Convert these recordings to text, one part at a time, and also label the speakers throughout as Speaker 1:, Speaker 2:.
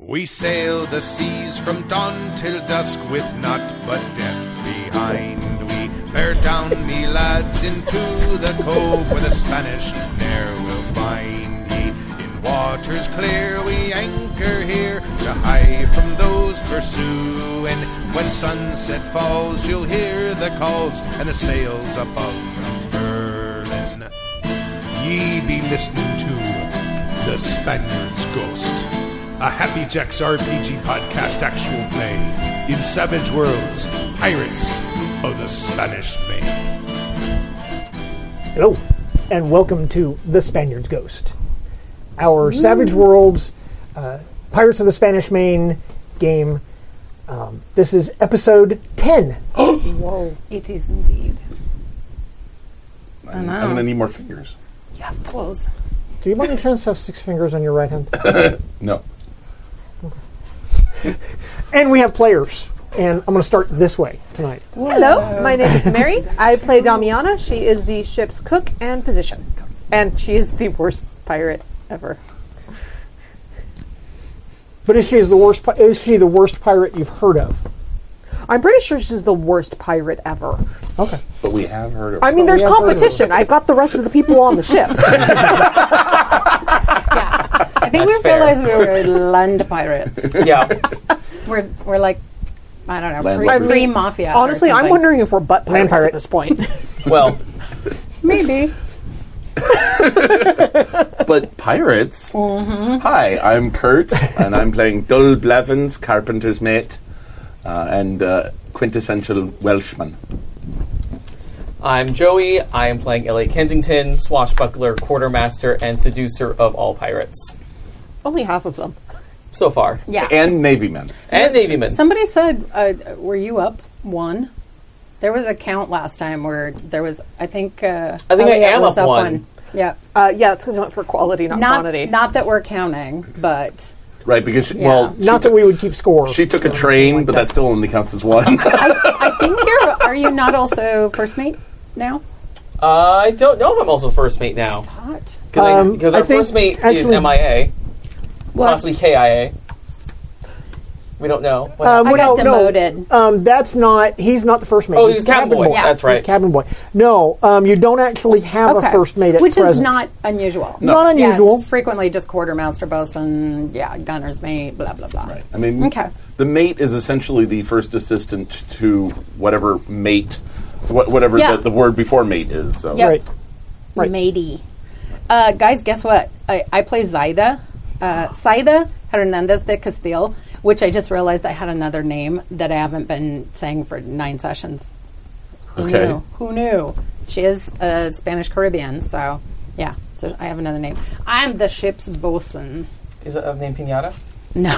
Speaker 1: We sail the seas from dawn till dusk with naught but death behind. We bear down, me lads, into the cove where the Spanish ne'er will find ye. In waters clear we anchor here to hide from those pursuing. When sunset falls, you'll hear the calls and the sails above furling. Ye be listening to the Spaniard's Ghost, a Happy Jack's RPG podcast actual play in Savage Worlds, Pirates of the Spanish Main.
Speaker 2: Hello, and welcome to The Spaniard's Ghost, our Savage Worlds uh, Pirates of the Spanish Main game. Um, this is episode 10.
Speaker 3: Whoa. It is indeed.
Speaker 4: I'm, I'm gonna need more fingers.
Speaker 3: Yeah, close.
Speaker 2: Do you mind a chance to have six fingers on your right hand?
Speaker 4: No.
Speaker 2: And we have players. And I'm going to start this way tonight.
Speaker 5: Hello, my name is Mary. I play Damiana. She is the ship's cook and physician. And she is the worst pirate ever.
Speaker 2: But is she is the worst? pi- Is she the worst pirate you've heard of?
Speaker 5: I'm pretty sure she's the worst pirate ever.
Speaker 2: Okay.
Speaker 4: But we have heard of
Speaker 5: I mean, there's
Speaker 2: Yeah, pretty
Speaker 5: competition. I got the rest of the people on the ship.
Speaker 3: I think we realized we were land pirates.
Speaker 6: Yeah.
Speaker 3: We're, we're like, I don't know, pre,
Speaker 4: Landlubbers.
Speaker 3: pre-mafia. or
Speaker 5: Honestly, I'm
Speaker 3: something.
Speaker 5: wondering if we're butt pirates
Speaker 2: pirate.
Speaker 5: at this point.
Speaker 6: Well,
Speaker 5: Maybe.
Speaker 4: but pirates. Hi, I'm Kurt, and I'm playing Dul Blevins, carpenter's mate, uh, and uh, quintessential Welshman.
Speaker 6: I'm Joey. I am playing L.A. Kensington, swashbuckler, quartermaster, and seducer of all pirates.
Speaker 5: Only half of them.
Speaker 6: So far.
Speaker 3: Yeah.
Speaker 4: And Navyman.
Speaker 6: And Navyman.
Speaker 3: Somebody said, uh, were you up one? There was a count last time where there was, I think, uh,
Speaker 6: I think I
Speaker 3: Elliot
Speaker 6: am
Speaker 3: was
Speaker 6: up one.
Speaker 3: Yeah.
Speaker 5: Uh, yeah, it's because I went for quality, not,
Speaker 3: Not,
Speaker 5: quantity.
Speaker 3: not that we're counting, but
Speaker 4: Right, because, she, well,
Speaker 2: Not that we would keep score.
Speaker 4: she took a train, but that still only counts as one.
Speaker 3: I think you're, are you not also first mate now?
Speaker 6: I don't know if I'm also first mate now.
Speaker 3: Hot.
Speaker 2: Um,
Speaker 6: Because
Speaker 2: I
Speaker 6: our
Speaker 2: think
Speaker 6: first mate is
Speaker 2: actually-
Speaker 6: MIA,
Speaker 3: Well,
Speaker 6: possibly KIA. We don't know. What
Speaker 2: Um,
Speaker 6: happened?
Speaker 3: I
Speaker 2: well,
Speaker 3: got
Speaker 2: no, no.
Speaker 3: demoted.
Speaker 2: Um, that's not. He's not the first mate.
Speaker 6: Oh, he's cabin boy.
Speaker 3: Yeah.
Speaker 6: That's
Speaker 2: He's
Speaker 6: right.
Speaker 2: cabin boy. No, um, you don't actually have a first mate at
Speaker 3: Which is
Speaker 2: present.
Speaker 3: not unusual.
Speaker 2: Not
Speaker 3: Yeah, it's
Speaker 2: unusual.
Speaker 3: frequently just quartermaster bosun, yeah, gunner's mate, blah blah blah.
Speaker 4: I mean,
Speaker 3: okay.
Speaker 4: the mate is essentially the first assistant to whatever mate, wha- whatever
Speaker 3: Yeah.
Speaker 4: the, the word before mate is. So.
Speaker 3: Yep.
Speaker 2: Right. Right.
Speaker 3: Matey. Uh, guys, guess what? I, I play Zaida, uh, Zaida Hernandez de Castile, which I just realized I had another name that I haven't been saying for nine sessions. Who
Speaker 4: Okay.
Speaker 3: knew? Who knew? She is uh, Spanish Caribbean, so yeah. So I have another name. I'm the ship's bosun.
Speaker 6: Is it uh, named Pinata?
Speaker 3: No,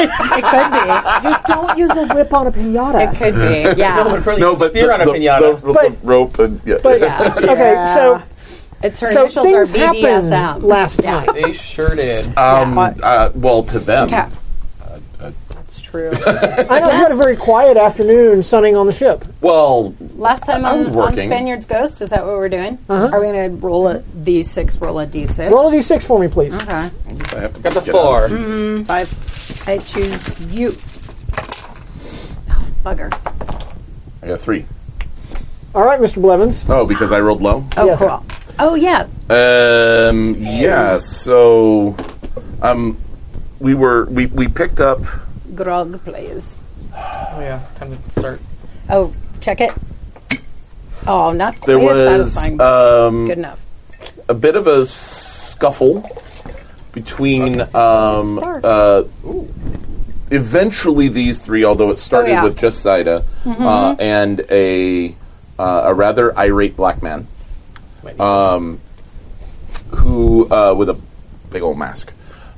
Speaker 3: it
Speaker 2: You don't use a whip on a pinata.
Speaker 3: could be. It could be. Yeah.
Speaker 6: Apparently it's a spear on a
Speaker 4: the-
Speaker 6: pinata.
Speaker 4: the
Speaker 2: But-
Speaker 4: rope and yeah.
Speaker 2: But okay, so
Speaker 3: It's her
Speaker 2: so
Speaker 3: initials
Speaker 2: things
Speaker 3: are BDSM.
Speaker 2: happened last
Speaker 3: Yeah.
Speaker 2: time.
Speaker 6: they sure did.
Speaker 4: um, uh, well, to them,
Speaker 3: Okay.
Speaker 5: That's true.
Speaker 2: I know you had a very quiet afternoon sunning on the ship.
Speaker 4: well,
Speaker 3: Last time
Speaker 4: I
Speaker 3: on,
Speaker 4: was
Speaker 3: on
Speaker 4: working.
Speaker 3: Spaniard's Ghost, is that what we're doing? Are we going to roll a D6, roll a D6?
Speaker 2: Uh-huh. Roll a d6 for me, please.
Speaker 5: Mm.
Speaker 3: Okay.
Speaker 4: I have to
Speaker 6: Got the
Speaker 4: get it.
Speaker 6: four.
Speaker 2: Mm-hmm.
Speaker 3: Five. I choose you. Oh, bugger.
Speaker 4: I got three.
Speaker 2: All right, Mr. Blevins.
Speaker 4: Oh, because I rolled low.
Speaker 3: Oh,
Speaker 2: Yes.
Speaker 3: cool. Oh, yeah.
Speaker 4: Um, yeah. So, um, we were we we picked up.
Speaker 3: Grog, please.
Speaker 6: Oh, yeah. Time to start.
Speaker 3: Oh, check it. Oh, not quite
Speaker 4: There
Speaker 3: as
Speaker 4: was
Speaker 3: satisfying. but
Speaker 4: um
Speaker 3: Good enough.
Speaker 4: a bit of a scuffle between um
Speaker 3: Star.
Speaker 4: uh. Eventually, these three, although it started
Speaker 3: yeah.
Speaker 4: with just Zaida uh, and a uh, a rather irate black man.
Speaker 6: Might be
Speaker 4: um, who uh, with a big old mask,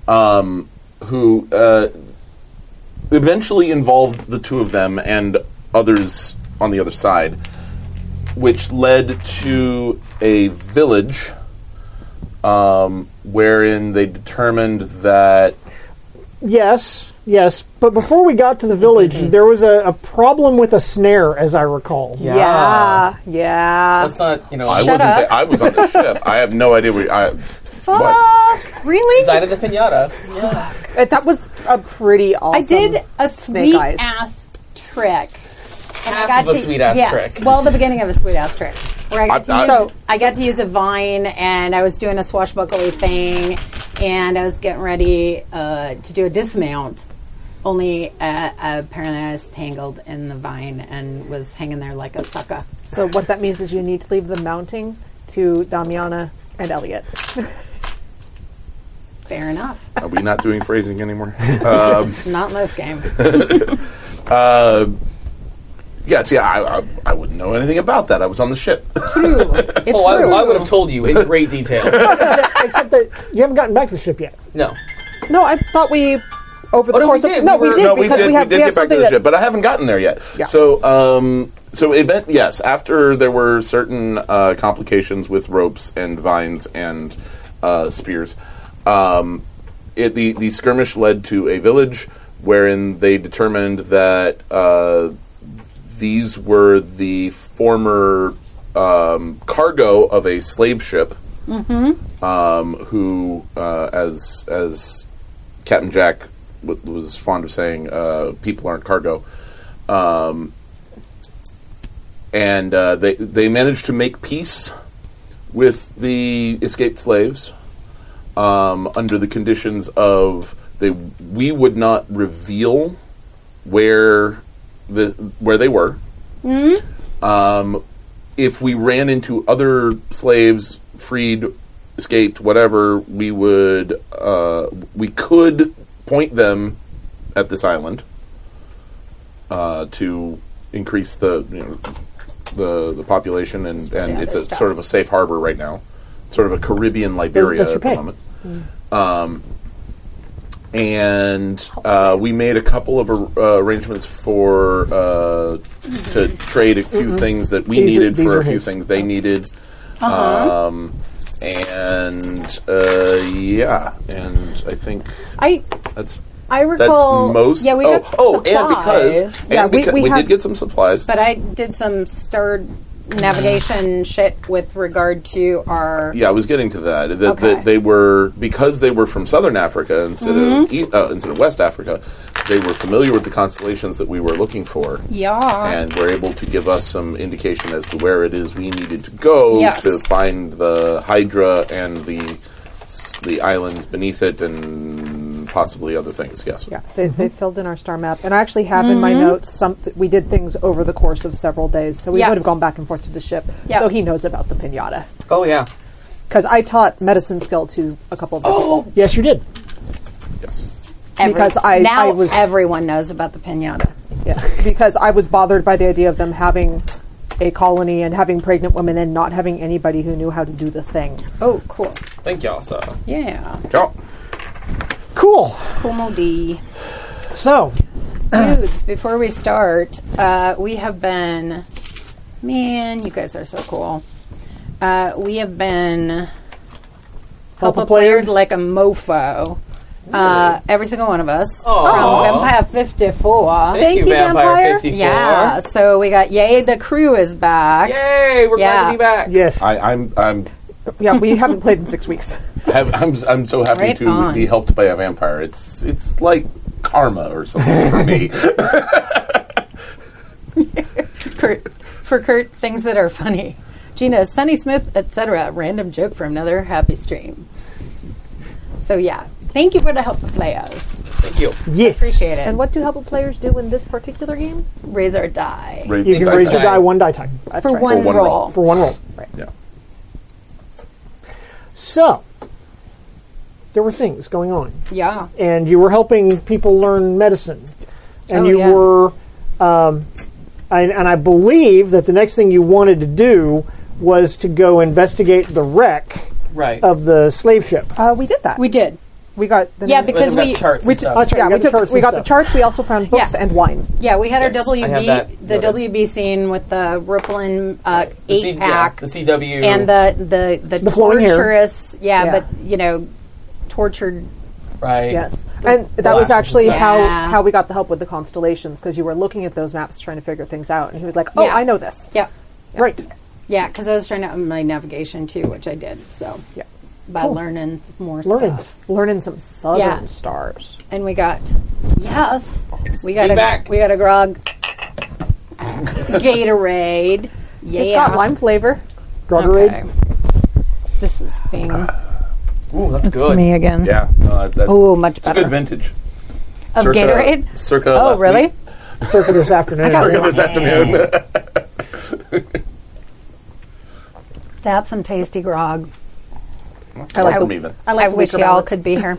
Speaker 4: um, who uh, eventually involved the two of them and others on the other side, which led to a village um, wherein they determined that
Speaker 2: Yes, yes. But before we got to the village,
Speaker 5: Mm-hmm.
Speaker 2: there was a, a problem with a snare, as I recall.
Speaker 6: this.
Speaker 5: yeah, yeah.
Speaker 6: Let's not, you know,
Speaker 4: I
Speaker 6: I
Speaker 4: wasn't. there. I was on the ship. I have no idea. Where, I,
Speaker 3: Fuck! Really?
Speaker 6: Side of the pinata.
Speaker 5: Uh, that was a pretty awesome.
Speaker 3: I did a
Speaker 5: Snake
Speaker 3: sweet
Speaker 5: Eyes.
Speaker 3: ass trick. And I
Speaker 6: of a sweet-ass
Speaker 3: yes,
Speaker 6: trick.
Speaker 3: Well, the beginning of a sweet ass trick. Where I got,
Speaker 4: I-
Speaker 3: to,
Speaker 4: I-
Speaker 3: use, I got to use a vine and I was doing a swashbuckly thing and I was getting ready uh, to do a dismount. Only uh, apparently I was tangled in the vine and was hanging there like a sucker.
Speaker 5: So what that means is you need to leave the mounting to Damiana and Elliot.
Speaker 3: Fair enough.
Speaker 4: Are we not doing phrasing anymore? Uh,
Speaker 3: Not in this game.
Speaker 4: yes, yeah, I, I, I wouldn't know anything about that. I was on the ship.
Speaker 3: True. It's
Speaker 6: Oh,
Speaker 3: true.
Speaker 6: I, I would have told you in great detail.
Speaker 2: except, except that you haven't gotten back to the ship yet.
Speaker 6: No.
Speaker 5: No, I thought we over the
Speaker 6: Oh, no, we
Speaker 5: course
Speaker 6: did.
Speaker 5: of no,
Speaker 6: We
Speaker 5: we
Speaker 6: were-
Speaker 5: did
Speaker 4: no, we
Speaker 5: because
Speaker 4: did,
Speaker 5: we have
Speaker 4: we did
Speaker 5: have
Speaker 4: get back to
Speaker 5: something
Speaker 4: the
Speaker 5: that-
Speaker 4: ship, but I haven't gotten there yet.
Speaker 5: Yeah.
Speaker 4: So, um, so event, yes, after there were certain uh, complications with ropes and vines and uh, spears, um, it, the, the skirmish led to a village wherein they determined that uh, these were the former um, cargo of a slave ship um, who, uh, as as Captain Jack w- was fond of saying, uh, "People aren't cargo," um, and uh, they they managed to make peace with the escaped slaves um, under the conditions of they we would not reveal where the where they were. Um, if we ran into other slaves, freed, escaped, whatever, we would uh, we could point them at this island uh, to increase the you know, the the population, and, and it's a
Speaker 3: stuff.
Speaker 4: sort of a safe harbor right now, sort of a Caribbean
Speaker 2: That's-
Speaker 4: Liberia
Speaker 2: that's your
Speaker 4: at the
Speaker 2: pay.
Speaker 4: moment. Um, and uh, we made a couple of ar- uh, arrangements for uh, to trade a few things that we
Speaker 2: Mm-hmm. These are-
Speaker 4: needed
Speaker 2: these
Speaker 4: for
Speaker 2: are
Speaker 4: a few
Speaker 2: his. Uh-huh.
Speaker 4: things they needed. Um, and uh, yeah, and I think
Speaker 3: I
Speaker 4: that's
Speaker 3: I
Speaker 4: that's
Speaker 3: recall.
Speaker 4: most.
Speaker 3: Yeah, we
Speaker 4: oh,
Speaker 3: got
Speaker 4: oh,
Speaker 3: supplies.
Speaker 4: and because
Speaker 5: Yeah,
Speaker 4: and
Speaker 5: we-
Speaker 4: beca-
Speaker 5: we
Speaker 4: did
Speaker 5: had-
Speaker 4: get some supplies.
Speaker 3: but I did some stirred navigation shit with regard to our.
Speaker 4: Yeah, I was getting to that. That, that
Speaker 3: Okay.
Speaker 4: they were because they were from Southern Africa instead
Speaker 3: Mm-hmm.
Speaker 4: of E- uh, instead of West Africa, they were familiar with the constellations that we were looking for.
Speaker 3: Yeah.
Speaker 4: and were able to give us some indication as to where it is we needed to go
Speaker 3: Yes.
Speaker 4: to find the Hydra and the s- the islands beneath it and possibly other things. Yes.
Speaker 5: Yeah, they, they
Speaker 4: Mm-hmm.
Speaker 5: filled in our star map, and I actually have in my notes some. We did things over the course of several days, so we
Speaker 3: Yeah.
Speaker 5: would have gone back and forth to the ship.
Speaker 3: Yeah.
Speaker 5: So he knows about the pinata
Speaker 6: Oh yeah.
Speaker 5: because I taught medicine skill to a couple of
Speaker 4: Oh!
Speaker 5: people.
Speaker 2: Yes, you did.
Speaker 4: Yes.
Speaker 3: Every-
Speaker 5: because I-
Speaker 3: now
Speaker 5: I was-
Speaker 3: everyone knows about the pinata.
Speaker 5: Yes, because I was bothered by the idea of them having a colony and having pregnant women and not having anybody who knew how to do the thing.
Speaker 3: Oh, cool.
Speaker 6: Thank y'all so.
Speaker 3: Yeah,
Speaker 4: Yeah.
Speaker 2: Cool.
Speaker 3: cool modi.
Speaker 2: So,
Speaker 3: Dudes, before we start, uh, we have been. Man, you guys are so cool. Uh, we have been help a player like a mofo. Uh, every single one of us
Speaker 6: Aw.
Speaker 3: from Vampire 54.
Speaker 6: Thank, you,
Speaker 5: you,
Speaker 6: Vampire,
Speaker 5: Vampire.
Speaker 6: 54.
Speaker 3: Yeah, so we got yay, the crew is back.
Speaker 6: Yay, we're glad
Speaker 3: Yeah.
Speaker 6: to be back.
Speaker 2: yes.
Speaker 4: I, I'm I'm
Speaker 5: Yeah, we haven't played in six weeks.
Speaker 4: have, I'm s- I'm so happy
Speaker 3: Right
Speaker 4: to
Speaker 3: on.
Speaker 4: be helped by a vampire. It's it's like karma or something for me.
Speaker 3: Kurt, for Kurt, things that are funny. Gina, Sunny Smith, etc. Random joke from another happy stream. So yeah, thank you for the help, players.
Speaker 6: Thank you.
Speaker 2: yes.
Speaker 3: Appreciate it.
Speaker 5: And what do helpful players do in this particular game?
Speaker 3: raise or die
Speaker 4: Raise
Speaker 2: You
Speaker 4: the
Speaker 2: can
Speaker 4: dice
Speaker 2: raise your
Speaker 4: die.
Speaker 2: die one die time
Speaker 5: That's
Speaker 3: for
Speaker 5: right.
Speaker 3: one,
Speaker 4: one
Speaker 3: roll.
Speaker 4: roll.
Speaker 2: for one roll.
Speaker 4: Yeah.
Speaker 2: So, there were things going on,
Speaker 3: Yeah,
Speaker 2: and you were helping people learn medicine, and
Speaker 3: Oh,
Speaker 2: you
Speaker 3: yeah.
Speaker 2: were, um, and, and I believe that the next thing you wanted to do was to go investigate the wreck
Speaker 6: Right.
Speaker 2: of the slave ship.
Speaker 5: Uh, we did that.
Speaker 3: we did.
Speaker 5: we got the
Speaker 3: Yeah,
Speaker 5: name-
Speaker 3: because
Speaker 6: Because we
Speaker 3: we
Speaker 6: got charts
Speaker 5: we
Speaker 6: and
Speaker 5: t-
Speaker 6: stuff.
Speaker 2: oh, sorry.
Speaker 5: yeah,
Speaker 2: we
Speaker 5: we
Speaker 2: got the
Speaker 5: took
Speaker 2: charts
Speaker 5: we
Speaker 2: and
Speaker 5: got the
Speaker 2: stuff.
Speaker 5: charts. We also found books and wine.
Speaker 3: yeah we had
Speaker 6: Yes,
Speaker 3: our
Speaker 6: I have that
Speaker 3: WB the
Speaker 6: noted.
Speaker 3: WB scene with the Rippling uh,
Speaker 6: the,
Speaker 3: eight
Speaker 6: C- yeah,
Speaker 3: pack
Speaker 6: the CW
Speaker 3: and the the the,
Speaker 2: flowing hair.
Speaker 3: torturous yeah,
Speaker 5: Yeah.
Speaker 3: but you know tortured
Speaker 6: right.
Speaker 5: Yes, and that was
Speaker 6: Glasses and
Speaker 5: actually
Speaker 6: stuff.
Speaker 5: how
Speaker 3: Yeah.
Speaker 5: how we got the help with the constellations because you were looking at those maps trying to figure things out, and he was like, "Oh,
Speaker 3: Yeah.
Speaker 5: I know this."
Speaker 3: yeah
Speaker 2: Right.
Speaker 3: yeah because I was trying to up my navigation too which I did so
Speaker 5: Yeah.
Speaker 3: by learning more
Speaker 2: Learning
Speaker 3: stuff.
Speaker 5: Learning some Southern
Speaker 3: Yeah.
Speaker 5: stars.
Speaker 3: And we got yes, we got
Speaker 6: Be
Speaker 3: a
Speaker 6: back.
Speaker 3: we got a grog Gatorade. Yeah,
Speaker 5: It's got lime flavor.
Speaker 2: Garderade.
Speaker 3: Okay. This is being
Speaker 6: Ooh, that's good.
Speaker 3: me again.
Speaker 4: Ah, Yeah. Uh, that,
Speaker 3: Oh, much
Speaker 4: it's a good
Speaker 3: better.
Speaker 4: vintage.
Speaker 3: Of Gatorade?
Speaker 4: Circa.
Speaker 3: Oh,
Speaker 4: last
Speaker 3: really? Oh,
Speaker 4: week.
Speaker 2: Circa this afternoon.
Speaker 4: Circa this afternoon.
Speaker 3: That's some tasty grog.
Speaker 4: I like them even.
Speaker 3: Oh, I wish
Speaker 5: weaker
Speaker 3: y'all
Speaker 5: balance.
Speaker 3: could be here.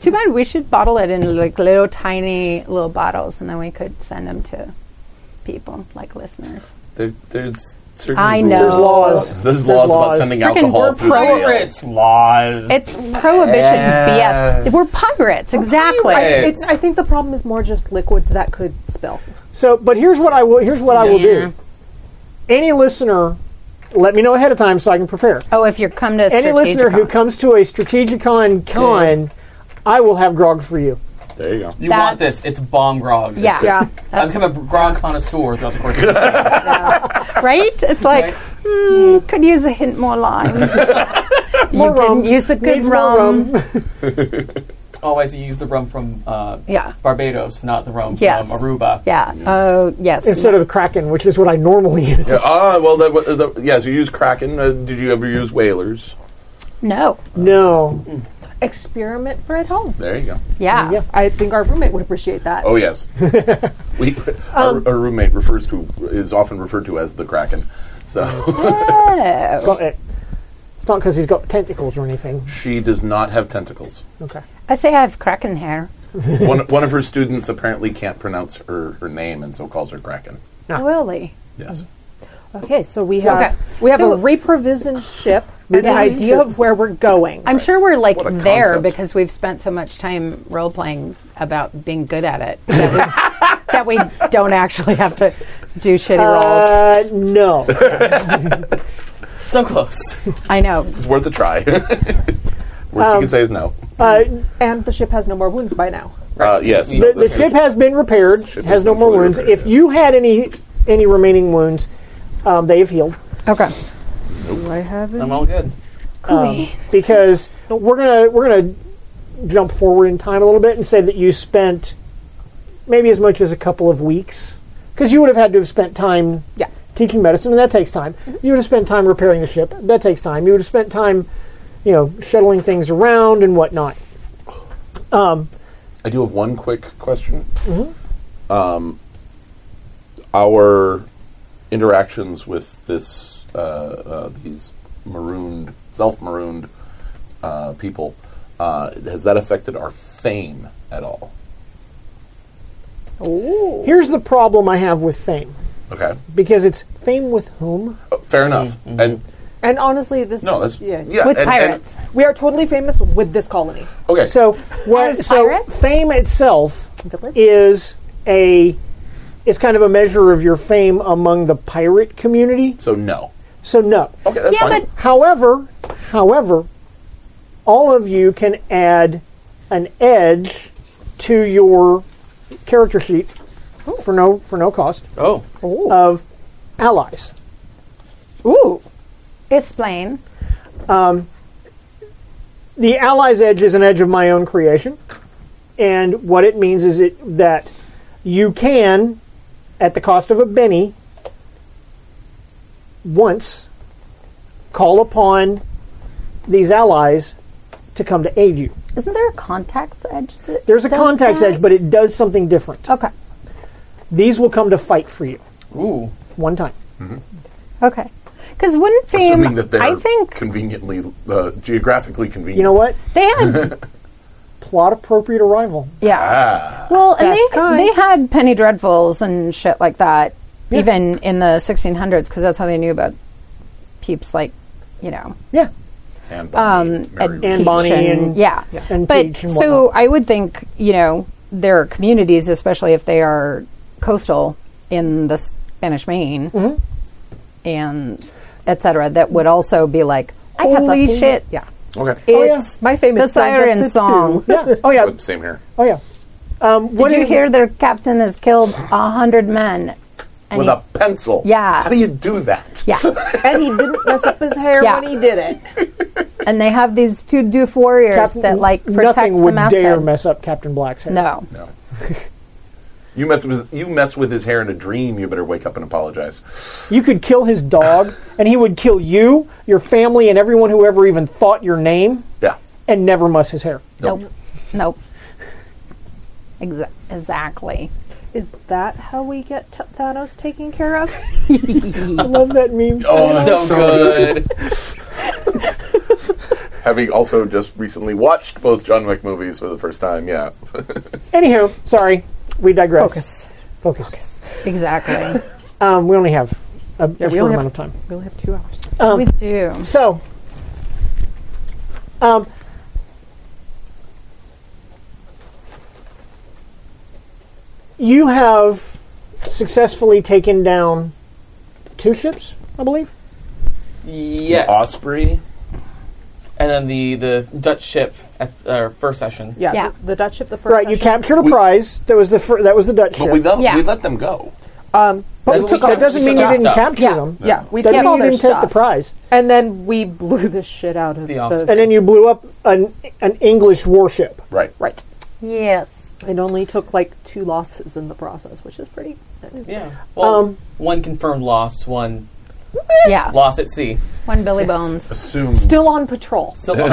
Speaker 3: Too bad we should bottle it in like little tiny little bottles, and then we could send them to people like listeners.
Speaker 4: There, there's certain
Speaker 3: I
Speaker 4: rules.
Speaker 3: know. There's
Speaker 2: laws.
Speaker 4: There's,
Speaker 2: There's
Speaker 4: laws, about
Speaker 2: laws.
Speaker 4: sending
Speaker 6: Freaking
Speaker 4: alcohol
Speaker 6: we're
Speaker 4: through the mail.
Speaker 6: pirates laws.
Speaker 3: It's prohibition BS. We're pirates, exactly.
Speaker 6: pirates.
Speaker 5: It's, I think the problem is more just liquids that could spill.
Speaker 2: So, but here's what I will. Here's what I will do. Any listener, let me know ahead of time so I can prepare.
Speaker 3: Oh, if you come to
Speaker 2: Any listener who
Speaker 3: Strategicon.
Speaker 2: comes to a Strategicon con, I will have grog for you.
Speaker 4: There you go.
Speaker 6: you want
Speaker 3: that's-
Speaker 6: this? It's bomb grog.
Speaker 3: yeah,
Speaker 5: Yeah.
Speaker 6: I become a grog connoisseur throughout the course of this.
Speaker 3: right? It's like
Speaker 6: Right.
Speaker 3: hmm, could use a hint more lime. you
Speaker 2: More rum.
Speaker 3: didn't use the good
Speaker 2: Needs more
Speaker 3: rum.
Speaker 6: Oh, I see. You use the rum from uh,
Speaker 3: Yeah.
Speaker 6: Barbados, not the rum
Speaker 3: Yes.
Speaker 6: from um, Aruba.
Speaker 3: Yeah. Oh, yes.
Speaker 2: instead of Kraken, which is what I normally use.
Speaker 4: Yeah, ah, well, that, wa- the, yeah. So you use Kraken. Uh, did you ever use whalers?
Speaker 3: no.
Speaker 2: No,
Speaker 5: Experiment for at home. Ah,
Speaker 4: There you go.
Speaker 3: Yeah.
Speaker 2: Yeah.
Speaker 5: I think our roommate would appreciate that.
Speaker 4: Oh yes. we,
Speaker 3: Um,
Speaker 4: our, our roommate refers to is often referred to as the Kraken. So
Speaker 3: Oh.
Speaker 2: Well, eh, it's not because he's got tentacles or anything.
Speaker 4: she does not have tentacles.
Speaker 2: Okay.
Speaker 3: I say I have kraken hair.
Speaker 4: one one of her students apparently can't pronounce her, her name and so calls her Kraken.
Speaker 2: Ah.
Speaker 3: Really?
Speaker 4: Yes.
Speaker 5: Okay, so we have
Speaker 3: okay.
Speaker 5: we have
Speaker 3: So-
Speaker 5: a reprovisioned ship and an idea of where we're going.
Speaker 3: I'm sure we're like
Speaker 4: What a
Speaker 3: there
Speaker 4: concept.
Speaker 3: because we've spent so much time role playing about being good at it that we, that we don't actually have to do shitty roles.
Speaker 2: Uh, no.
Speaker 6: So close.
Speaker 3: I know.
Speaker 4: It's worth a try. Worst you can say is no.
Speaker 2: Uh,
Speaker 5: and the ship has no more wounds by now.
Speaker 4: Uh, yes.
Speaker 6: The-
Speaker 2: the, the ship has been repaired.
Speaker 4: Ship
Speaker 2: has
Speaker 4: has
Speaker 2: no
Speaker 4: been
Speaker 2: more
Speaker 4: fully
Speaker 2: wounds.
Speaker 4: repaired,
Speaker 2: if
Speaker 4: yes.
Speaker 2: you had any any remaining wounds, um, they have healed.
Speaker 3: Okay.
Speaker 6: I'm all good.
Speaker 2: because we're gonna we're gonna jump forward in time a little bit and say that you spent maybe as much as a couple of weeks because you would have had to have spent time
Speaker 5: Yeah.
Speaker 2: teaching medicine and that takes time you would have spent time repairing the ship that takes time you would have spent time you know shuttling things around and whatnot
Speaker 4: I do have one quick question. Um, our interactions with this uh, uh, these marooned, self marooned uh, people uh, has that affected our fame at all?
Speaker 2: here's the problem i have with fame
Speaker 4: Okay,
Speaker 2: because it's fame with whom
Speaker 4: Oh, fair enough. And
Speaker 5: And honestly, this
Speaker 4: no, that's
Speaker 5: yeah.
Speaker 4: yeah,
Speaker 3: With
Speaker 4: and- and-
Speaker 3: pirates.
Speaker 5: We are totally famous with this colony.
Speaker 4: okay,
Speaker 2: so what
Speaker 3: As
Speaker 2: so
Speaker 3: pirates?
Speaker 2: fame itself
Speaker 5: Village?
Speaker 2: is a it's kind of a measure of your fame among the pirate community
Speaker 4: so no.
Speaker 2: So no.
Speaker 4: Okay, that's
Speaker 3: Yeah,
Speaker 4: fine.
Speaker 3: but-
Speaker 2: However, however, all of you can add an edge to your character sheet for no for no cost
Speaker 6: Oh.
Speaker 2: of allies.
Speaker 5: Ooh,
Speaker 3: Explain.
Speaker 2: The allies edge is an edge of my own creation, and what it means is it that you can, at the cost of a penny, once call upon these allies to come to aid you.
Speaker 3: Isn't there a contacts edge? That
Speaker 2: There's a
Speaker 3: does
Speaker 2: contacts
Speaker 3: that?
Speaker 2: edge, but it does something different.
Speaker 3: Okay.
Speaker 2: These will come to fight for you
Speaker 6: Ooh.
Speaker 2: one time.
Speaker 5: Hmm.
Speaker 3: Okay. Because wouldn't fame.
Speaker 4: Assuming that they're
Speaker 3: I think
Speaker 4: conveniently uh, geographically convenient.
Speaker 2: You know what?
Speaker 3: they had.
Speaker 2: Plot appropriate arrival.
Speaker 3: Yeah.
Speaker 4: Ah.
Speaker 3: Well, and
Speaker 2: Best
Speaker 3: they,
Speaker 2: kind.
Speaker 3: they had penny dreadfuls and shit like that, even in the 1600s, because that's how they knew about peeps like, you know,
Speaker 2: Yeah.
Speaker 4: And
Speaker 3: Um,
Speaker 4: Bonnie, Mary
Speaker 2: um, and
Speaker 3: teach
Speaker 2: Bonnie and-
Speaker 3: yeah.
Speaker 2: and
Speaker 3: but
Speaker 2: teach and
Speaker 3: so
Speaker 2: whatnot.
Speaker 3: I would think you know there are communities, especially if they are coastal in the Spanish Main
Speaker 2: Mm-hmm.
Speaker 3: and etc., that would also be like, holy shit,
Speaker 5: Yeah,
Speaker 4: Okay. Oh,
Speaker 2: yeah.
Speaker 3: it's
Speaker 5: my famous
Speaker 3: the siren song.
Speaker 2: Yeah. Oh yeah.
Speaker 4: But same here.
Speaker 2: Oh yeah. Um, what
Speaker 3: Did you
Speaker 2: is-
Speaker 3: hear their captain has killed a hundred men? And
Speaker 4: With
Speaker 3: he-
Speaker 4: a pencil.
Speaker 3: Yeah.
Speaker 4: How do you do that?
Speaker 3: yeah,
Speaker 5: and he didn't mess up his hair
Speaker 3: Yeah.
Speaker 5: when he did it.
Speaker 3: and they have these two doof warriors that like protect
Speaker 2: nothing
Speaker 3: the
Speaker 2: would
Speaker 3: masthead.
Speaker 2: dare mess up Captain Black's hair.
Speaker 3: no.
Speaker 4: No. You mess with you mess with his hair in a dream. You better wake up and apologize.
Speaker 2: You could kill his dog, and he would kill you, your family, and everyone who ever even thought your name,
Speaker 4: Yeah.
Speaker 2: and never muss his hair.
Speaker 3: Nope. Nope. Exa- exactly.
Speaker 5: Is that how we get T- Thanos taken care of?
Speaker 2: I love that meme. so
Speaker 4: Oh,
Speaker 2: much.
Speaker 6: Oh, so, good.
Speaker 4: Having also just recently watched both John Wick movies for the first time. Yeah.
Speaker 2: Anywho, sorry, we digress. Focus.
Speaker 3: Exactly.
Speaker 2: Um, we only have a, a
Speaker 5: we
Speaker 2: short
Speaker 5: only
Speaker 2: amount
Speaker 5: have-
Speaker 2: of time.
Speaker 5: we only have two hours.
Speaker 3: we do.
Speaker 2: So, um, you have successfully taken down two ships, I believe.
Speaker 6: yes.
Speaker 4: Osprey.
Speaker 6: And then the, the Dutch ship at our first session.
Speaker 5: Yeah,
Speaker 3: Yeah.
Speaker 5: The, the Dutch ship, the first.
Speaker 2: right, you
Speaker 5: session.
Speaker 2: captured a prize. That was the fir- that was the Dutch
Speaker 4: But
Speaker 2: ship.
Speaker 4: we let,
Speaker 3: Yeah.
Speaker 4: we let them go.
Speaker 6: But
Speaker 5: we took
Speaker 2: that doesn't mean you didn't
Speaker 6: stuff.
Speaker 2: capture
Speaker 5: Yeah,
Speaker 2: them.
Speaker 5: yeah, we
Speaker 2: Doesn't
Speaker 5: took all
Speaker 2: mean you
Speaker 5: their
Speaker 2: didn't
Speaker 5: stuff,
Speaker 2: take the prize.
Speaker 5: and then we blew the shit out of
Speaker 6: The
Speaker 5: the,
Speaker 6: Osprey.
Speaker 2: And then you blew up an an English warship.
Speaker 4: Right.
Speaker 5: right.
Speaker 3: Yes.
Speaker 5: It only took like two losses in the process, which is pretty.
Speaker 6: Yeah.
Speaker 3: Um,
Speaker 6: Well, one confirmed loss, one
Speaker 3: Yeah.
Speaker 6: loss at sea.
Speaker 3: One Billy Bones.
Speaker 4: Assumed.
Speaker 5: Still on patrol.
Speaker 6: Still on-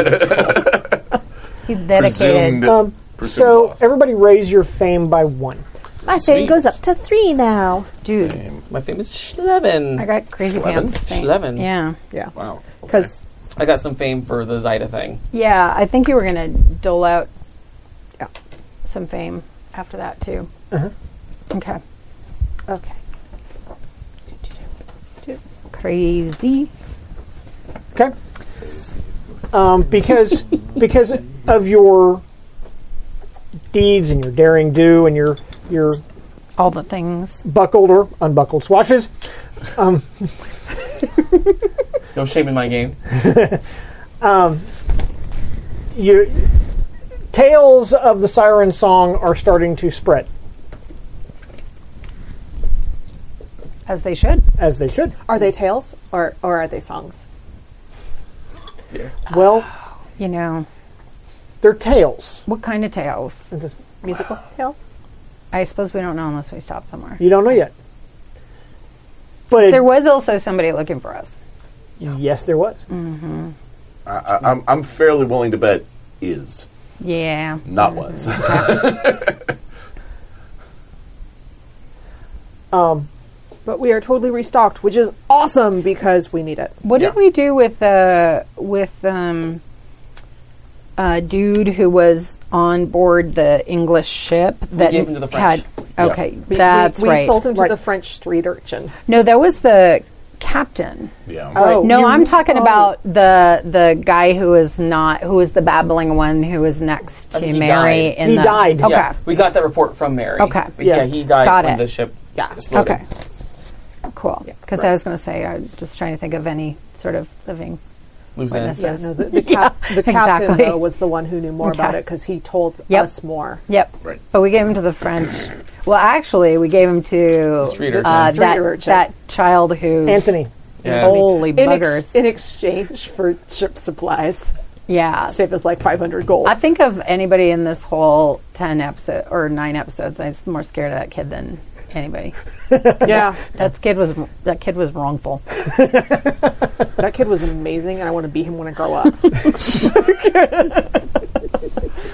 Speaker 3: He's dedicated.
Speaker 4: presumed.
Speaker 2: Um,
Speaker 4: presumed
Speaker 2: so
Speaker 4: loss.
Speaker 2: everybody raise your fame by one.
Speaker 5: My
Speaker 6: fame goes up
Speaker 5: to three now.
Speaker 3: Dude,
Speaker 6: my famous Schleven.
Speaker 3: I got crazy
Speaker 6: Schleven?
Speaker 3: pants. thing.
Speaker 6: Schleven.
Speaker 3: Yeah.
Speaker 5: Yeah,
Speaker 4: wow.
Speaker 5: because
Speaker 6: I got some fame for the Zyda thing.
Speaker 3: Yeah, I think you were going to dole out
Speaker 5: Yeah.
Speaker 3: some fame after that, too. Okay.
Speaker 5: okay,
Speaker 3: Crazy.
Speaker 2: Okay. Um, because because of your deeds and your daring do and your your
Speaker 3: All the things.
Speaker 2: buckled or unbuckled swashes,
Speaker 6: No shame in my game.
Speaker 2: you tales of the siren song are starting to spread
Speaker 3: As they should.
Speaker 2: as they should.
Speaker 5: are they tales or or are they songs?
Speaker 2: Well,
Speaker 3: You know,
Speaker 2: they're tales.
Speaker 3: what kind of tales?
Speaker 2: It is-
Speaker 5: Musical tales.
Speaker 3: I suppose we don't know unless we stop somewhere.
Speaker 2: You don't know yet. But it,
Speaker 3: There was also somebody looking for us.
Speaker 2: yes, there was.
Speaker 3: Mm.
Speaker 4: I, I'm I'm fairly willing to bet is
Speaker 3: Yeah.
Speaker 4: not was.
Speaker 2: Um,
Speaker 5: But we are totally restocked, which is awesome because we need it.
Speaker 3: What
Speaker 6: Yeah.
Speaker 3: did we do with uh with um a dude who was on board the English ship that
Speaker 6: gave him to the French.
Speaker 3: had okay
Speaker 5: We,
Speaker 3: that's
Speaker 5: we, we
Speaker 3: right
Speaker 5: sold him to
Speaker 2: Right.
Speaker 5: the French street urchin.
Speaker 3: no that was the captain
Speaker 4: yeah.
Speaker 5: Oh,
Speaker 3: no
Speaker 5: you-
Speaker 3: I'm talking
Speaker 5: oh.
Speaker 3: about the the guy who is not who is the babbling one who is next
Speaker 6: I
Speaker 3: to
Speaker 6: think he
Speaker 3: Mary
Speaker 6: died.
Speaker 3: in
Speaker 2: He
Speaker 3: the
Speaker 2: died.
Speaker 3: okay
Speaker 6: Yeah, we got that report from Mary.
Speaker 3: Okay.
Speaker 6: But yeah.
Speaker 2: Yeah.
Speaker 6: he died
Speaker 3: Got
Speaker 6: when
Speaker 3: it.
Speaker 6: the ship
Speaker 5: Yeah.
Speaker 6: exploded.
Speaker 3: okay cool because I was going to say I'm just trying to think of any sort of living
Speaker 6: Losing.
Speaker 3: Witness.
Speaker 5: Yeah, no, the, the, cap, the captain
Speaker 3: exactly.
Speaker 5: though was the one who knew more about
Speaker 3: Okay.
Speaker 5: it because he told
Speaker 3: Yep.
Speaker 5: us more.
Speaker 3: Yep.
Speaker 4: Right.
Speaker 3: But we gave him to the French. Well, actually, we gave him to
Speaker 6: street urchin.
Speaker 3: uh,
Speaker 5: Street
Speaker 3: that,
Speaker 5: urchin.
Speaker 3: that child who.
Speaker 2: Anthony,
Speaker 6: Yes.
Speaker 3: Holy
Speaker 5: in, ex-
Speaker 3: buggers.
Speaker 5: in exchange for ship supplies,
Speaker 3: yeah.
Speaker 5: save us like 500 gold.
Speaker 3: I think of anybody in this whole 10 episode or 9 episodes, I was more scared of that kid than anybody.
Speaker 5: yeah,
Speaker 3: That kid was that kid was wrongful.
Speaker 5: that kid was amazing, and I want to be him when I grow up.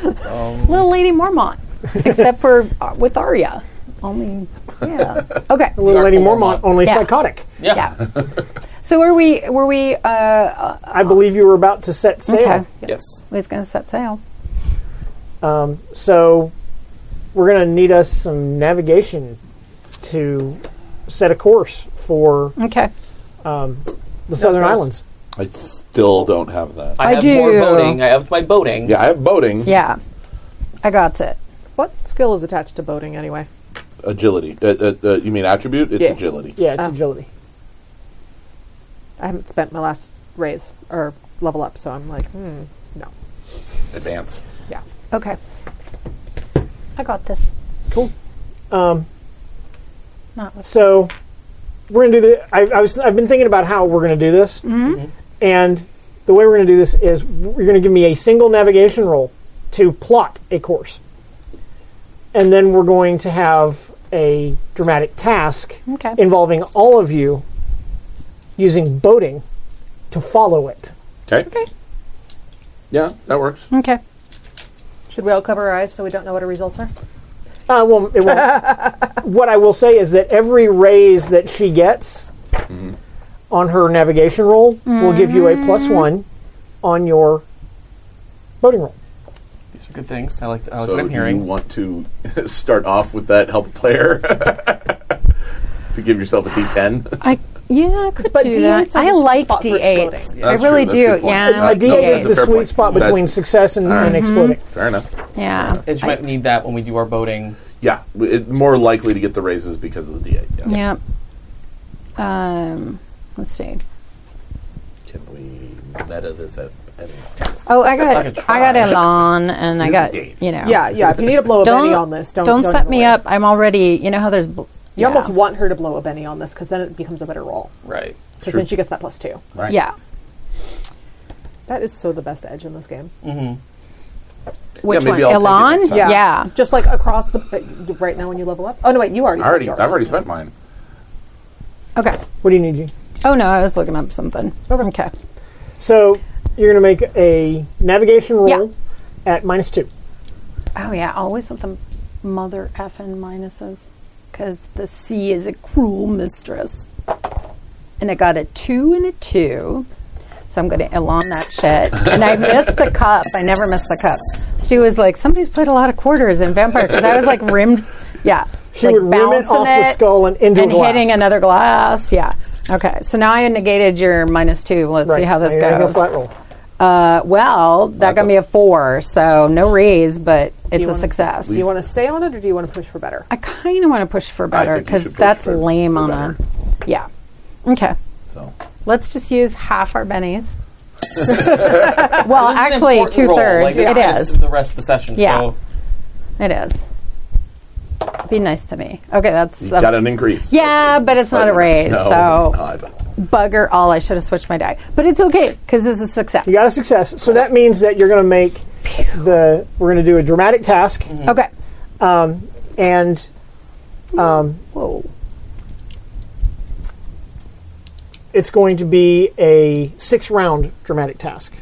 Speaker 3: Little Lady Mormont, except for uh, with Arya. Only yeah. Okay.
Speaker 2: Little Lady
Speaker 6: Artful
Speaker 2: Mormont,
Speaker 6: Mormont.
Speaker 2: only
Speaker 3: Yeah.
Speaker 2: psychotic.
Speaker 6: Yeah.
Speaker 3: So were we were we uh
Speaker 2: I believe you were about to set sail.
Speaker 3: okay.
Speaker 6: Yes.
Speaker 3: We was going to set sail.
Speaker 2: So we're going to need us some navigation to set a course for
Speaker 3: Okay.
Speaker 2: the southern
Speaker 6: course.
Speaker 2: islands.
Speaker 4: I still don't have that.
Speaker 6: I, have
Speaker 3: do.
Speaker 6: more boating. I have my boating.
Speaker 4: yeah, I have boating.
Speaker 3: Yeah. I got it.
Speaker 5: what skill is attached to boating anyway?
Speaker 4: Agility. Uh, uh, uh, you mean attribute? It's
Speaker 5: Yeah.
Speaker 4: agility.
Speaker 2: Yeah, it's agility.
Speaker 5: I haven't spent my last raise or level up, so I'm like, hmm, no.
Speaker 4: Advance.
Speaker 5: Yeah.
Speaker 3: Okay. I got this.
Speaker 2: Cool.
Speaker 3: Not with
Speaker 2: So we're going to do the. I, I was. I've been thinking about how we're going to do this, and the way we're going to do this is you're going to give me a single navigation roll to plot a course. And then we're going to have a dramatic task
Speaker 3: Okay.
Speaker 2: involving all of you using boating to follow it.
Speaker 4: Okay. Okay. Yeah, that works.
Speaker 3: Okay.
Speaker 5: Should we all cover our eyes so we don't know what our results are?
Speaker 2: Uh, well, it won't. what I will say is that every raise that she gets on her navigation roll will give you a plus one on your boating roll.
Speaker 6: These are good things. I like, I like
Speaker 4: So
Speaker 6: what I'm
Speaker 4: you
Speaker 6: hearing.
Speaker 4: want to start off with that help player to give yourself a D10?
Speaker 3: I yeah, I could
Speaker 5: But
Speaker 3: do
Speaker 5: D8s
Speaker 3: that.
Speaker 5: are
Speaker 3: I
Speaker 5: the
Speaker 3: like
Speaker 5: spot for
Speaker 3: D8.
Speaker 5: exploding.
Speaker 3: I
Speaker 4: That's
Speaker 3: really
Speaker 4: true. That's a good
Speaker 3: do.
Speaker 4: point.
Speaker 3: Yeah, I
Speaker 4: Uh,
Speaker 3: like
Speaker 2: D8 is
Speaker 4: that's
Speaker 2: the
Speaker 4: a fair
Speaker 2: sweet
Speaker 4: point.
Speaker 2: spot
Speaker 4: That-
Speaker 2: between success and,
Speaker 3: Mm-hmm.
Speaker 2: and exploding.
Speaker 4: Fair enough.
Speaker 3: Yeah.
Speaker 6: And you might need that when we do our boating.
Speaker 4: Yeah, w- it, more likely to get the raises because of the D8. Yes.
Speaker 3: Yep. Um, let's see.
Speaker 4: Can we meta this at at any
Speaker 3: Oh, I
Speaker 6: I could
Speaker 3: got I got
Speaker 6: try.
Speaker 3: Elon, and I
Speaker 4: It is a
Speaker 3: got
Speaker 4: date.
Speaker 3: you know.
Speaker 5: Yeah, yeah. If you need to blow a
Speaker 3: Don't
Speaker 5: Benny on this, don't
Speaker 3: don't,
Speaker 5: don't
Speaker 3: set
Speaker 5: even
Speaker 3: me
Speaker 5: worry.
Speaker 3: up. I'm already you know how there's. Bl-
Speaker 5: You almost want her to blow a Benny on this because then it becomes a better roll.
Speaker 6: Right.
Speaker 5: Because
Speaker 4: True.
Speaker 5: then she gets that plus two.
Speaker 4: right?
Speaker 3: yeah.
Speaker 5: That is so the best edge in this game.
Speaker 3: Which one?
Speaker 4: maybe I'll take it
Speaker 3: Elon?
Speaker 4: next time.
Speaker 3: Yeah.
Speaker 4: Yeah.
Speaker 5: Just like across the but right now when you level up. Oh no, wait, you already.
Speaker 4: I already,
Speaker 5: spent
Speaker 4: I've
Speaker 5: yours.
Speaker 4: already spent mine.
Speaker 3: Okay.
Speaker 2: What do you need, G?
Speaker 3: Oh no, I was looking up something. Okay.
Speaker 2: So you're going to make a navigation roll
Speaker 3: Yeah.
Speaker 2: at minus two.
Speaker 3: Oh yeah, always with the mother effing minuses, because the sea is a cruel mistress. And I got a two and a two, so I'm going to Elon that shit. and I missed the cup. I never miss the cup. Stu was like, somebody's played a lot of quarters in Vampire because I was like rimmed, yeah.
Speaker 2: She
Speaker 3: like
Speaker 2: would rim it
Speaker 3: bouncing
Speaker 2: off the skull and into a
Speaker 3: and
Speaker 2: glass.
Speaker 3: hitting another glass. Yeah. Okay, so now I negated your minus two. Let's see how this
Speaker 2: Now you're gonna go
Speaker 3: goes.
Speaker 2: flat roll.
Speaker 3: Uh, well, that got me a four, so no raise, but it's
Speaker 5: you
Speaker 3: a
Speaker 5: wanna-
Speaker 3: success.
Speaker 5: Do you want to stay on it or do you want to push for better?
Speaker 3: I kind of want to push for
Speaker 4: I
Speaker 3: better
Speaker 4: think you
Speaker 3: because
Speaker 4: should push
Speaker 3: that's
Speaker 4: for-
Speaker 3: lame
Speaker 4: for
Speaker 3: on
Speaker 4: better.
Speaker 3: a. Yeah. Okay.
Speaker 4: So
Speaker 3: Let's just use half our bennies. well,
Speaker 6: This is an
Speaker 3: actually,
Speaker 6: important
Speaker 3: two
Speaker 6: role. Like,
Speaker 3: thirds.
Speaker 6: this
Speaker 3: it
Speaker 6: is
Speaker 3: is.
Speaker 6: the rest of the session.
Speaker 3: Yeah.
Speaker 6: So
Speaker 3: It is. Be nice to me. Okay, that's
Speaker 4: you
Speaker 3: a
Speaker 4: got an increase.
Speaker 3: Yeah, but it's not a raise,
Speaker 4: No,
Speaker 3: so-
Speaker 4: it's not.
Speaker 3: bugger all. I should have switched my die, but it's okay because it's a success.
Speaker 2: You got a success. So that means that you're going to make the. We're going to do a dramatic task,
Speaker 3: Okay.
Speaker 2: and um,
Speaker 3: Whoa.
Speaker 2: it's going to be a six round dramatic task.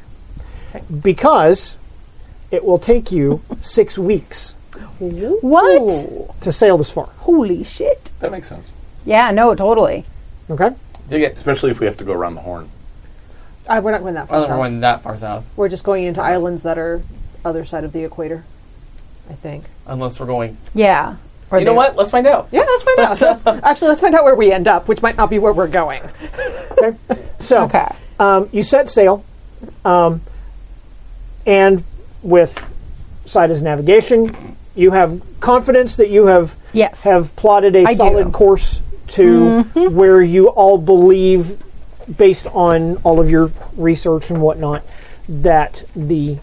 Speaker 2: Because it will take you six weeks
Speaker 5: Mm-hmm.
Speaker 3: What?
Speaker 2: to sail this far.
Speaker 3: Holy shit.
Speaker 4: That makes sense.
Speaker 3: Yeah. No. Totally.
Speaker 2: Okay?
Speaker 6: dig it.
Speaker 4: Especially if we have to go around the horn.
Speaker 5: Uh, we're not going that
Speaker 6: I
Speaker 5: far.
Speaker 6: don't think
Speaker 5: south.
Speaker 6: we're going that far south,
Speaker 5: We're just going into islands that are other side of the equator. I think.
Speaker 6: unless we're going.
Speaker 3: Yeah. Or
Speaker 6: You know
Speaker 3: they-
Speaker 6: what? Let's find out.
Speaker 5: Yeah, let's find out. Let's- actually, let's find out where we end up, which might not be where we're going.
Speaker 2: Okay? So
Speaker 3: Okay.
Speaker 2: um, you set sail, um, and with Sida's navigation, you have confidence that you have
Speaker 3: Yes.
Speaker 2: have plotted a
Speaker 3: I do. Mm-hmm.
Speaker 2: solid course to where you all believe, based on all of your research and whatnot, that the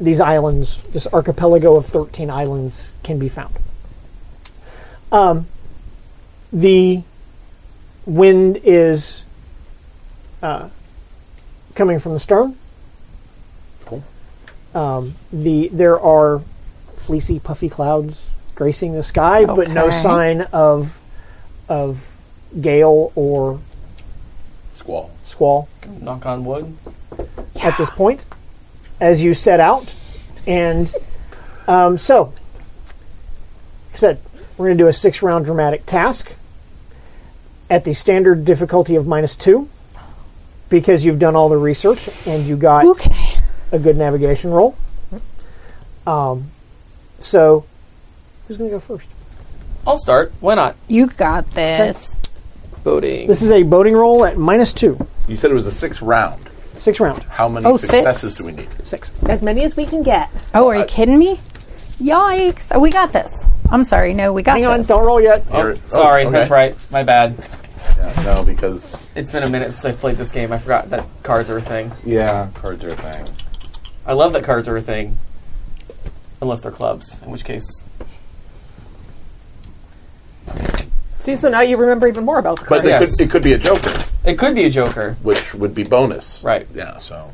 Speaker 2: these islands, this archipelago of thirteen islands, can be found. Um, the wind is uh, coming from the stern. Um,
Speaker 4: Cool.
Speaker 2: The there are fleecy, puffy clouds gracing the sky, but no
Speaker 3: Okay.
Speaker 2: sign of of gale or
Speaker 4: Squall.
Speaker 2: squall
Speaker 6: Knock on wood.
Speaker 2: at this point. As you set out, and um, so, like I said, we're going to do a six-round dramatic task at the standard difficulty of minus two, because you've done all the research and you got
Speaker 3: Okay.
Speaker 2: a good navigation roll. Um, so, who's going to go first?
Speaker 6: I'll start. Why not?
Speaker 3: You got this.
Speaker 6: Boating.
Speaker 2: This is a boating roll at minus two,
Speaker 4: You said it was a six round.
Speaker 2: six round,
Speaker 4: How many
Speaker 3: Oh, six.
Speaker 4: successes do we need?
Speaker 2: six.
Speaker 5: As many as we can get.
Speaker 3: Oh, are you kidding me? Yikes. Oh, we got this. I'm sorry. No, we got
Speaker 2: Hang on,
Speaker 3: this.
Speaker 2: don't roll yet.
Speaker 4: You're- oh,
Speaker 6: Sorry,
Speaker 4: okay.
Speaker 6: that's right. My bad.
Speaker 4: Yeah, no, because
Speaker 6: It's been a minute since I played this game. I forgot that cards are a thing.
Speaker 4: yeah, cards are a thing.
Speaker 6: I love that cards are a thing, unless they're clubs, in which case
Speaker 5: See, so now you remember even more about.
Speaker 4: But
Speaker 5: Korea.
Speaker 4: they
Speaker 6: Yes.
Speaker 4: could, it could be a joker,
Speaker 6: it could be a joker.
Speaker 4: which would be bonus.
Speaker 6: Right.
Speaker 4: Yeah. So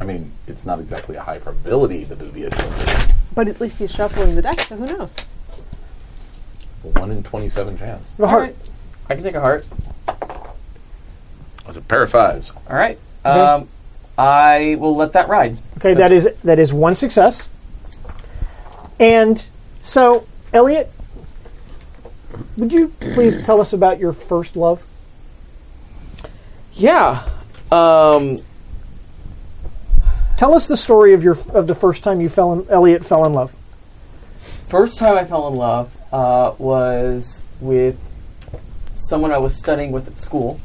Speaker 4: I mean, it's not exactly a high probability that it'd be a
Speaker 5: But at least he's shuffling the deck, so who knows?
Speaker 4: one in twenty-seven chance.
Speaker 2: The heart.
Speaker 6: I can take a heart.
Speaker 4: It's a pair of fives.
Speaker 6: All right. Um, I will let that ride.
Speaker 2: Okay, that is that is one success. And so, Elliot, would you please tell us about your first love?
Speaker 6: Yeah. Um,
Speaker 2: Tell us the story of your of the first time you fell in Elliot fell in love.
Speaker 6: first time I fell in love uh, was with someone I was studying with at school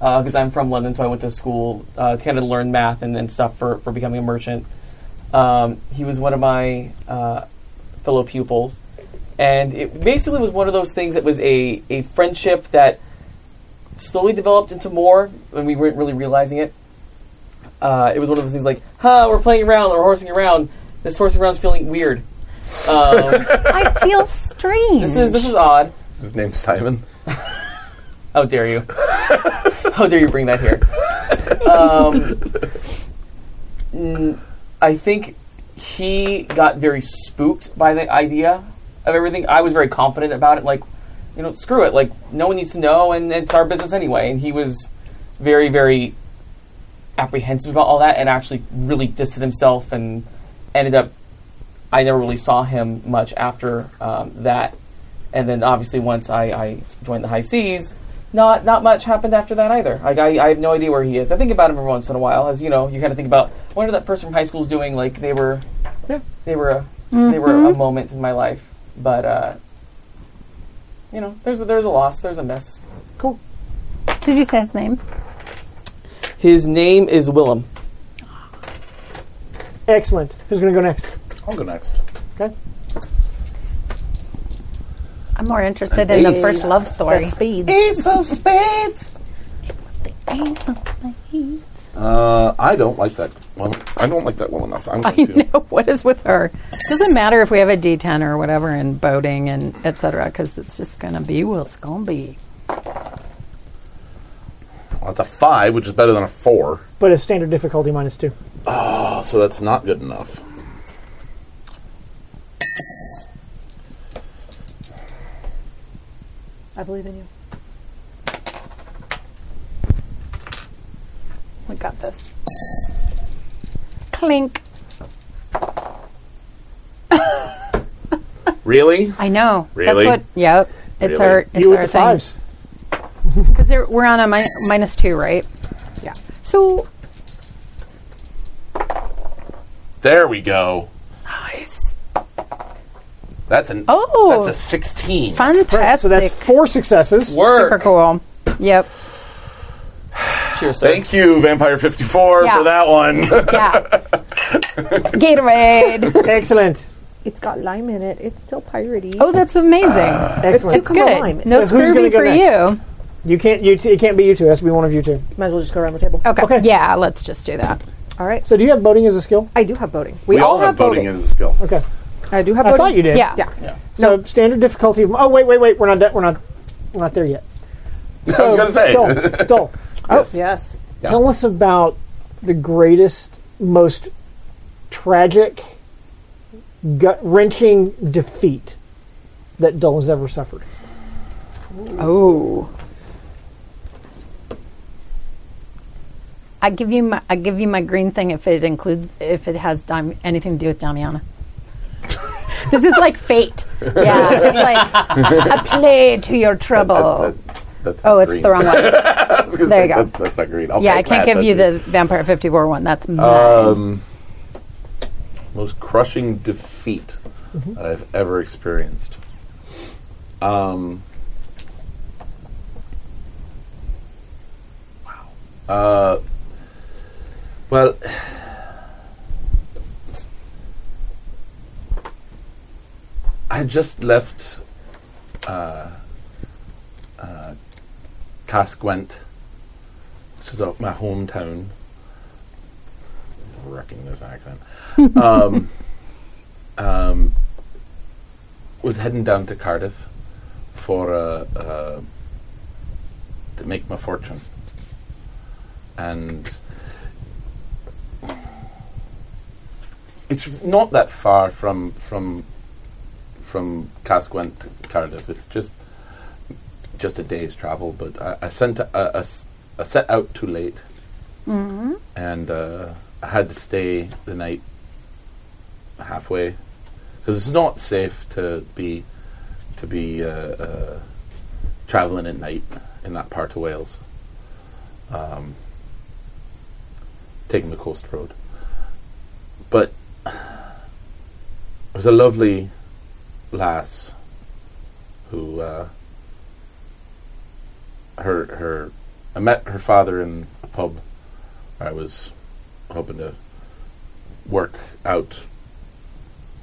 Speaker 6: because I'm from London, so I went to school uh, to kind of learn math and, and stuff for, for becoming a merchant. Um, he was one of my uh, fellow pupils, and it basically was one of those things that was a, a friendship that slowly developed into more, and we weren't really realizing it. Uh, it was one of those things like, huh, we're playing around, we're horsing around. This horsing around's feeling weird. Um,
Speaker 3: I feel strange.
Speaker 6: This is this is odd.
Speaker 4: Is his name Simon?
Speaker 6: How dare you? How dare you bring that here? Um, mm, I think he got very spooked by the idea of everything. I was very confident about it. Like, you know, screw it. Like, no one needs to know, and it's our business anyway. And he was very, very apprehensive about all that, and actually really distanced himself, and ended up. I never really saw him much after um, that and then obviously once I, I joined the high seas, not not much happened after that either. Like I, I have no idea where he is. I think about him every once in a while, as you know, you kind of think about what did that person from high school's doing. Like they were, they were a they were
Speaker 3: Mm-hmm.
Speaker 6: a moment in my life, but uh, you know, there's a, there's a loss, there's a miss.
Speaker 2: Cool.
Speaker 3: Did you say his name?
Speaker 6: His name is Willem.
Speaker 2: Excellent. Who's going to go next?
Speaker 4: I'll go next.
Speaker 2: Okay.
Speaker 3: I'm more interested in the first love story.
Speaker 5: Speed.
Speaker 4: Ace of Spades.
Speaker 3: I
Speaker 4: Uh, I don't like that. Well, I don't like that well enough. I'm going to.
Speaker 3: know what is with her. Doesn't matter if we have a D10 or whatever in boating and etc. Because it's just gonna be what it's gonna be.
Speaker 4: Well, that's a five, which is better than a four.
Speaker 2: But a standard difficulty minus two.
Speaker 4: Oh, so that's not good enough.
Speaker 5: I believe in you.
Speaker 3: We got this. Clink.
Speaker 4: Really?
Speaker 3: I know.
Speaker 4: Really?
Speaker 3: That's what. Yep. It's
Speaker 4: Really?
Speaker 3: our. It's
Speaker 2: you with
Speaker 3: our
Speaker 2: the
Speaker 3: thing.
Speaker 2: fives.
Speaker 3: Because we're on a min- minus two, right? Yeah. So
Speaker 4: There we go.
Speaker 3: nice.
Speaker 4: That's an.
Speaker 3: Oh.
Speaker 4: That's a sixteen.
Speaker 3: Fantastic.
Speaker 2: Right, so that's four successes.
Speaker 3: super cool. Yep.
Speaker 6: Cheers, sir.
Speaker 4: Thank you, Vampire Fifty Four,
Speaker 3: Yeah.
Speaker 4: for that one.
Speaker 3: Yeah. Gatorade.
Speaker 2: Excellent.
Speaker 5: It's got lime in it. It's still piratey.
Speaker 3: Oh, that's amazing.
Speaker 2: Excellent.
Speaker 5: It's
Speaker 3: Good.
Speaker 5: lime.
Speaker 3: No
Speaker 2: So who's gonna
Speaker 3: scurvy
Speaker 2: go
Speaker 3: for
Speaker 2: next?
Speaker 3: you.
Speaker 2: You can't. You t- it can't be you two. It has to be one of you two.
Speaker 5: Might as well just go around the table.
Speaker 3: Okay.
Speaker 2: Okay.
Speaker 3: Yeah, let's just do that.
Speaker 5: All right. So
Speaker 2: So do you have boating as a skill?
Speaker 5: I do have boating.
Speaker 4: we all have boating as a skill.
Speaker 2: Okay.
Speaker 5: I do have
Speaker 2: I
Speaker 5: boating.
Speaker 2: thought you did.
Speaker 3: Yeah.
Speaker 5: Yeah.
Speaker 2: So standard difficulty. Of, oh wait, wait, wait. We're not. de- We're not. We're not there yet. Oh, So,
Speaker 4: I was going to say.
Speaker 2: Dole, Dole,
Speaker 5: Oh, Yes.
Speaker 2: tell us about the greatest, most tragic, gut wrenching defeat that Dole has ever suffered.
Speaker 3: Oh. I give you my I give you my green thing if it includes if it has Dam- anything to do with Damiana. this is like fate. Yeah, it's like a play to your trouble.
Speaker 4: That's
Speaker 3: oh,
Speaker 4: not
Speaker 3: it's
Speaker 4: green.
Speaker 3: the wrong one.
Speaker 4: I was gonna
Speaker 3: There
Speaker 4: say,
Speaker 3: you go.
Speaker 4: That's, that's not green. I'll
Speaker 3: Yeah, I
Speaker 4: take
Speaker 3: can't
Speaker 4: that,
Speaker 3: give
Speaker 4: but
Speaker 3: you the Vampire 54 one.
Speaker 4: Um,
Speaker 3: That's mine.
Speaker 4: most crushing defeat that I've ever experienced. Um. Wow. Uh. Well. I just left uh, uh, Casquent, which is uh, my hometown. Wrecking this accent. um, um, was heading down to Cardiff for uh, uh, to make my fortune, and It's not that far from from from Casquent to Cardiff. It's just just a day's travel, but I, I sent a, a s- I set out too late, and uh, I had to stay the night halfway because it's not safe to be to be uh, uh, traveling at night in that part of Wales. Um, taking the coast road, but it was a lovely lass who uh, her her I met her father in a pub where I was hoping to work out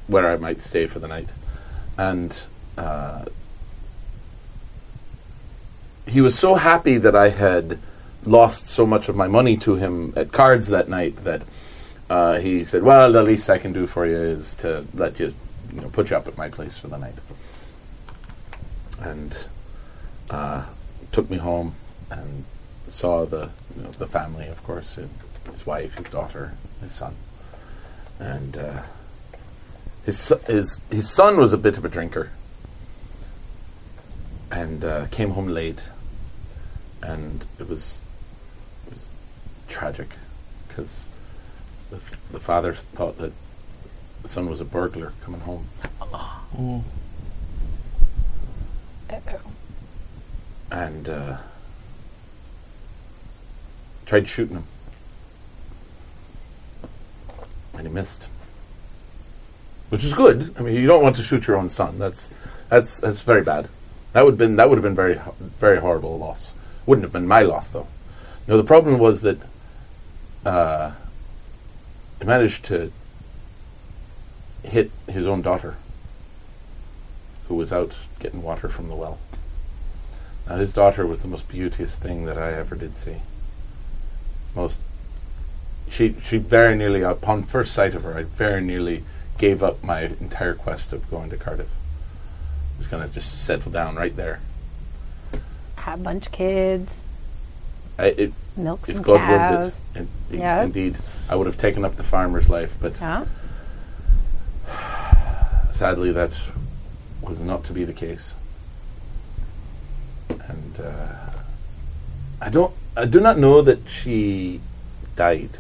Speaker 4: where I might stay for the night and uh, he was so happy that I had lost so much of my money to him at cards that night that uh, he said, "Well, the least I can do for you is to let you, you know, put you up at my place for the night," and uh, took me home and saw the you know, the family, of course, and his wife, his daughter, his son, and uh, his so- his his son was a bit of a drinker and uh, came home late, and it was it was tragic because the, f- the father thought that the son was a burglar coming home, and uh, tried shooting him, and he missed. Which is good. I mean, you don't want to shoot your own son. That's that's that's very bad. That would been that would have been very ho- very horrible loss. Wouldn't have been my loss though. No, the problem was that uh, he managed to hit his own daughter, who was out getting water from the well. Now, his daughter was the most beauteous thing that I ever did see. Most she she very nearly upon first sight of her, I very nearly gave up my entire quest of going to Cardiff. I was gonna just settle down right there.
Speaker 3: Had a bunch of kids,
Speaker 4: I, it,
Speaker 3: milks
Speaker 4: if
Speaker 3: and
Speaker 4: God willed
Speaker 3: cows.
Speaker 4: it, in, in-
Speaker 3: Yeah.
Speaker 4: indeed, I would have taken up the farmer's life. But
Speaker 3: Yeah.
Speaker 4: sadly, that was not to be the case. And uh, I don't, I do not know that she died.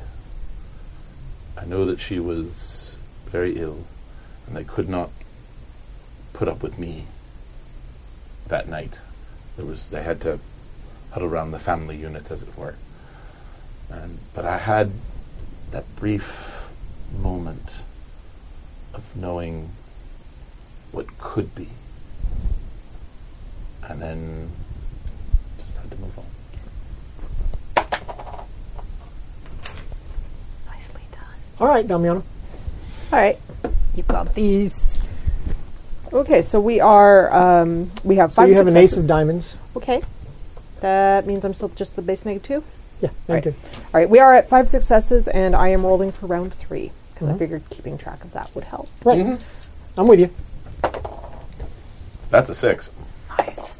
Speaker 4: I know that she was very ill, and they could not put up with me that night. There was, they had to huddle around the family unit, as it were. And, but I had that brief moment of knowing what could be. And then just had to move on.
Speaker 3: Nicely done.
Speaker 2: All right, Damiano.
Speaker 5: All right.
Speaker 3: You got these.
Speaker 5: Okay, so we are. Um, we have
Speaker 2: So
Speaker 5: five.
Speaker 2: you have an ace
Speaker 5: successes.
Speaker 2: of diamonds.
Speaker 5: Okay, that means I'm still just the base negative two.
Speaker 2: Yeah,
Speaker 5: Right.
Speaker 2: negative.
Speaker 5: All right, we are at five successes, and I am rolling for round three because
Speaker 2: Mm-hmm.
Speaker 5: I figured keeping track of that would help.
Speaker 2: Right.
Speaker 5: Mm-hmm.
Speaker 2: I'm with you.
Speaker 4: That's a six.
Speaker 3: Nice.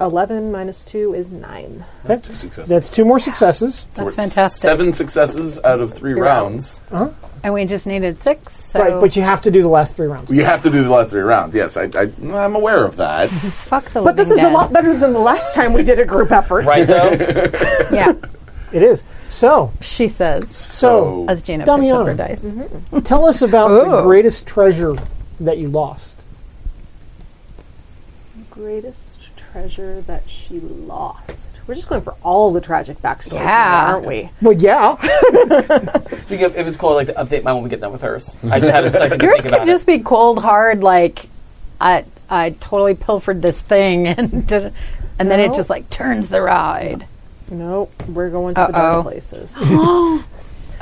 Speaker 5: Eleven minus two is nine.
Speaker 4: That's two successes.
Speaker 2: That's two more successes.
Speaker 4: So we're at
Speaker 3: fantastic.
Speaker 4: Seven successes out of three, rounds.
Speaker 3: And we just needed six. So
Speaker 2: Right, but you have to do the last three rounds.
Speaker 4: You have to do the last three rounds. Yes, I, I, I'm aware of that.
Speaker 3: fuck the.
Speaker 5: But this is a lot better than the last time we did a group effort.
Speaker 6: Right though,
Speaker 3: yeah,
Speaker 2: It is. So,
Speaker 3: she says
Speaker 2: so
Speaker 3: as Gina picks
Speaker 2: Damiano.
Speaker 3: up her dice.
Speaker 2: tell us about the
Speaker 3: Ooh.
Speaker 2: greatest treasure that you lost.
Speaker 5: Greatest treasure that she lost. We're just going for all the tragic backstories,
Speaker 3: Yeah.
Speaker 5: now, aren't we?
Speaker 2: Well, yeah.
Speaker 6: Speaking of- if it's cool, I'd like to update mine when we get done with hers. I just had a second to
Speaker 3: Yours
Speaker 6: think about
Speaker 3: could just be cold hard, like I I totally pilfered this thing and did, and then it
Speaker 5: No.
Speaker 3: just like turns the ride.
Speaker 5: No, we're going to the
Speaker 3: Uh-oh.
Speaker 5: dark places.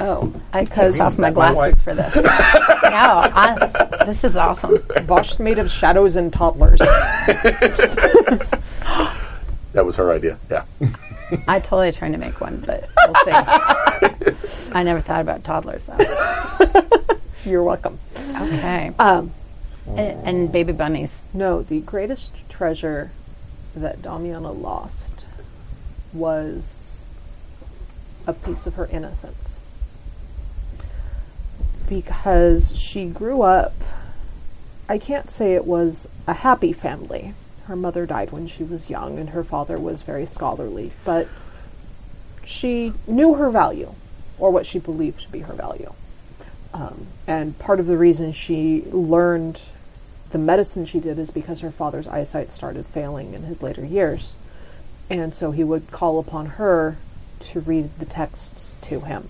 Speaker 3: Oh, I took off my
Speaker 4: that my
Speaker 3: glasses for this. no, I, this is awesome.
Speaker 5: Vosh made of shadows and toddlers.
Speaker 4: That was her idea. Yeah.
Speaker 3: I totally trying to make one, but we'll see. I never thought about toddlers though.
Speaker 5: You're welcome.
Speaker 3: Okay. Um, and, and baby bunnies.
Speaker 5: No, the greatest treasure that Damiana lost was a piece of her innocence. because she grew up. I can't say it was a happy family. Her mother died when she was young, and her father was very scholarly, but she knew her value, or what she believed to be her value. Um, and part of the reason she learned the medicine she did is because her father's eyesight started failing in his later years. And so he would call upon her to read the texts to him.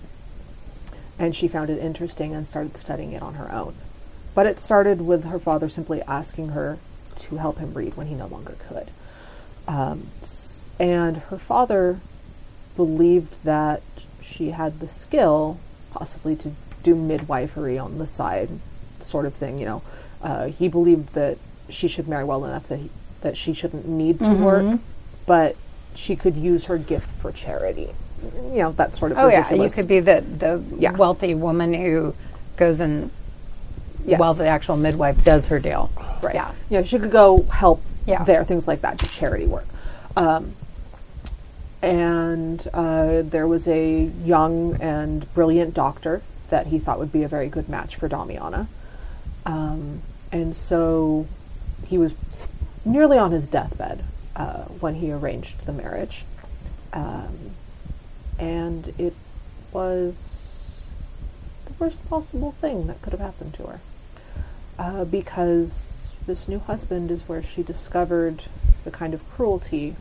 Speaker 5: And she found it interesting and started studying it on her own. But it started with her father simply asking her to help him read when he no longer could. Um, s- and her father believed that she had the skill, possibly to do midwifery on the side, sort of thing. You know, uh, he believed that she should marry well enough that he, that she shouldn't need to
Speaker 3: Mm-hmm.
Speaker 5: work, but she could use her gift for charity. You know, that sort of.
Speaker 3: Oh yeah, you
Speaker 5: ridiculous-
Speaker 3: could be the the
Speaker 5: Yeah.
Speaker 3: wealthy woman who goes and
Speaker 5: Yes.
Speaker 3: while the actual midwife does her deal. Right. Yeah.
Speaker 5: you know, she could go help
Speaker 3: Yeah.
Speaker 5: there, things like that, do charity work. Um, and uh, there was a young and brilliant doctor that he thought would be a very good match for Damiana. Um, and so he was nearly on his deathbed uh, when he arranged the marriage. Um, and it was the worst possible thing that could have happened to her uh, because this new husband is where she discovered the kind of cruelty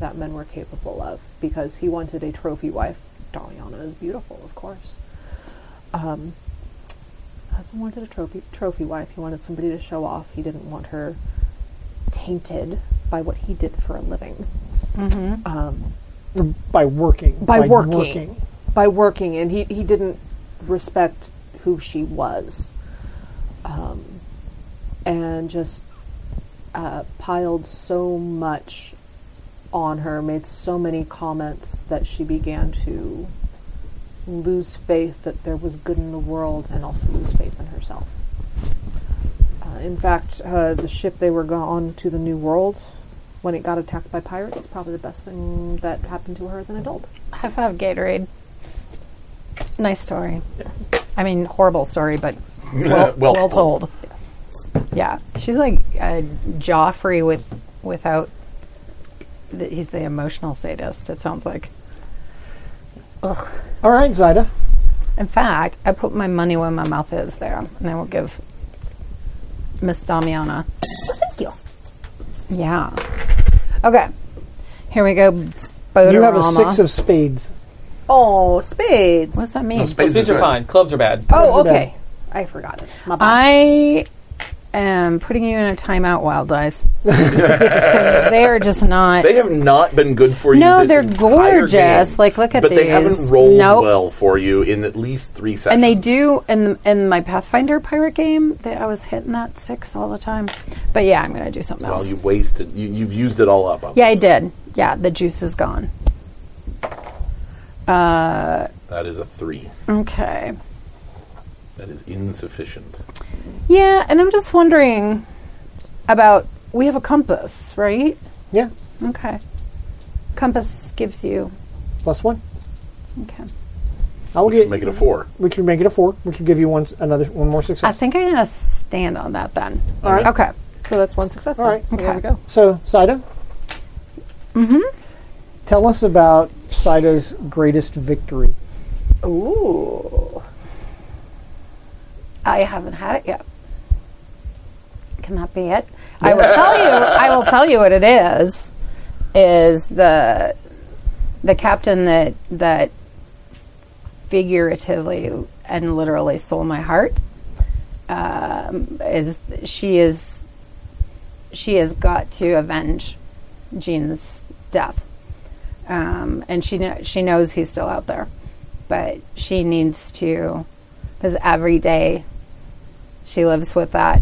Speaker 5: that men were capable of. Because he wanted a trophy wife. Daliana is beautiful, of course. Um, husband wanted a trophy trophy wife. He wanted somebody to show off. He didn't want her tainted by what he did for a living. Um,
Speaker 2: by working.
Speaker 5: by, working, by working, and he he didn't respect who she was, um, and just uh, piled so much on her, made so many comments that she began to lose faith that there was good in the world, and also lose faith in herself. Uh, in fact, uh, the ship they were go- on to the New World. When it got attacked by pirates, is probably the best thing that happened to her as an adult.
Speaker 3: High five Gatorade. Nice story. Yes. I mean, horrible story, but well, well, told.
Speaker 5: Yes.
Speaker 3: Yeah, she's like uh, Joffrey with without. The, he's the emotional sadist. It sounds like.
Speaker 2: All right, Zyda.
Speaker 3: In fact, I put my money where my mouth is there, and I will give Miss Damiana. thank you. Yeah. Okay. Here we go.
Speaker 2: You have a
Speaker 3: Bodorama.
Speaker 2: six of spades.
Speaker 5: Oh, spades.
Speaker 3: What's that mean?
Speaker 4: No,
Speaker 6: But
Speaker 4: space
Speaker 6: seats
Speaker 4: is
Speaker 6: are
Speaker 4: good.
Speaker 6: fine. Clubs are bad.
Speaker 5: Oh,
Speaker 2: Those are
Speaker 5: okay. I forgot it. My bad.
Speaker 3: I am putting you in a timeout, Wild Eyes. 'Cause they are just not.
Speaker 4: They have not been good for you.
Speaker 3: No,
Speaker 4: this
Speaker 3: they're
Speaker 4: entire
Speaker 3: gorgeous.
Speaker 4: game,
Speaker 3: Like, look at
Speaker 4: but they
Speaker 3: these.
Speaker 4: haven't rolled
Speaker 3: Nope.
Speaker 4: well for you in at least three sessions.
Speaker 3: and they do in in my Pathfinder pirate game. They, I was hitting that six all the time. But yeah, I'm gonna do something
Speaker 4: Well,
Speaker 3: else.
Speaker 4: you wasted. You, you've used it all up.
Speaker 3: yeah, I
Speaker 4: obviously.
Speaker 3: did. Yeah, the juice is gone.
Speaker 4: That is a three.
Speaker 3: Okay.
Speaker 4: That is insufficient.
Speaker 3: Yeah, and I'm just wondering about. We have a compass, right?
Speaker 2: Yeah,
Speaker 3: Okay. Compass gives you.
Speaker 2: plus one.
Speaker 3: Okay.
Speaker 2: I will
Speaker 4: Which would
Speaker 2: get.
Speaker 4: make it a four.
Speaker 2: Which would make it a four. Which would give you one s- another one more
Speaker 3: I
Speaker 2: success.
Speaker 3: think I'm gonna stand on that then.
Speaker 2: All right.
Speaker 3: Okay.
Speaker 5: so that's one success.
Speaker 2: All
Speaker 5: then.
Speaker 2: right.
Speaker 5: So there
Speaker 3: Okay.
Speaker 5: we go.
Speaker 2: So, Saida. Mm-hmm.
Speaker 7: Mm-hmm.
Speaker 2: Tell us about Saida's greatest victory.
Speaker 5: Ooh.
Speaker 3: I haven't had it yet. Can that be it? I will tell you. I will tell you what it is. Is the the captain that that figuratively and literally stole my heart? Um, is she is she has got to avenge Jean's death, um, and she kn- she knows he's still out there, but she needs to because every day she lives with that.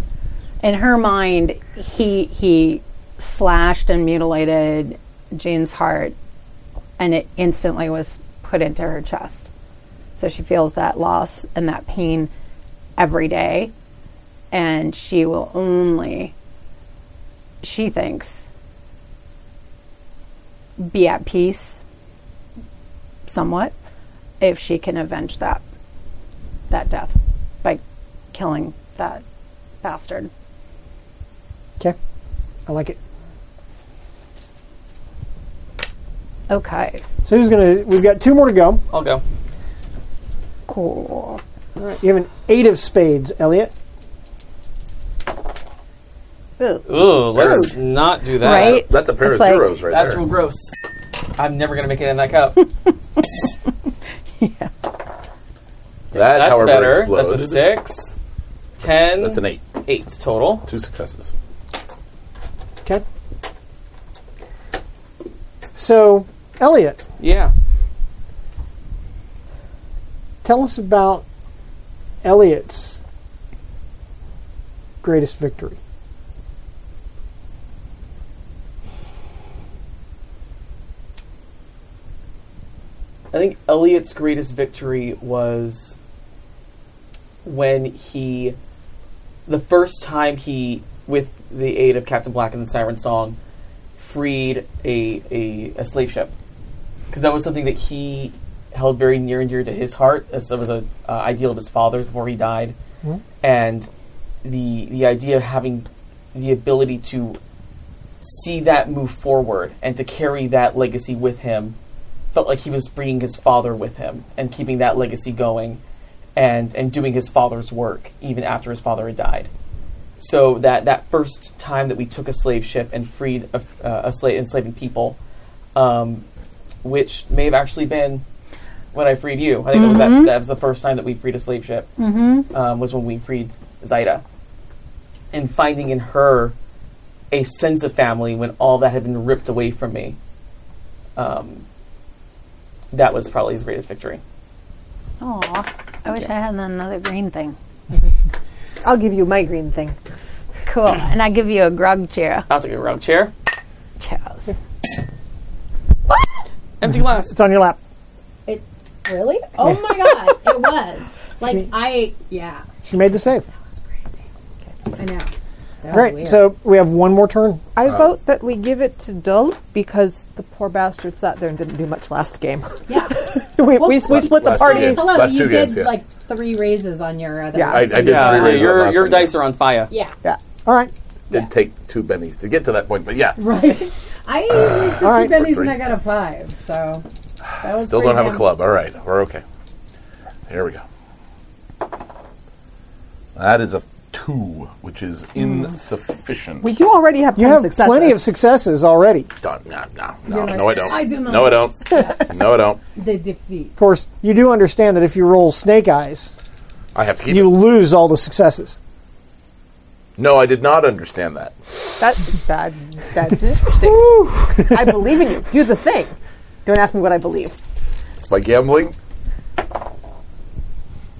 Speaker 3: In her mind, he he slashed and mutilated Jean's heart, and it instantly was put into her chest. So she feels that loss and that pain every day, and she will only, she thinks, be at peace somewhat if she can avenge that that death by killing that bastard.
Speaker 2: Okay. I like it.
Speaker 3: Okay.
Speaker 2: So who's gonna? We've got two more to go.
Speaker 6: I'll go.
Speaker 3: Cool.
Speaker 2: All right, you have an eight of spades, Elliot.
Speaker 6: Ooh, let's not do that.
Speaker 3: Right?
Speaker 4: That's a pair
Speaker 3: It's
Speaker 4: of
Speaker 3: like-
Speaker 4: zeros right
Speaker 6: That's
Speaker 4: there.
Speaker 6: real gross. I'm never gonna make it in that cup.
Speaker 4: That's,
Speaker 6: That's
Speaker 4: however
Speaker 6: better.
Speaker 4: exploded.
Speaker 6: That's a six. Ten.
Speaker 4: That's an eight.
Speaker 6: Eight total.
Speaker 4: Two successes.
Speaker 2: Okay. So, Elliot,
Speaker 6: Yeah.
Speaker 2: tell us about Elliot's greatest victory.
Speaker 6: I think Elliot's greatest victory was when he, the first time he, with the aid of Captain Black and the Siren Song, freed a a, a slave ship, because that was something that he held very near and dear to his heart, as that was a uh, ideal of his father's before he died, and the the idea of having the ability to see that move forward and to carry that legacy with him felt like he was bringing his father with him and keeping that legacy going and and doing his father's work even after his father had died so that that first time that we took a slave ship and freed a, uh, a slave enslaving people um, which may have actually been when I freed you. I think that was that, that was the first time that we freed a slave ship. Mm-hmm. Um, was when we freed Zaida, and finding in her a sense of family when all that had been ripped away from me. Um, that was probably his greatest victory.
Speaker 3: Aw. I wish I had another green thing.
Speaker 5: I'll give you my green thing.
Speaker 3: Cool. and I give you a grog chair.
Speaker 6: I'll take a round chair.
Speaker 3: Cheers.
Speaker 6: Empty glass.
Speaker 2: It's on your lap.
Speaker 7: It really? Oh my god, it was like I yeah.
Speaker 2: She made the save.
Speaker 7: That's crazy. I know. That was
Speaker 2: Great.
Speaker 7: weird.
Speaker 2: So we have one more turn.
Speaker 5: I vote that we give it to Dull because the poor bastard sat there and didn't do much last game.
Speaker 7: yeah.
Speaker 5: we,
Speaker 7: Well,
Speaker 5: we, we split the
Speaker 4: last two
Speaker 5: party.
Speaker 4: games.
Speaker 7: Hello,
Speaker 4: Last
Speaker 7: you
Speaker 4: two
Speaker 7: did
Speaker 4: games, yeah.
Speaker 7: like three raises on your other.
Speaker 5: Yeah,
Speaker 7: one,
Speaker 5: I-
Speaker 7: so
Speaker 4: I
Speaker 7: you-
Speaker 4: did
Speaker 6: Yeah,
Speaker 4: three raises on
Speaker 6: Uh, your
Speaker 4: last
Speaker 6: your
Speaker 4: one,
Speaker 6: dice
Speaker 4: yeah.
Speaker 6: are on fire.
Speaker 7: Yeah.
Speaker 2: Yeah. All right.
Speaker 4: Did take two bennies to get to that point, but yeah,
Speaker 7: I used two
Speaker 2: all right.
Speaker 7: pennies
Speaker 4: Uh,
Speaker 7: and
Speaker 4: Three.
Speaker 7: I got a five, so that was
Speaker 4: still
Speaker 7: pretty
Speaker 4: don't have a
Speaker 7: damn-
Speaker 4: club. All right, we're okay. Here we go. That is a two, which is insufficient.
Speaker 5: We do already have
Speaker 2: You
Speaker 5: 10
Speaker 2: have
Speaker 5: successes.
Speaker 2: plenty of successes already. Of
Speaker 4: Don't- no, no, no, no, I don't.
Speaker 7: I do not.
Speaker 4: No, I don't. No, I don't.
Speaker 7: The defeat.
Speaker 2: course, you do understand that if you roll snake eyes,
Speaker 4: I have to keep.
Speaker 2: you
Speaker 4: it.
Speaker 2: lose all the successes.
Speaker 4: No, I did not understand that.
Speaker 5: That, that, that's interesting. I believe in you. Do the thing. Don't ask me what I believe.
Speaker 4: It's by gambling.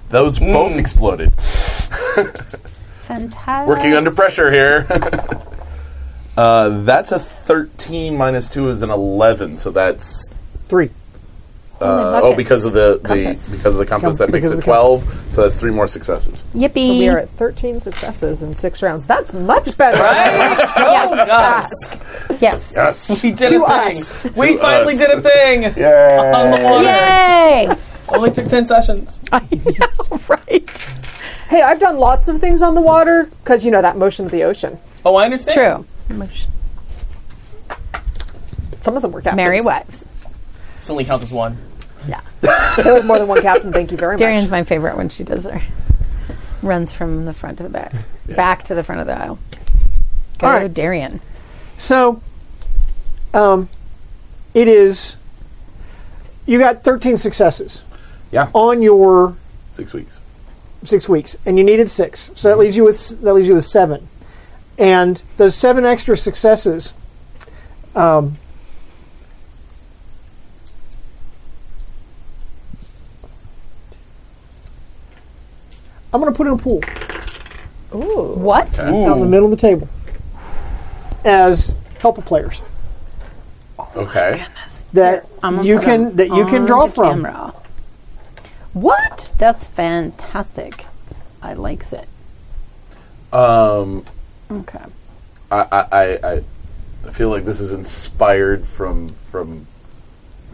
Speaker 4: Those both exploded.
Speaker 3: Fantastic.
Speaker 4: Working under pressure here. uh, that's a 13 minus 2 is an 11, so that's
Speaker 2: Three.
Speaker 4: uh, oh because of the, the
Speaker 5: Compass.
Speaker 4: because of the compass
Speaker 2: Com-
Speaker 4: that makes
Speaker 2: because of
Speaker 4: it
Speaker 2: the compass.
Speaker 4: 12, so that's three more successes.
Speaker 3: Yippee.
Speaker 5: So we are at 13 successes in six rounds. That's much better.
Speaker 6: Oh, nice.
Speaker 3: yes.
Speaker 4: Yes.
Speaker 6: We did
Speaker 5: To
Speaker 6: a thing.
Speaker 5: us.
Speaker 6: We
Speaker 4: To
Speaker 6: finally
Speaker 4: us.
Speaker 6: did a thing. On the water.
Speaker 3: Yay!
Speaker 6: Only took ten sessions.
Speaker 3: right.
Speaker 5: Hey, I've done lots of things on the water because you know that motion of the ocean.
Speaker 6: Oh, I
Speaker 3: True.
Speaker 6: understand.
Speaker 5: Some of them were captains.
Speaker 3: Merry wives.
Speaker 6: This only counts as one.
Speaker 5: There was more than one captain. Thank you very
Speaker 3: Darian's
Speaker 5: much.
Speaker 3: my favorite when she does her runs from the front to the back, back to the front of the aisle. Go
Speaker 2: All right.
Speaker 3: Darian.
Speaker 2: So, um, it is. You got 13 successes
Speaker 4: Yeah.
Speaker 2: on your
Speaker 4: 6 weeks.
Speaker 2: six weeks, and you needed six, so that leaves you with s- that leaves you with seven, and those seven extra successes, um, I'm going to put in a pool
Speaker 3: What?
Speaker 2: out in the middle of the table as helper players
Speaker 4: Okay.
Speaker 2: that
Speaker 3: I'm gonna
Speaker 2: you
Speaker 3: put
Speaker 2: can
Speaker 3: them
Speaker 2: that you can
Speaker 3: on
Speaker 2: draw
Speaker 3: the
Speaker 2: from.
Speaker 3: camera. What? That's fantastic. I likes it.
Speaker 4: Um
Speaker 3: Okay.
Speaker 4: I, I, I, I- I feel like this is inspired from from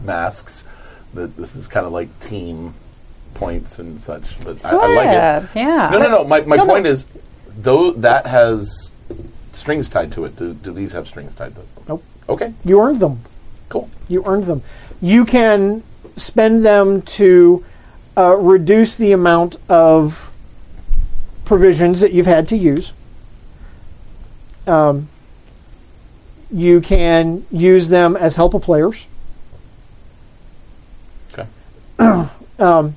Speaker 4: masks. That this is kind of like team points and such. But
Speaker 3: Sort
Speaker 4: I, I like it.
Speaker 3: of, yeah.
Speaker 4: No, no, no. My, my
Speaker 3: No, no.
Speaker 4: point is, though that has strings tied to it. Do, do these have strings tied to them?
Speaker 2: Nope.
Speaker 4: Okay,
Speaker 2: You earned them.
Speaker 4: cool.
Speaker 2: You earned them. You can spend them to uh, reduce the amount of provisions that you've had to use. Um, you can use them as help of players.
Speaker 4: Okay.
Speaker 2: Um,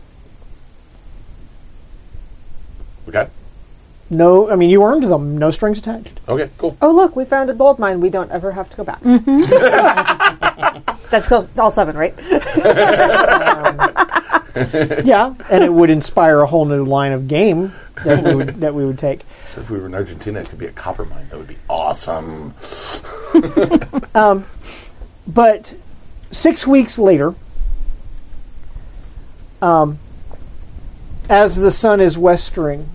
Speaker 4: Okay.
Speaker 2: no, I mean you earned them. No strings attached.
Speaker 4: Okay, cool.
Speaker 5: Oh, look, we found a gold mine. We don't ever have to go back. That's close, all seven, right?
Speaker 2: yeah, and it would inspire a whole new line of game that we would, that we would take.
Speaker 4: So if we were in Argentina, it could be a copper mine. That would be awesome.
Speaker 2: But six weeks later, um, as the sun is westering,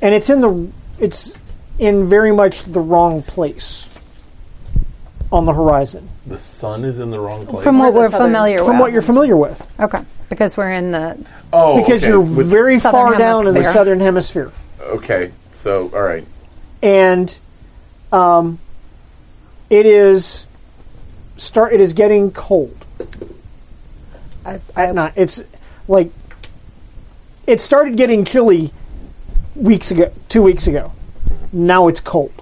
Speaker 2: and it's in the it's in very much the wrong place on the horizon
Speaker 4: The sun is in the wrong place.
Speaker 3: From what
Speaker 5: the
Speaker 3: we're
Speaker 5: southern-
Speaker 3: familiar with.
Speaker 2: from what you're familiar with,
Speaker 3: Okay. Because we're in the.
Speaker 4: oh,
Speaker 2: because
Speaker 4: okay.
Speaker 2: you're
Speaker 4: With-
Speaker 2: very
Speaker 3: Southern
Speaker 2: far down in the
Speaker 3: hemisphere.
Speaker 2: southern hemisphere.
Speaker 4: okay. So all right.
Speaker 2: and um, it is start. It is getting cold. I, I, not. It's like it started getting chilly weeks ago. Two weeks ago. Now it's cold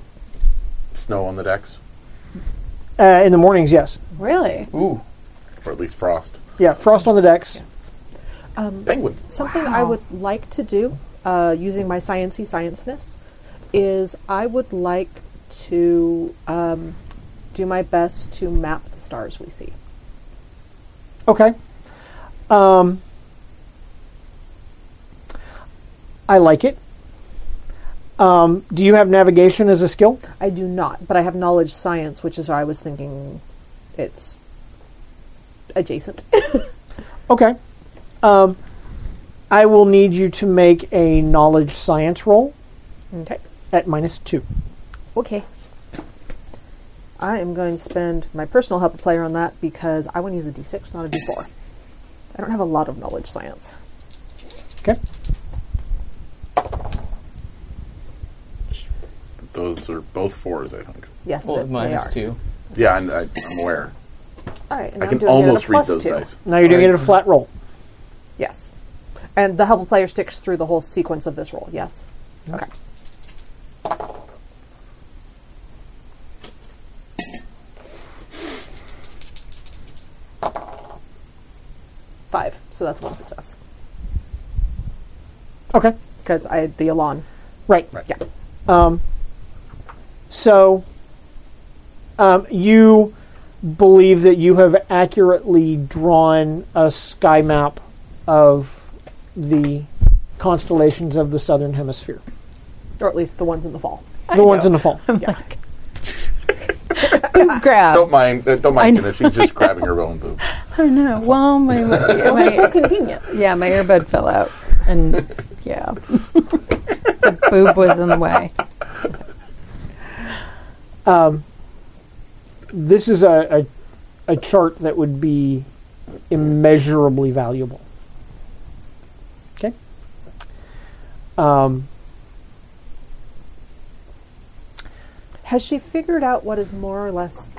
Speaker 4: Snow on the decks,
Speaker 2: uh, in the mornings. Yes.
Speaker 3: Really?
Speaker 6: Ooh.
Speaker 4: or at least frost.
Speaker 2: Yeah. Frost on the decks.
Speaker 4: Penguins.
Speaker 5: Something I would like to do, uh, using my sciency scienceness, is I would like to um, do my best to map the stars we see.
Speaker 2: Okay. Um, I like it. Um, do you have navigation as a skill?
Speaker 5: I do not, but I have knowledge science, which is why I was thinking it's adjacent.
Speaker 2: Okay. Um, I will need you to make a knowledge science roll
Speaker 5: okay.
Speaker 2: at minus two.
Speaker 5: Okay. I am going to spend my personal help player on that because I want to use a d6, not a d4. I don't have a lot of knowledge science.
Speaker 2: Okay.
Speaker 4: Those are both fours, I think.
Speaker 5: Yes,
Speaker 6: Well,
Speaker 5: but
Speaker 6: minus
Speaker 5: they are.
Speaker 6: two.
Speaker 4: Yeah, and I, I'm aware.
Speaker 5: All right, and
Speaker 4: I
Speaker 5: I'm
Speaker 4: can
Speaker 5: doing it at a
Speaker 4: almost read
Speaker 5: plus
Speaker 4: those
Speaker 5: two.
Speaker 4: dice.
Speaker 2: Now you're doing it
Speaker 6: Alright.
Speaker 2: at a flat roll.
Speaker 5: Yes. And the help player sticks through the whole sequence of this roll, yes? Okay. Five, so that's one success.
Speaker 2: Okay.
Speaker 5: Because I had the Elan.
Speaker 2: Right.
Speaker 5: Yeah.
Speaker 2: So um, you believe that you have accurately drawn a sky map of the constellations of the southern hemisphere,
Speaker 5: Or at least the ones in the fall.
Speaker 2: the ones in the fall.
Speaker 3: Grab.
Speaker 4: Don't mind. Uh, don't mind Kenna. She's just grabbing her own boobs.
Speaker 3: Oh, no. Well, my, my, so convenient. Yeah, my earbud fell out. And yeah. the boob was in the way.
Speaker 2: This is a, a, a chart that would be immeasurably valuable. Okay. Um,
Speaker 5: Has she figured out what is more or less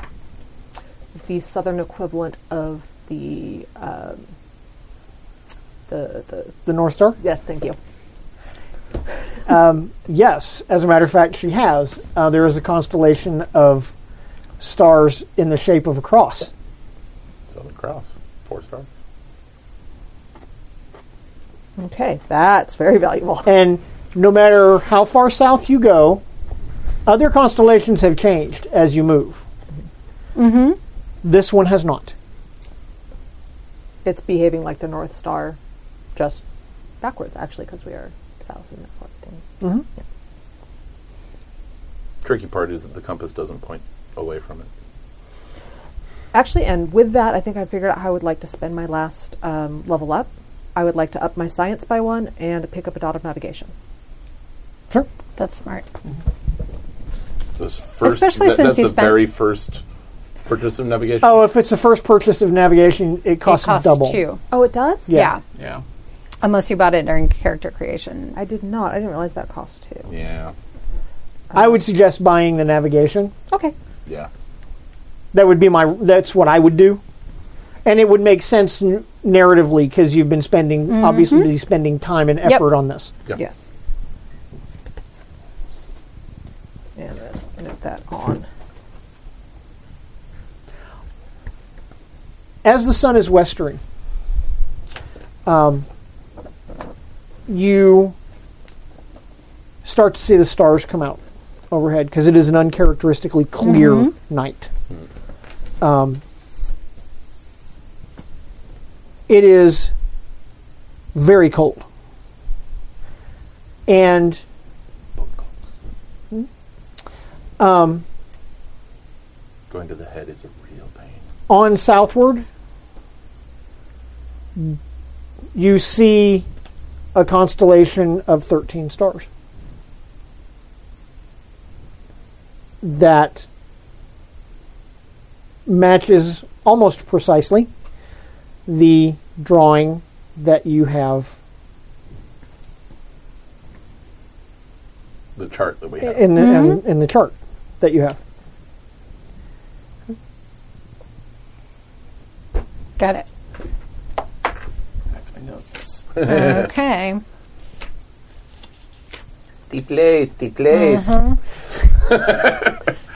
Speaker 5: the southern equivalent of the um, the the
Speaker 2: the North Star?
Speaker 5: yes? Thank you.
Speaker 2: Yes, as a matter of fact, she has. Uh, there is a constellation of stars in the shape of a cross.
Speaker 4: Southern Cross, four star.
Speaker 5: Okay, that's very valuable.
Speaker 2: And no matter how far south you go, other constellations have changed as you move. Mm-hmm. This one has not.
Speaker 5: It's behaving like the North Star, just backwards actually, because we are south and that kind of thing.
Speaker 4: Tricky part is that the compass doesn't point away from it.
Speaker 5: Actually, and with that, I think I figured out how I would like to spend my last um, level up. I would like to up my science by one and pick up a dot of navigation.
Speaker 2: Sure.
Speaker 3: That's smart.
Speaker 4: This first,
Speaker 3: Especially
Speaker 4: that-
Speaker 3: since
Speaker 4: that's
Speaker 3: he
Speaker 4: the
Speaker 3: spent-
Speaker 4: very first purchase of navigation.
Speaker 2: Oh, if it's the first purchase of navigation, it
Speaker 3: It
Speaker 2: costs,
Speaker 3: costs
Speaker 2: double.
Speaker 3: two.
Speaker 5: Oh, it does.
Speaker 3: Yeah.
Speaker 4: yeah.
Speaker 3: Unless you bought it during character creation.
Speaker 5: I did not. I didn't realize that cost two.
Speaker 4: Yeah.
Speaker 2: I would suggest buying the navigation.
Speaker 5: Okay.
Speaker 4: Yeah.
Speaker 2: That would be my. That's what I would do, and it would make sense n- narratively because you've been spending obviously spending time and effort on this.
Speaker 5: Yes. And then note that on.
Speaker 2: as the sun is westering, um, you start to see the stars come out overhead because it is an uncharacteristically clear night. Um, it is very cold. And
Speaker 4: Going to the head is a real pain.
Speaker 2: on southward, you see a constellation of 13 stars that matches almost precisely the drawing that you have
Speaker 4: The chart that we have.
Speaker 2: in the in, in the chart that you have.
Speaker 3: Got it.
Speaker 6: That's my notes.
Speaker 3: okay.
Speaker 4: the place, the place.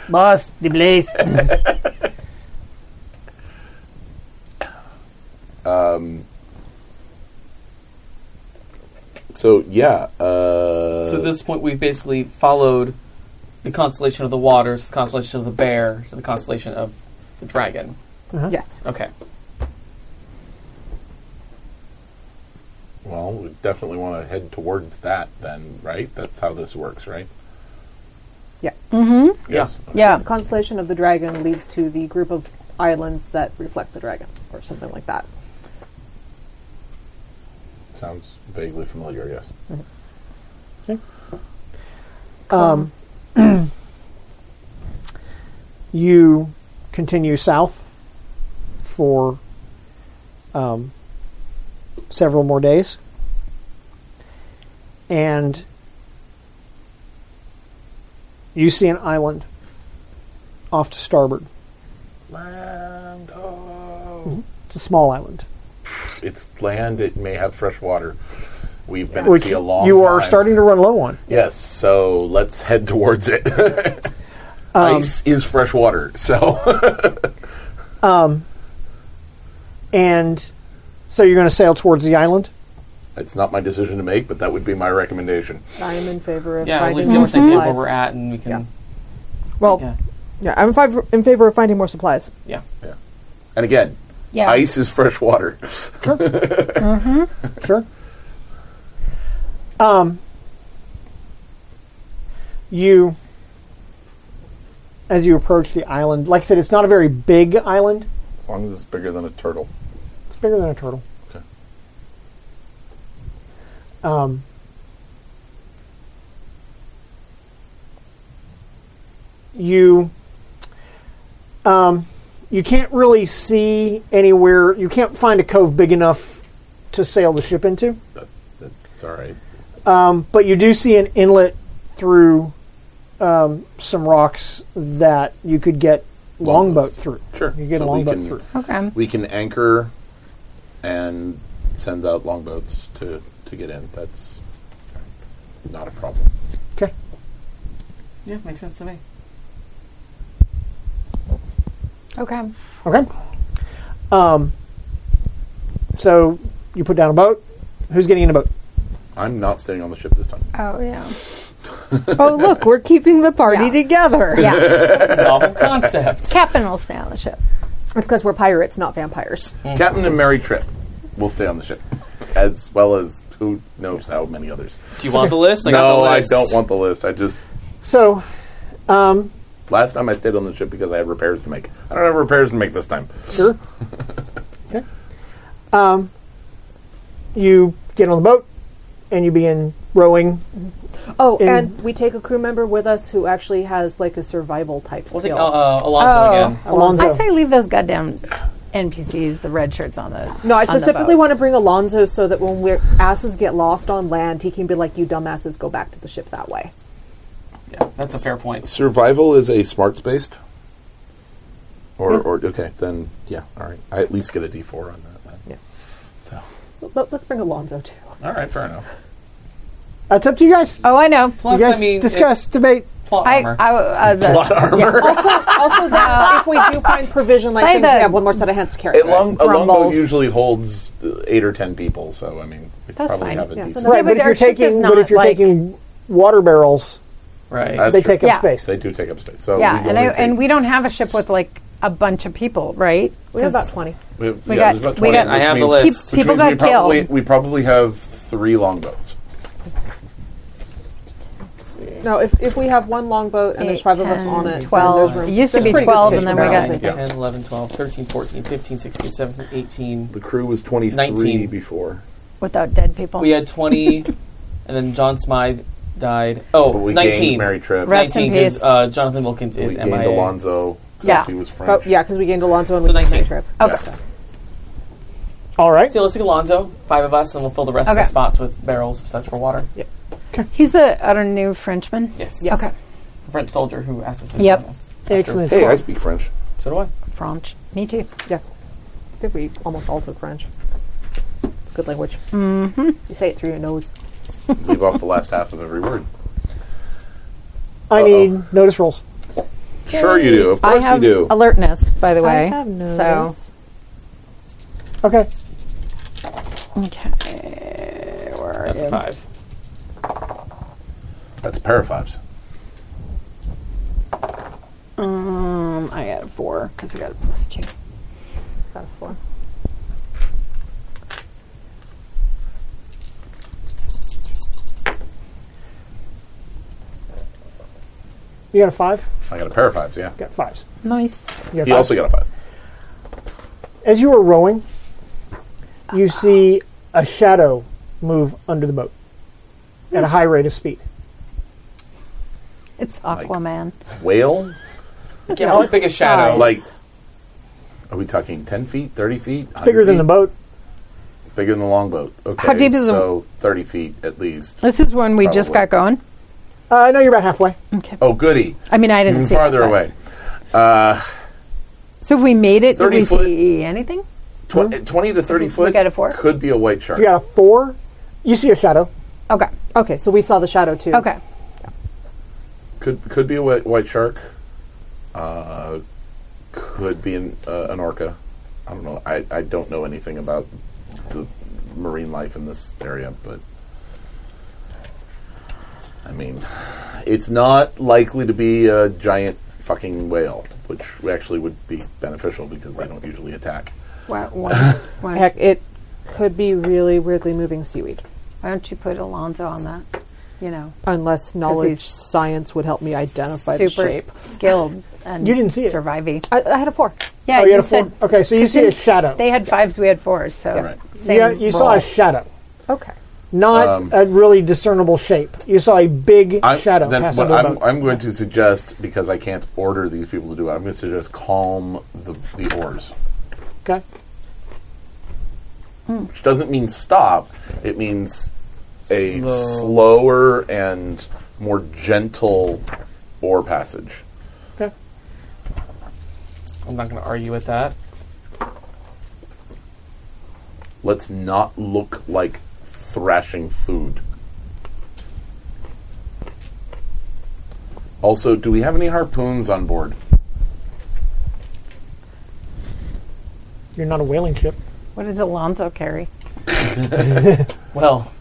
Speaker 2: Boss, the place.
Speaker 4: So yeah. Uh,
Speaker 6: so at this point, we've basically followed the constellation of the waters, the constellation of the bear, to the constellation of the dragon.
Speaker 5: Yes.
Speaker 6: Okay.
Speaker 4: well, we definitely want to head towards that then, right? That's how this works, right?
Speaker 5: Yeah.
Speaker 4: Yes.
Speaker 3: Yeah.
Speaker 5: The constellation of the dragon leads to the group of islands that reflect the dragon, or something like that.
Speaker 4: Sounds vaguely familiar. Yes.
Speaker 2: Um, you continue south for um, several more days, and you see an island off to starboard.
Speaker 4: Land. Oh.
Speaker 2: It's a small island.
Speaker 4: It's land. It may have fresh water. We've been at
Speaker 2: Which
Speaker 4: sea a long.
Speaker 2: you are
Speaker 4: time.
Speaker 2: starting to run low on.
Speaker 4: Yes. So let's head towards it.
Speaker 2: Um,
Speaker 4: Ice is fresh water. So
Speaker 2: And so you're going to sail towards the island?
Speaker 4: it's not my decision to make, but that would be my recommendation.
Speaker 5: I am in favor of
Speaker 6: Yeah, at
Speaker 5: finding
Speaker 6: least give
Speaker 5: more
Speaker 6: us an idea of where
Speaker 3: Mm-hmm.
Speaker 5: supplies.
Speaker 6: we're at, and we can.
Speaker 5: Yeah. well,
Speaker 6: Yeah.
Speaker 5: yeah, I'm in favor, in favor of finding more supplies.
Speaker 6: yeah.
Speaker 4: And again,
Speaker 3: Yeah.
Speaker 4: ice is fresh water.
Speaker 2: Sure. Um, you, as you approach the island, like I said, it's not a very big island.
Speaker 4: As long as it's bigger than a turtle.
Speaker 2: It's bigger than a turtle.
Speaker 4: Okay.
Speaker 2: Um, you um, you can't really see anywhere. You can't find a cove big enough to sail the ship into.
Speaker 4: That, that's all right.
Speaker 2: but you do see an inlet through um, some rocks that you could get longboat
Speaker 4: Longboats.
Speaker 2: through.
Speaker 4: Sure.
Speaker 2: you get
Speaker 4: So
Speaker 2: a
Speaker 4: we
Speaker 2: longboat
Speaker 4: can-
Speaker 2: through.
Speaker 3: Okay.
Speaker 4: We can anchor and send out longboats to, to get in. That's not a problem.
Speaker 2: Okay,
Speaker 6: Yeah, makes sense to me.
Speaker 3: Okay.
Speaker 2: okay. Um, so you put down a boat. Who's getting in a boat?
Speaker 4: I'm not staying on the ship this time.
Speaker 3: Oh yeah.
Speaker 5: oh, look, we're keeping the party
Speaker 3: Yeah.
Speaker 5: together.
Speaker 3: Yeah.
Speaker 6: Novel concept.
Speaker 3: Captain will stay on the ship.
Speaker 5: It's because we're pirates, not vampires.
Speaker 6: Mm.
Speaker 4: Captain and Mary Tripp will stay on the ship, as well as who knows how many others.
Speaker 6: Do you want the list? I got
Speaker 4: no,
Speaker 6: the
Speaker 4: I
Speaker 6: list.
Speaker 4: don't want the list. I just
Speaker 2: So
Speaker 4: last time I stayed on the ship because I had repairs to make. I don't have repairs to make this time.
Speaker 2: sure. okay. Um, you get on the boat and you begin rowing.
Speaker 5: Oh,
Speaker 2: In-
Speaker 5: and we take a crew member with us who actually has like a survival type
Speaker 6: We'll take
Speaker 5: skill.
Speaker 6: uh, uh, Alonzo
Speaker 3: Oh.
Speaker 6: again.
Speaker 2: Alonzo.
Speaker 3: I say leave those goddamn
Speaker 7: NPCs, the red shirts on the.
Speaker 5: No, I
Speaker 7: on the
Speaker 5: specifically
Speaker 7: boat.
Speaker 5: want to bring Alonzo so that when we're asses get lost on land, he can be like, "You dumbasses, go back to the ship that way."
Speaker 6: Yeah, that's a fair point.
Speaker 4: Survival is a smarts based. Or, or okay, then yeah, all right. I at least get a D four on that. Then. Yeah. So
Speaker 5: Let, let's bring Alonzo too.
Speaker 6: All right, fair enough.
Speaker 2: That's up to you guys.
Speaker 3: Oh, I know.
Speaker 6: Plus,
Speaker 2: you guys
Speaker 6: I mean,
Speaker 2: discuss,
Speaker 6: it's
Speaker 2: debate.
Speaker 6: plot
Speaker 3: I,
Speaker 6: armor.
Speaker 3: I uh, the,
Speaker 5: also, also that if we do find provision, like
Speaker 3: Say
Speaker 5: things, we
Speaker 3: that-
Speaker 5: have one more set of hands to carry.
Speaker 4: a, long, a longbow
Speaker 3: Grumbles.
Speaker 4: usually holds uh, eight or ten people. So I mean, we
Speaker 3: That's
Speaker 4: probably
Speaker 3: fine.
Speaker 4: have a
Speaker 5: Yeah, so
Speaker 4: decent.
Speaker 3: no-
Speaker 2: Right,
Speaker 3: Yeah,
Speaker 2: but
Speaker 3: but
Speaker 2: if
Speaker 3: our
Speaker 2: you're
Speaker 3: ship is
Speaker 2: taking, but
Speaker 3: not,
Speaker 2: if you're
Speaker 3: like-
Speaker 2: taking water barrels,
Speaker 6: right.
Speaker 4: That's
Speaker 2: they
Speaker 4: true.
Speaker 2: take up
Speaker 3: Yeah.
Speaker 2: space.
Speaker 4: They do take up space. So
Speaker 3: yeah,
Speaker 4: we
Speaker 3: and I,
Speaker 4: only take-
Speaker 3: and we don't have a ship with like a bunch of people, right?
Speaker 5: we have
Speaker 3: 'Cause-
Speaker 5: about twenty.
Speaker 4: we have-
Speaker 3: we
Speaker 4: yeah,
Speaker 3: got-
Speaker 4: there's about
Speaker 3: we
Speaker 4: 20,
Speaker 3: got-
Speaker 6: I
Speaker 4: which
Speaker 6: have the
Speaker 4: means-
Speaker 6: list.
Speaker 4: which
Speaker 3: People
Speaker 4: means we
Speaker 3: got killed.
Speaker 4: Probably, we probably have three longbows.
Speaker 5: No, if, if we have one longboat and there's
Speaker 3: Eight,
Speaker 5: five of us
Speaker 3: 10,
Speaker 5: on it, then
Speaker 3: 12.
Speaker 5: there's room-
Speaker 3: It used to
Speaker 5: there's
Speaker 3: be
Speaker 5: pretty good
Speaker 3: 12
Speaker 5: space
Speaker 3: and
Speaker 5: for
Speaker 3: then we
Speaker 5: barrels,
Speaker 3: got-
Speaker 5: I think.
Speaker 6: 10, 11, 12, 13, 14, 15, 16, 17, 18.
Speaker 4: The crew was twenty three
Speaker 6: Nineteen.
Speaker 4: before.
Speaker 3: Without dead people.
Speaker 6: We had 20, and then John Smythe died.
Speaker 4: But
Speaker 6: Oh,
Speaker 4: we
Speaker 6: 19.
Speaker 4: gained Mary Tripp.
Speaker 3: Right. Rest in
Speaker 6: 19, because
Speaker 3: peace.
Speaker 6: uh, Jonathan Wilkins
Speaker 4: We
Speaker 6: is
Speaker 4: gained
Speaker 6: MIA.
Speaker 4: Alonzo because
Speaker 3: Yeah.
Speaker 4: he was French.
Speaker 5: Oh, yeah, because we gained Alonzo and
Speaker 6: So
Speaker 5: we gained
Speaker 6: 19.
Speaker 5: trip.
Speaker 4: Okay.
Speaker 2: All right.
Speaker 6: So let's take Alonzo, five of us, and we'll fill the rest of
Speaker 3: Okay.
Speaker 6: the spots with barrels of such for water.
Speaker 3: He's the other new Frenchman.
Speaker 6: Yes.
Speaker 3: Okay.
Speaker 6: The French soldier who asked us to
Speaker 3: Yep.
Speaker 6: join us.
Speaker 2: Excellent.
Speaker 4: Hey, I speak French.
Speaker 6: So do I.
Speaker 3: French. Me too.
Speaker 5: Yeah. I think we almost all took French. It's a good language. Mm-hmm. You say it through your nose.
Speaker 4: Leave off the last half of every word.
Speaker 2: I need notice rolls.
Speaker 4: Sure, you do. Of
Speaker 3: I
Speaker 4: course,
Speaker 3: have
Speaker 4: you do.
Speaker 3: alertness, by the
Speaker 5: I
Speaker 3: way.
Speaker 5: have
Speaker 3: So
Speaker 5: nose.
Speaker 2: Okay.
Speaker 3: okay, where
Speaker 6: That's
Speaker 3: am-
Speaker 6: five.
Speaker 4: That's a pair of fives.
Speaker 3: Um, I got a four because I got a plus two.
Speaker 5: Got a four.
Speaker 2: You got a five?
Speaker 4: I got a pair of fives. Yeah.
Speaker 2: Got fives.
Speaker 3: Nice.
Speaker 2: You got
Speaker 4: He
Speaker 2: five.
Speaker 4: also got a five.
Speaker 2: As you are rowing, you see a shadow move under the boat at a high rate of speed.
Speaker 3: It's Aquaman.
Speaker 4: Whale?
Speaker 6: You can't really pick a shadow.
Speaker 4: Like, are we talking ten feet, thirty feet? 100
Speaker 2: Bigger than
Speaker 4: feet?
Speaker 2: the boat.
Speaker 4: Bigger than the longboat. Okay.
Speaker 3: How deep is the-
Speaker 4: so thirty feet at least.
Speaker 3: This is when we just
Speaker 4: Probably.
Speaker 3: got going.
Speaker 2: Uh, no, you're about halfway.
Speaker 4: Oh, goody!
Speaker 3: I mean, I didn't
Speaker 4: Even
Speaker 3: see
Speaker 4: Mm, farther
Speaker 3: it, but-
Speaker 4: away.
Speaker 3: So if we made it, did
Speaker 4: 30
Speaker 3: we
Speaker 4: foot.
Speaker 3: see anything?
Speaker 4: Tw-
Speaker 3: Hmm?
Speaker 4: Twenty to thirty foot.
Speaker 3: got a four.
Speaker 4: Could be a white shark.
Speaker 2: You got a four. You see a shadow. Oh,
Speaker 3: Okay.
Speaker 5: Okay, so we saw the shadow too.
Speaker 3: Okay.
Speaker 4: Could could be a white, white shark. Uh, could be an uh, an orca. I don't know. I, I don't know anything about the marine life in this area, but I mean, it's not likely to be a giant fucking whale, which actually would be beneficial because they don't usually attack.
Speaker 3: Why, why, why,
Speaker 5: Heck, it could be really weirdly moving seaweed.
Speaker 3: why don't you put Alonzo on that? You know,
Speaker 5: Unless knowledge
Speaker 3: he's
Speaker 5: science would help me identify the
Speaker 3: super
Speaker 5: shape.
Speaker 3: skilled and
Speaker 2: You didn't see it.
Speaker 3: surviving.
Speaker 5: I, I had a four.
Speaker 3: Yeah,
Speaker 2: oh, you,
Speaker 3: you,
Speaker 2: had a four.
Speaker 3: said
Speaker 2: Okay, so you see a shadow.
Speaker 3: they had fives, we had fours. So
Speaker 4: Right.
Speaker 2: You,
Speaker 3: same
Speaker 2: you saw
Speaker 3: roll.
Speaker 2: a shadow.
Speaker 5: Okay.
Speaker 2: Not
Speaker 4: Um,
Speaker 2: a really discernible shape. You saw a big
Speaker 4: I'm,
Speaker 2: shadow
Speaker 4: then
Speaker 2: pass
Speaker 4: what
Speaker 2: under the
Speaker 4: I'm,
Speaker 2: boat.
Speaker 4: I'm going to suggest because I can't order these people to do it. I'm going to suggest calm the the oars.
Speaker 2: okay.
Speaker 4: which doesn't mean stop. It means a
Speaker 6: Slow.
Speaker 4: slower and more gentle oar passage.
Speaker 2: Okay.
Speaker 6: I'm not going to argue with that.
Speaker 4: Let's not look like thrashing food. Also, do we have any harpoons on board?
Speaker 2: You're not a whaling ship.
Speaker 3: What does Alonzo carry?
Speaker 6: Well,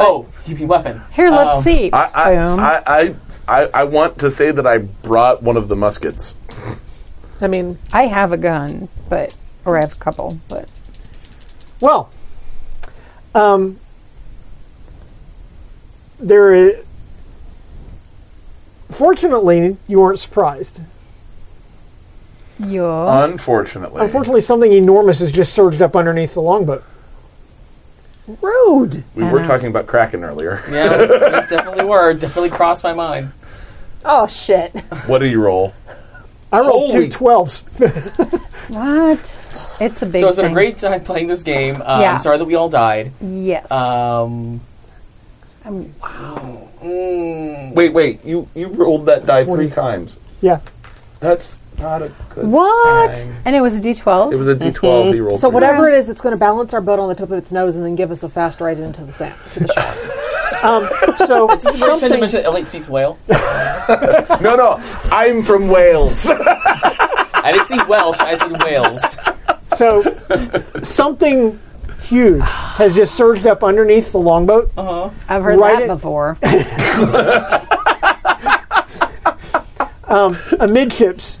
Speaker 6: oh, keeping weapon.
Speaker 3: Here, let's
Speaker 6: Um,
Speaker 3: see.
Speaker 4: I I,
Speaker 3: Boom.
Speaker 4: I, I, I, I want to say that I brought one of the muskets.
Speaker 5: I mean,
Speaker 3: I have a gun, but or I have a couple, but
Speaker 2: Well, um, there is. Fortunately, you weren't surprised.
Speaker 3: you
Speaker 4: Unfortunately.
Speaker 2: Unfortunately, something enormous has just surged up underneath the longboat.
Speaker 5: rude.
Speaker 4: We were talking about Kraken earlier.
Speaker 6: Yeah, you definitely were. Definitely crossed my mind.
Speaker 5: Oh shit.
Speaker 4: what do you roll?
Speaker 2: I rolled
Speaker 4: Holy-
Speaker 2: two 12s.
Speaker 3: what? It's a big.
Speaker 6: so it's been a
Speaker 3: thing.
Speaker 6: great time playing this game. Uh,
Speaker 3: Yeah.
Speaker 6: I'm sorry that we all died.
Speaker 3: Yes.
Speaker 6: Um,
Speaker 3: I'm-
Speaker 6: mm,
Speaker 4: Wait, wait. You you rolled that die three times.
Speaker 2: Yeah.
Speaker 4: That's not a good
Speaker 3: what? Mm-hmm.
Speaker 4: sign.
Speaker 3: And it was a D12.
Speaker 4: It was a E D12 he rolled.
Speaker 5: So
Speaker 4: three
Speaker 5: whatever it is, it's going to balance our boat on the tip of its nose and then give us a fast ride into the sand to the shore.
Speaker 2: Um, So
Speaker 6: Something to
Speaker 2: something.
Speaker 6: mention that Elliot speaks whale.
Speaker 4: times. No, no. I'm from Wales.
Speaker 6: I didn't see Welsh. I said whales.
Speaker 2: So something huge has just surged up underneath the longboat.
Speaker 3: I've heard
Speaker 2: Right at-
Speaker 3: that before.
Speaker 2: amidships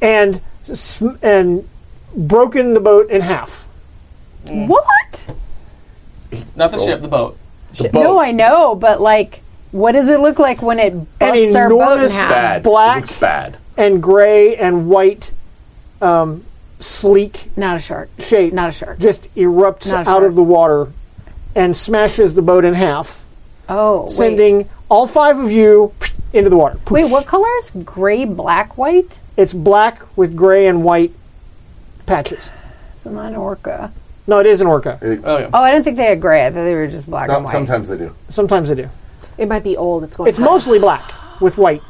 Speaker 2: and sm- and broken the boat in half.
Speaker 3: what?
Speaker 6: Not the ship, the boat.
Speaker 3: Shit, No, I know, but like, what does it look like when it busts our boat in
Speaker 2: enormous
Speaker 3: half?
Speaker 4: bad. It
Speaker 2: Black.
Speaker 4: looks bad.
Speaker 2: And gray and white, um, sleek
Speaker 3: Not a shark.
Speaker 2: shape
Speaker 3: Not a shark.
Speaker 2: just erupts
Speaker 3: Not a
Speaker 2: out
Speaker 3: shark.
Speaker 2: of the water and smashes the boat in half,
Speaker 3: Oh, wait.
Speaker 2: sending all five of you into the water.
Speaker 3: Wait, what color is gray, black, white?
Speaker 2: It's black with gray and white patches.
Speaker 3: It's not an orca.
Speaker 2: No, it is an orca.
Speaker 6: Oh, yeah.
Speaker 3: Oh, I didn't think they had gray. I thought they were just black
Speaker 4: Some-
Speaker 3: and white.
Speaker 4: sometimes they do.
Speaker 2: Sometimes they do.
Speaker 5: It might be old. It's going.
Speaker 2: It's mostly black with white.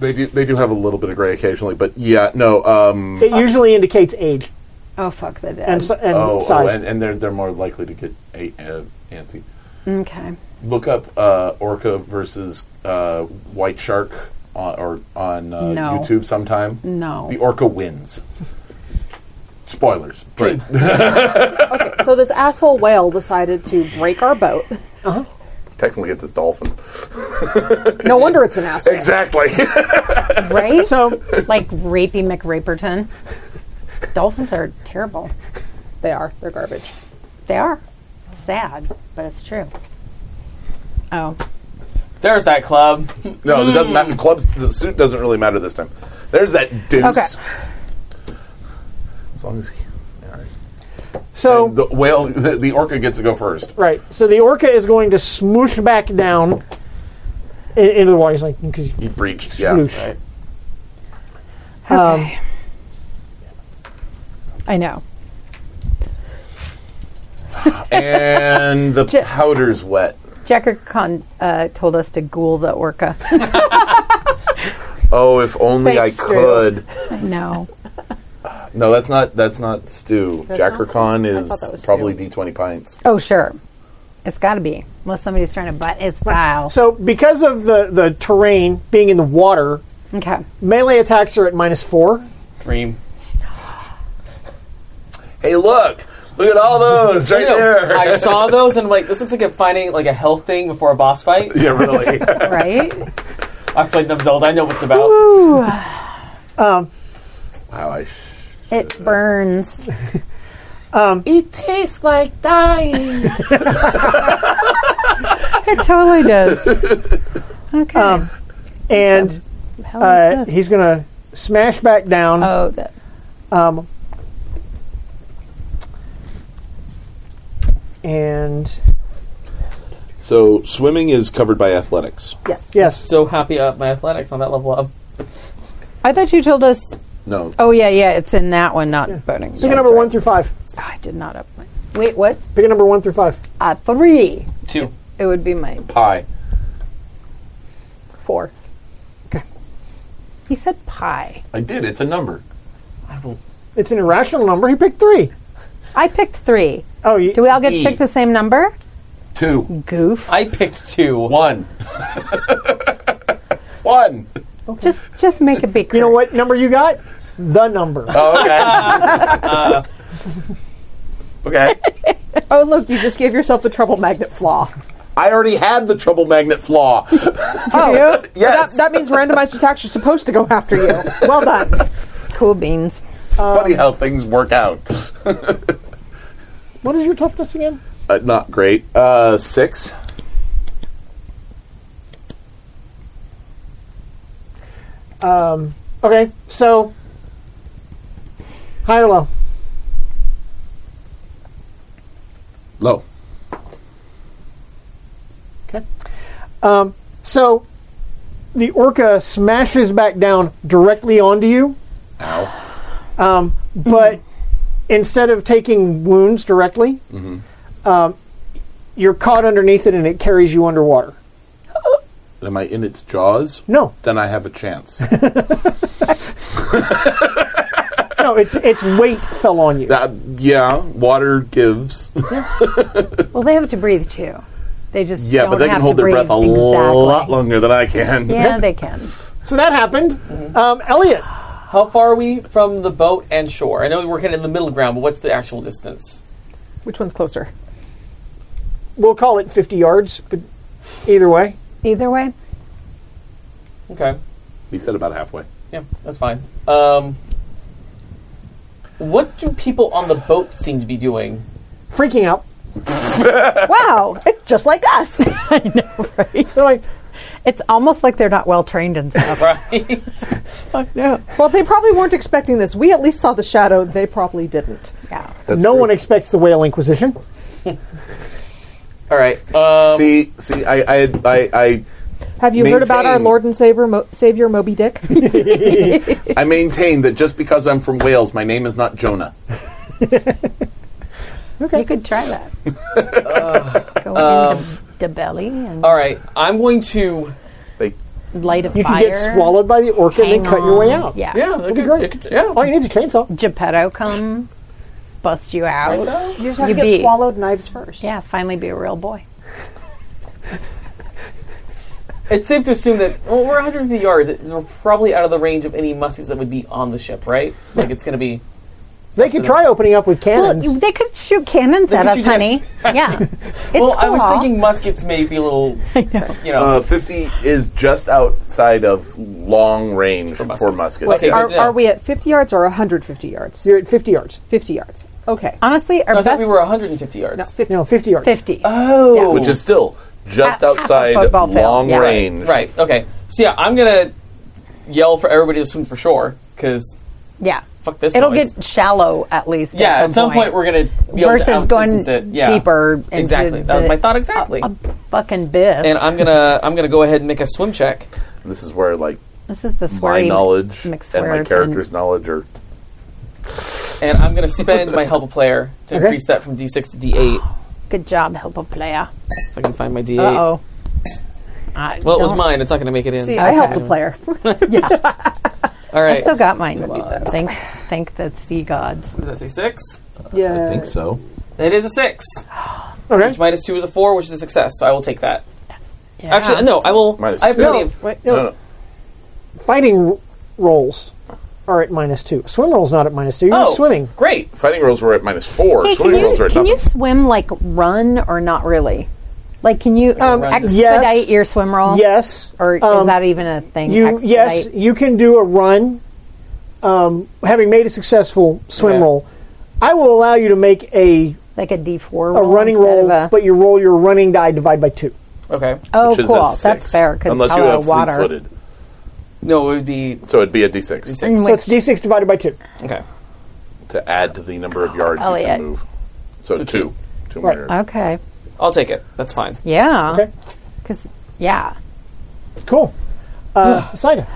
Speaker 4: They do. They do have a little bit of gray occasionally, but yeah, no. Um,
Speaker 2: It usually indicates age
Speaker 3: Oh, fuck, they did.
Speaker 2: and, si-
Speaker 3: Mm-hmm.
Speaker 2: and
Speaker 4: oh, oh,
Speaker 2: size.
Speaker 4: and, and they're they're more likely to get a, uh, antsy.
Speaker 3: okay.
Speaker 4: Look up uh, orca versus uh, white shark on, or on uh,
Speaker 3: No.
Speaker 4: YouTube sometime.
Speaker 3: No.
Speaker 4: the orca wins. Spoilers, but
Speaker 5: Okay, so this asshole whale decided to break our boat.
Speaker 4: technically it's a dolphin.
Speaker 5: No wonder it's an asshole.
Speaker 4: Exactly.
Speaker 3: Right?
Speaker 2: So
Speaker 3: like Rapey McRaperton. Dolphins are terrible.
Speaker 5: They are. They're garbage.
Speaker 3: They are. It's sad, but it's true. Oh.
Speaker 6: There's that club.
Speaker 4: no, the, doesn't
Speaker 5: Hmm.
Speaker 4: matter. clubs. The suit doesn't really matter this time. There's that deuce.
Speaker 3: Okay.
Speaker 4: As long as he, all right.
Speaker 2: so
Speaker 4: And the whale, the, the orca gets to go first.
Speaker 2: Right. So the orca is going to smoosh back down i- into the water. He's like, because
Speaker 4: He breached. Yeah.
Speaker 2: smoosh.
Speaker 4: Right.
Speaker 3: Okay. I know.
Speaker 4: and the powder's wet.
Speaker 3: Jacker Khan uh, told us to ghoul the orca.
Speaker 4: Oh, if only
Speaker 5: Thanks,
Speaker 4: I
Speaker 5: Drew.
Speaker 4: could.
Speaker 3: no.
Speaker 4: No, that's not that's not stew. Jacker
Speaker 5: not
Speaker 4: Con
Speaker 5: stew. I
Speaker 4: is
Speaker 5: thought that was
Speaker 4: probably D twenty pints.
Speaker 3: Oh, sure. It's got to be. Unless somebody's trying to butt its style.
Speaker 2: So because of the, the terrain being in the water,
Speaker 3: Okay.
Speaker 2: melee attacks are at minus four.
Speaker 6: Dream.
Speaker 4: Hey, look! Look at all those right
Speaker 6: No,
Speaker 4: there.
Speaker 6: I saw those and I'm like, this looks like I'm finding like a health thing before a boss fight.
Speaker 4: yeah, really.
Speaker 3: Right?
Speaker 6: I've played them Zelda. I know what's about.
Speaker 4: wow, I sh-
Speaker 3: it burns.
Speaker 2: Um,
Speaker 4: it tastes like dying.
Speaker 3: It totally does. Okay.
Speaker 2: And
Speaker 3: Hell is
Speaker 2: Um, uh,
Speaker 3: this?
Speaker 2: he's going to smash back down.
Speaker 3: oh, that.
Speaker 2: and
Speaker 4: So swimming is covered by athletics.
Speaker 5: Yes.
Speaker 2: yes.
Speaker 6: So happy up my athletics on that level up.
Speaker 3: I thought you told us.
Speaker 4: No.
Speaker 3: Oh, yeah, yeah. It's in that one, not voting.
Speaker 2: Pick a number one through five.
Speaker 3: Oh, I did not up my. Wait, what?
Speaker 2: Pick a number one through five.
Speaker 3: Uh, three.
Speaker 6: Two.
Speaker 3: It would be my.
Speaker 4: Pie.
Speaker 5: Four.
Speaker 3: He said pie.
Speaker 4: I did. It's a number.
Speaker 2: It's an irrational number. He picked three.
Speaker 3: I picked three.
Speaker 2: Oh, you,
Speaker 3: Do we all get
Speaker 6: E.
Speaker 3: to pick the same number?
Speaker 4: Two.
Speaker 3: Goof.
Speaker 6: I picked two.
Speaker 4: One. One.
Speaker 3: Just, just make it big.
Speaker 2: you know what number you got? The number.
Speaker 4: Oh, okay. okay.
Speaker 5: Oh look, you just gave yourself the trouble magnet flaw.
Speaker 4: I already had the trouble magnet flaw.
Speaker 5: Oh,
Speaker 4: Yes.
Speaker 5: That, that means randomized attacks are supposed to go after you. Well done.
Speaker 3: Cool beans.
Speaker 4: Funny how things work out.
Speaker 2: What is your toughness again?
Speaker 4: Uh, not great. Uh, six.
Speaker 2: Okay, so high or low?
Speaker 4: Low.
Speaker 2: Okay. Um, so the orca smashes back down directly onto you. Ow. Um, but
Speaker 3: Mm-hmm.
Speaker 2: instead of taking wounds directly, um, you're caught underneath it and it carries you underwater.
Speaker 4: Am I in its jaws?
Speaker 2: No,
Speaker 4: Then I have a chance.
Speaker 2: no, its its weight fell on you.
Speaker 4: that, yeah, water gives.
Speaker 3: Well, they have to breathe too. They just
Speaker 4: Yeah,
Speaker 3: don't
Speaker 4: but they
Speaker 3: have
Speaker 4: can
Speaker 3: to
Speaker 4: hold their breath a
Speaker 3: breathe. exactly.
Speaker 4: lot longer than I can.
Speaker 3: Yeah, they can.
Speaker 2: so that happened.
Speaker 3: Mm-hmm.
Speaker 2: Um, Elliot,
Speaker 6: How far are we from the boat and shore? I know we're kind of in the middle ground, but what's the actual distance?
Speaker 5: Which one's closer?
Speaker 2: we'll call it 50 yards, but either way,
Speaker 3: Either way,
Speaker 6: Okay.
Speaker 4: He said about halfway.
Speaker 6: Yeah, that's fine. Um, what do people on the boat seem to be doing?
Speaker 2: freaking out.
Speaker 5: Wow, it's just like us.
Speaker 2: They're like,
Speaker 3: it's almost like they're not well trained in stuff.
Speaker 6: Right?
Speaker 5: well, they probably weren't expecting this. We at least saw the shadow. They probably didn't.
Speaker 3: yeah.
Speaker 2: no one expects the Whale Inquisition.
Speaker 6: All right. Um,
Speaker 4: See, see, I, I, I, I,
Speaker 5: Have you heard about our
Speaker 4: Maintain.
Speaker 5: Lord and Savior, Mo- Savior Moby Dick?
Speaker 4: I maintain that just because I'm from Wales, my name is not Jonah.
Speaker 3: You could try that. Go into the belly and
Speaker 6: all right. I'm going to.
Speaker 4: They,
Speaker 3: light a
Speaker 2: You
Speaker 3: fire.
Speaker 2: can get swallowed by the orca and
Speaker 3: Hang
Speaker 2: then cut your way
Speaker 3: on.
Speaker 2: out.
Speaker 3: Yeah.
Speaker 6: Yeah, they're
Speaker 2: That'd be
Speaker 6: good.
Speaker 2: great.
Speaker 6: they could- yeah.
Speaker 2: All you need is a chainsaw.
Speaker 3: Geppetto come, bust you out.
Speaker 5: You just have
Speaker 3: You
Speaker 5: to get
Speaker 3: be-
Speaker 5: swallowed knives first.
Speaker 3: Yeah, finally be a real boy.
Speaker 6: It's safe to assume that well, we're 150 yards. We're probably out of the range of any muskies that would be on the ship, right? Like it's going to be.
Speaker 2: They could try opening up with
Speaker 3: Well,
Speaker 2: cannons.
Speaker 3: they could shoot cannons at
Speaker 6: could
Speaker 3: us,
Speaker 6: shoot-
Speaker 3: honey. yeah. It's
Speaker 6: well, I was
Speaker 3: cool.
Speaker 6: thinking muskets may be a little. You know.
Speaker 4: uh, 50 is just outside of long range for muskets.
Speaker 6: Okay.
Speaker 5: Are,
Speaker 6: Good deal.
Speaker 5: are we at 50 yards or 150 yards?
Speaker 2: You're at 50 yards.
Speaker 5: 50 yards. Okay.
Speaker 3: Honestly, our
Speaker 6: I
Speaker 3: best
Speaker 6: thought we were 150 yards.
Speaker 2: No, 50 yards.
Speaker 3: 50.
Speaker 6: oh,
Speaker 4: Which is still
Speaker 3: Half-
Speaker 4: just
Speaker 3: half a
Speaker 4: outside
Speaker 3: football field,
Speaker 4: long
Speaker 3: yeah. Right,
Speaker 4: range.
Speaker 6: right. Okay. So yeah, I'm gonna yell for everybody to swim for shore because
Speaker 3: Yeah.
Speaker 6: fuck this.
Speaker 3: It'll
Speaker 6: noise.
Speaker 3: get shallow at least.
Speaker 6: Yeah, at some point, we're gonna be able to
Speaker 3: Versus going
Speaker 6: outdistance it. Yeah.
Speaker 3: deeper into
Speaker 6: exactly. That was
Speaker 3: the-
Speaker 6: my thought exactly.
Speaker 3: A fucking bit.
Speaker 6: and I'm gonna I'm gonna go ahead and make a swim check.
Speaker 4: This is where, like,
Speaker 3: this is the
Speaker 4: my
Speaker 3: swearing
Speaker 4: knowledge and
Speaker 3: mixed
Speaker 4: my
Speaker 3: word
Speaker 4: character's knowledge are.
Speaker 6: And I'm gonna spend my help a player to
Speaker 2: Okay.
Speaker 6: increase that from D6 to D8.
Speaker 3: and- Good job, help a player.
Speaker 6: If I can find my D8.
Speaker 3: Uh oh.
Speaker 6: Well, it was mine. It's not gonna make it in.
Speaker 5: See, I helped a player.
Speaker 6: All right.
Speaker 3: I still got mine. Thank, thank the sea gods.
Speaker 6: Does that say six?
Speaker 5: yeah.
Speaker 4: I think so.
Speaker 6: It is a six.
Speaker 2: Okay.
Speaker 6: Which minus two is a four, which is a success. So I will take that.
Speaker 3: Yeah.
Speaker 6: Actually, no. I will.
Speaker 4: Minus
Speaker 6: I have
Speaker 4: two.
Speaker 6: plenty
Speaker 2: No,
Speaker 6: of.
Speaker 2: wait,
Speaker 4: No,
Speaker 2: no.
Speaker 4: no.
Speaker 2: Fighting r- rolls are at minus two. Swim rolls not at minus two. You're
Speaker 6: Oh,
Speaker 2: just swimming.
Speaker 6: Great.
Speaker 4: Fighting rolls were at minus four.
Speaker 3: Hey, can
Speaker 4: Swimming
Speaker 3: you,
Speaker 4: rolls were at
Speaker 3: can
Speaker 4: nothing.
Speaker 3: you swim like run or not really? Like, can you um, expedite
Speaker 2: yes.
Speaker 3: your swim roll?
Speaker 2: Yes.
Speaker 3: Or is
Speaker 2: Um,
Speaker 3: that even a thing?
Speaker 2: You
Speaker 3: Expedite?
Speaker 2: yes, you can do a run. Um, having made a successful swim
Speaker 6: Okay.
Speaker 2: roll, I will allow you to make a,
Speaker 3: like a D four
Speaker 2: a
Speaker 3: roll
Speaker 2: running
Speaker 3: instead
Speaker 2: roll,
Speaker 3: of a.
Speaker 2: but you roll your running die divide by two.
Speaker 6: Okay.
Speaker 3: oh,
Speaker 4: which is a
Speaker 3: cool.
Speaker 4: six,
Speaker 3: That's fair because
Speaker 4: Unless you have
Speaker 3: water.
Speaker 4: fleet-footed.
Speaker 6: No, it would be
Speaker 4: So it'd be a d6
Speaker 6: six.
Speaker 3: Mm.
Speaker 2: So it's D six divided by two.
Speaker 6: Okay.
Speaker 4: to add to the number of yards you
Speaker 3: Elliot.
Speaker 4: can move. So,
Speaker 6: So
Speaker 4: two.
Speaker 6: two.
Speaker 4: Two
Speaker 2: Right.
Speaker 4: more yards.
Speaker 3: Okay.
Speaker 6: I'll take it. That's fine.
Speaker 3: Yeah.
Speaker 2: Okay,
Speaker 3: Because yeah.
Speaker 2: cool. Uh, Saida,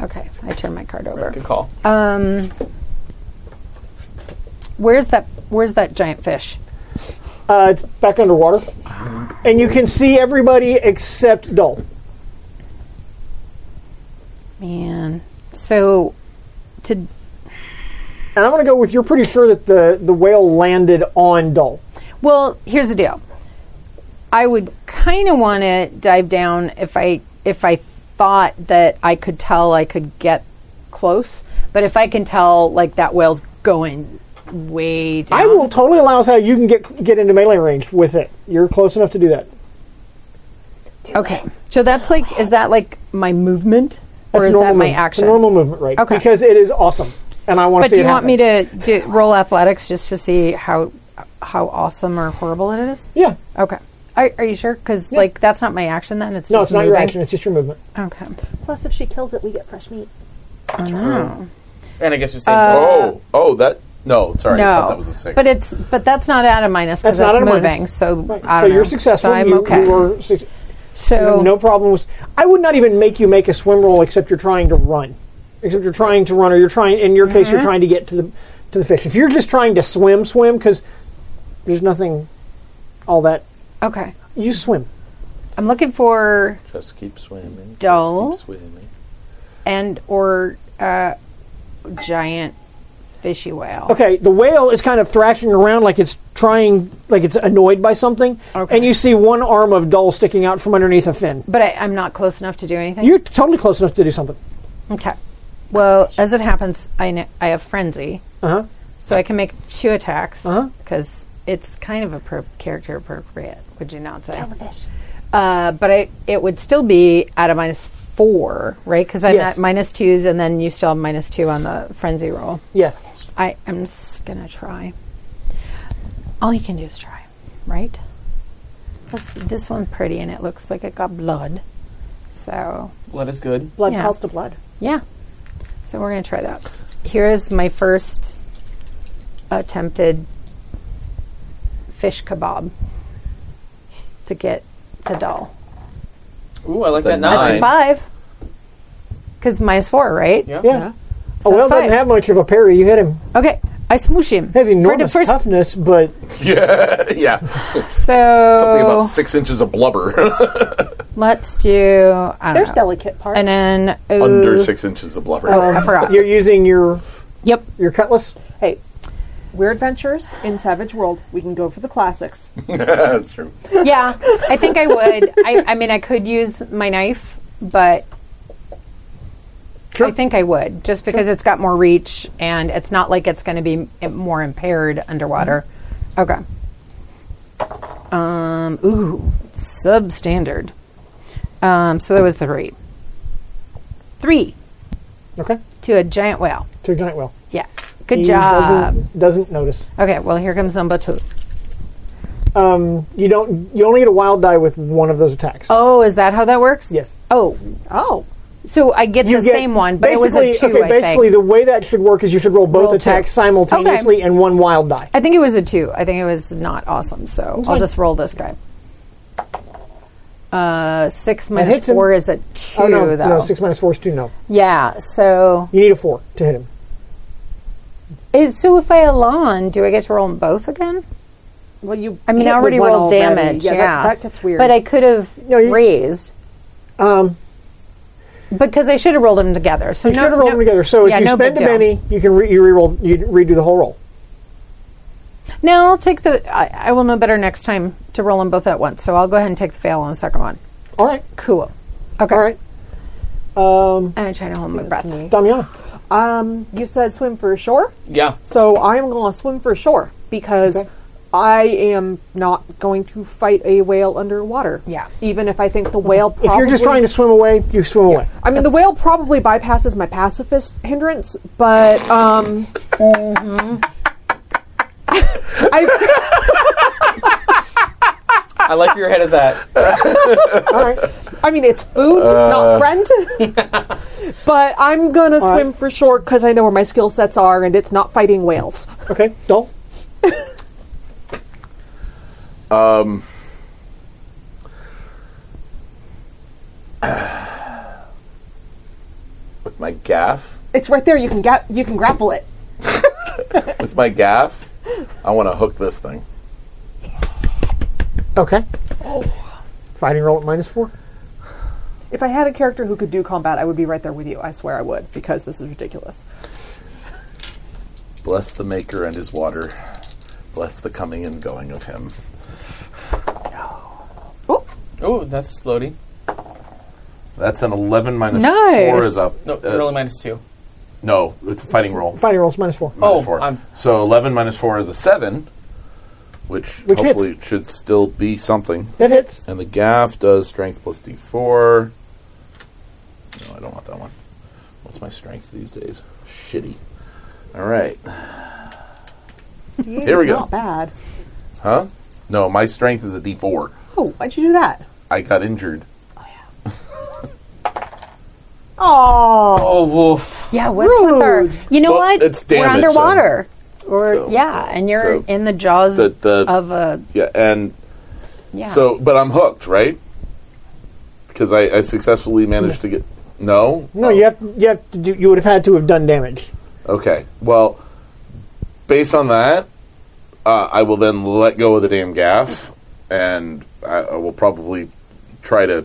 Speaker 3: Okay. I turn my card over.
Speaker 6: Good call.
Speaker 3: Um. Where's that? Where's that giant fish?
Speaker 2: uh, it's back underwater, and you can see everybody except Dull.
Speaker 3: Man. So, to
Speaker 2: And I'm going to go with you're pretty sure that the the whale landed on Dull.
Speaker 3: Well, here's the deal. I would kind of want to dive down if I if I thought that I could tell I could get close, but if I can tell like that whale's going way down,
Speaker 2: I will totally allow us how you can get get into melee range with it. You're close enough to do that.
Speaker 3: Okay, so that's like is that like my movement or
Speaker 2: That's
Speaker 3: is
Speaker 2: normal
Speaker 3: that my
Speaker 2: move-
Speaker 3: action?
Speaker 2: The normal movement rate.
Speaker 3: Okay.
Speaker 2: Because it is awesome, and I want to
Speaker 3: But
Speaker 2: see
Speaker 3: do
Speaker 2: it
Speaker 3: you want
Speaker 2: happen.
Speaker 3: me to do, roll athletics just to see how how awesome or horrible it is?
Speaker 2: Yeah.
Speaker 3: Okay. Are, are you sure? Because like that's not my action. Then it's
Speaker 2: No,
Speaker 3: just
Speaker 2: it's not
Speaker 3: moving.
Speaker 2: your action. It's just your movement.
Speaker 3: Okay.
Speaker 5: Plus, if she kills it, we get fresh meat.
Speaker 6: And I guess you're saying.
Speaker 4: oh, oh, that. No, sorry. I
Speaker 3: No,
Speaker 4: thought that was a six.
Speaker 3: but it's but that's not out of minus
Speaker 2: That's
Speaker 3: because that's,
Speaker 2: not out of
Speaker 3: moving.
Speaker 2: minus.
Speaker 3: So
Speaker 2: Right.
Speaker 3: I
Speaker 2: so
Speaker 3: don't
Speaker 2: you're
Speaker 3: know.
Speaker 2: successful.
Speaker 3: So I'm
Speaker 2: you,
Speaker 3: okay.
Speaker 2: You were suc-
Speaker 3: so
Speaker 2: no problem with. I would not even make you make
Speaker 3: Mm-hmm.
Speaker 2: a swim roll except you're trying to run, except you're trying to run or you're trying. In your case, you're trying to get to the to the fish. If you're just trying to swim, swim because there's nothing all that.
Speaker 3: Okay.
Speaker 2: You swim.
Speaker 3: I'm looking for
Speaker 4: Just keep swimming.
Speaker 3: Dull.
Speaker 4: Just keep swimming.
Speaker 3: and or uh, giant fishy whale.
Speaker 2: Okay, the whale is kind of thrashing around like it's trying, like it's annoyed by something,
Speaker 3: Okay.
Speaker 2: and you see one arm of Dull sticking out from underneath a fin.
Speaker 3: But I, I'm not close enough to do anything.
Speaker 2: You're totally close enough to do something.
Speaker 3: okay. Well, as it happens, I kn- I have frenzy,
Speaker 2: Uh huh.
Speaker 3: so I can make two attacks
Speaker 2: Uh-huh.
Speaker 3: because it's kind of a character appropriate. Would you not say? Uh, but I, it would still be at a minus four, right? Because I'm
Speaker 2: Yes.
Speaker 3: at minus twos, and then you still have minus two on the frenzy roll.
Speaker 2: Yes.
Speaker 3: I am just gonna try. All you can do is try, right? This, this one's pretty, and it looks like it got blood. So
Speaker 6: Blood is good.
Speaker 5: Blood
Speaker 3: Yeah.
Speaker 5: calls to blood.
Speaker 3: yeah, so we're gonna try that. Here is my first attempted fish kebab to get the doll.
Speaker 6: Ooh, I like
Speaker 4: It's a
Speaker 6: that
Speaker 4: nine.
Speaker 3: That's a
Speaker 6: nine.
Speaker 3: five. Because minus four, right?
Speaker 6: Yeah.
Speaker 2: Yeah.
Speaker 3: So
Speaker 2: Oh, well,
Speaker 3: that's
Speaker 2: doesn't
Speaker 3: five.
Speaker 2: have much of a parry. You hit him.
Speaker 3: Okay, I smoosh him.
Speaker 2: He has
Speaker 3: For the
Speaker 2: enormous
Speaker 3: first,
Speaker 2: toughness, but
Speaker 4: yeah.
Speaker 3: So Uh,
Speaker 4: Something about six inches of blubber.
Speaker 3: let's do. I don't
Speaker 5: There's
Speaker 3: know.
Speaker 5: delicate parts.
Speaker 3: And uh, then ooh,
Speaker 4: Under six inches of blubber.
Speaker 3: I forgot.
Speaker 2: you're using your
Speaker 3: Yep.
Speaker 2: your cutlass.
Speaker 5: hey, we're adventurers in Savage World. We can go for the classics.
Speaker 4: That's true.
Speaker 3: Yeah. I think I would. I, I mean, I could use my knife, but I think I would just because it's got more reach and it's not like it's going to be m- more impaired underwater. Okay. Um. Ooh. Substandard. Um. So that was three. Three
Speaker 2: Okay.
Speaker 3: to a giant whale.
Speaker 2: To a giant whale.
Speaker 3: Yeah. Good
Speaker 2: He
Speaker 3: job.
Speaker 2: Doesn't, doesn't notice.
Speaker 3: Okay. Well, here comes number two.
Speaker 2: You don't. You only get a wild die with one of those attacks.
Speaker 3: Oh, is that how that works?
Speaker 2: Yes.
Speaker 3: Oh,
Speaker 5: Oh,
Speaker 3: so I get
Speaker 2: You
Speaker 3: the
Speaker 2: get-
Speaker 3: same one, but it was a two.
Speaker 2: okay,
Speaker 3: I
Speaker 2: basically,
Speaker 3: think.
Speaker 2: the way that should work is you should roll both
Speaker 3: Roll two.
Speaker 2: attacks simultaneously and one wild die.
Speaker 3: I think it was a two. I think it was not awesome. So I'll
Speaker 2: fine.
Speaker 3: just roll this guy. Uh, six
Speaker 2: hits
Speaker 3: minus
Speaker 2: him.
Speaker 3: four is a two,
Speaker 2: Oh no,
Speaker 3: though.
Speaker 2: no, six minus four is two. No,
Speaker 3: Yeah. So
Speaker 2: you need a four to hit him.
Speaker 3: is so if I alone, do I get to roll them both again?
Speaker 5: well, you.
Speaker 3: I mean,
Speaker 5: hit
Speaker 3: I
Speaker 5: with
Speaker 3: already
Speaker 5: one
Speaker 3: rolled
Speaker 5: already.
Speaker 3: damage.
Speaker 5: Yeah,
Speaker 3: Yeah,
Speaker 5: That, that gets weird.
Speaker 3: But I could have
Speaker 2: you-
Speaker 3: raised.
Speaker 2: Um,
Speaker 3: Because I should have rolled them together. So
Speaker 2: you should have rolled them together. So if
Speaker 3: yeah,
Speaker 2: you
Speaker 3: no
Speaker 2: spend a
Speaker 3: big deal.
Speaker 2: penny, you can re- you reroll, you redo the whole roll.
Speaker 3: No, I'll take the. I, I will know better next time to roll them both at once. So I'll go ahead and take the fail on the second one.
Speaker 2: All right,
Speaker 3: Cool. Okay.
Speaker 2: all right. Um,
Speaker 3: And I try to hold my breath.
Speaker 2: Damiana,
Speaker 5: um, you said swim for shore.
Speaker 6: Yeah.
Speaker 5: So I'm going to swim for shore because I am not going to fight a whale underwater.
Speaker 3: Yeah.
Speaker 5: Even if I think the whale probably.
Speaker 2: if you're just trying to swim away, you swim away.
Speaker 5: I mean, the whale probably bypasses my pacifist hindrance, but. um...
Speaker 3: Mm-hmm.
Speaker 5: I,
Speaker 6: I like where your head is at.
Speaker 2: All right,
Speaker 5: I mean, it's food, not friend. but I'm gonna swim for shore because I know where my skill sets are, and it's not fighting whales.
Speaker 2: okay, dull.
Speaker 4: With my gaff,
Speaker 5: It's right there. You can get, you can grapple it.
Speaker 4: with my gaff, I want to hook this thing.
Speaker 2: Okay.
Speaker 3: Oh.
Speaker 2: Fighting roll at minus four.
Speaker 5: If I had a character who could do combat, I would be right there with you. I swear I would, because this is ridiculous.
Speaker 4: Bless the maker and his water. Bless the coming and going of him.
Speaker 5: Oh,
Speaker 6: Ooh, that's floaty.
Speaker 4: That's an 11 minus
Speaker 3: Nice.
Speaker 4: 4 is a.
Speaker 6: No,
Speaker 4: uh,
Speaker 6: really minus two.
Speaker 4: no, it's a fighting roll.
Speaker 2: Fighting rolls minus four.
Speaker 6: Oh,
Speaker 4: Minus four.
Speaker 6: I'm-
Speaker 4: So 11 minus 4 is a 7, which,
Speaker 2: Which
Speaker 4: hopefully should still be something.
Speaker 2: That hits.
Speaker 4: And the gaff does strength plus d4. No, I don't want that one. What's my strength these days? Shitty. All right. Here we go.
Speaker 5: Not bad.
Speaker 4: Huh? No, my strength is a d4.
Speaker 5: Oh, why'd you do that?
Speaker 4: I got injured.
Speaker 5: Oh,
Speaker 6: Oh, woof.
Speaker 3: Yeah, what's with our?
Speaker 5: Rude.
Speaker 3: You know
Speaker 4: Well,
Speaker 3: what?
Speaker 4: it's
Speaker 3: We're
Speaker 4: damage,
Speaker 3: underwater, or
Speaker 4: so-
Speaker 3: yeah, and you're
Speaker 4: so
Speaker 3: in the jaws
Speaker 4: The- the-
Speaker 3: of a
Speaker 4: Yeah, and
Speaker 3: yeah.
Speaker 4: so, but I'm hooked, right? Because I, I successfully managed to get. No?
Speaker 2: No, you have you have to do. You would have had to have done damage.
Speaker 4: Okay. Oh, Well, based on that, uh, I will then let go of the damn gaff, and I, I will probably try to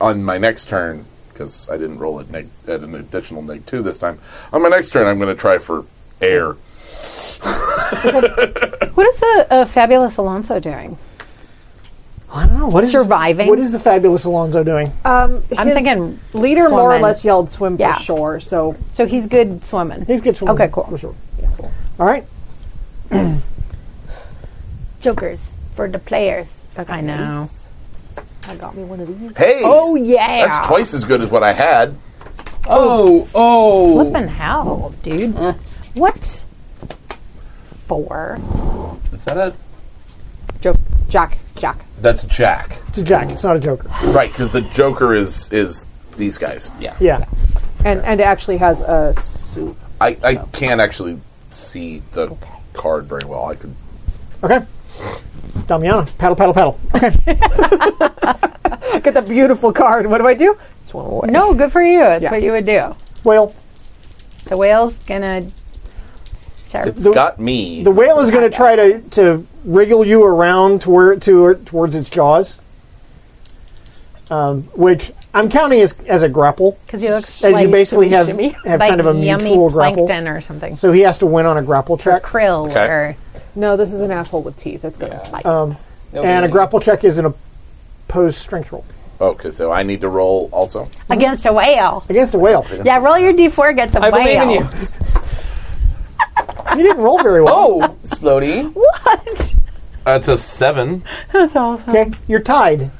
Speaker 4: on my next turn because I didn't roll at, neg- at an additional neg two this time. On my next turn, I'm going to try for air.
Speaker 3: What is the uh, fabulous Alonso doing?
Speaker 2: I don't know. What is
Speaker 3: Surviving. Uh,
Speaker 2: What is the fabulous Alonzo doing?
Speaker 5: Um,
Speaker 3: I'm
Speaker 5: his
Speaker 3: thinking
Speaker 5: leader more or
Speaker 3: swimming.
Speaker 5: less yelled swim
Speaker 3: Yeah.
Speaker 5: for shore. So
Speaker 3: So he's good swimming.
Speaker 2: He's good. swimming,
Speaker 3: Okay, cool.
Speaker 2: For sure. All right.
Speaker 3: Jokers for the players.
Speaker 7: I know.
Speaker 5: I got me one of these.
Speaker 4: Hey,
Speaker 3: Oh yeah.
Speaker 4: that's twice as good as what I had.
Speaker 6: Oh, oh.
Speaker 3: Flippin' hell, dude. What? Four.
Speaker 4: Is that a?
Speaker 5: Joke, Jack, Jack.
Speaker 4: That's Jack,
Speaker 2: It's a jack. It's not a joker.
Speaker 4: right? Because the Joker is is these guys.
Speaker 6: Yeah.
Speaker 2: Yeah.
Speaker 5: And and it actually has a suit.
Speaker 4: I I can't actually see the card very well. I could.
Speaker 2: Okay. Damiana, paddle, paddle, paddle.
Speaker 5: Look at the beautiful card. What do I do? Swim away.
Speaker 3: No, good for you. That's
Speaker 5: Yeah.
Speaker 3: what you would do.
Speaker 2: Whale.
Speaker 3: The whale's gonna. Sorry.
Speaker 4: It's
Speaker 2: The-
Speaker 4: got me.
Speaker 2: The whale is going to try to to wriggle you around to where to towards its jaws, um, which I'm counting as as a grapple.
Speaker 3: Because he looks
Speaker 2: As
Speaker 3: like
Speaker 2: you basically have
Speaker 3: shimmy, shimmy.
Speaker 2: have
Speaker 3: like
Speaker 2: kind of a
Speaker 3: yummy
Speaker 2: mutual grapple.
Speaker 3: plankton or something.
Speaker 2: So he has to win on a grapple check,
Speaker 3: Krill
Speaker 4: Okay.
Speaker 3: or
Speaker 5: No, this is an asshole with teeth. That's gonna bite.
Speaker 6: No
Speaker 2: and a
Speaker 6: kidding.
Speaker 2: grapple check is an opposed strength roll
Speaker 4: Okay, Oh, so I need to roll also.
Speaker 3: against a whale.
Speaker 2: against a whale.
Speaker 3: Yeah, roll your d4 against a
Speaker 6: I
Speaker 3: whale.
Speaker 6: believe in you.
Speaker 2: You didn't roll very well.
Speaker 6: Oh, Splody.
Speaker 3: What?
Speaker 4: That's a seven.
Speaker 3: That's awesome.
Speaker 2: Okay, you're tied.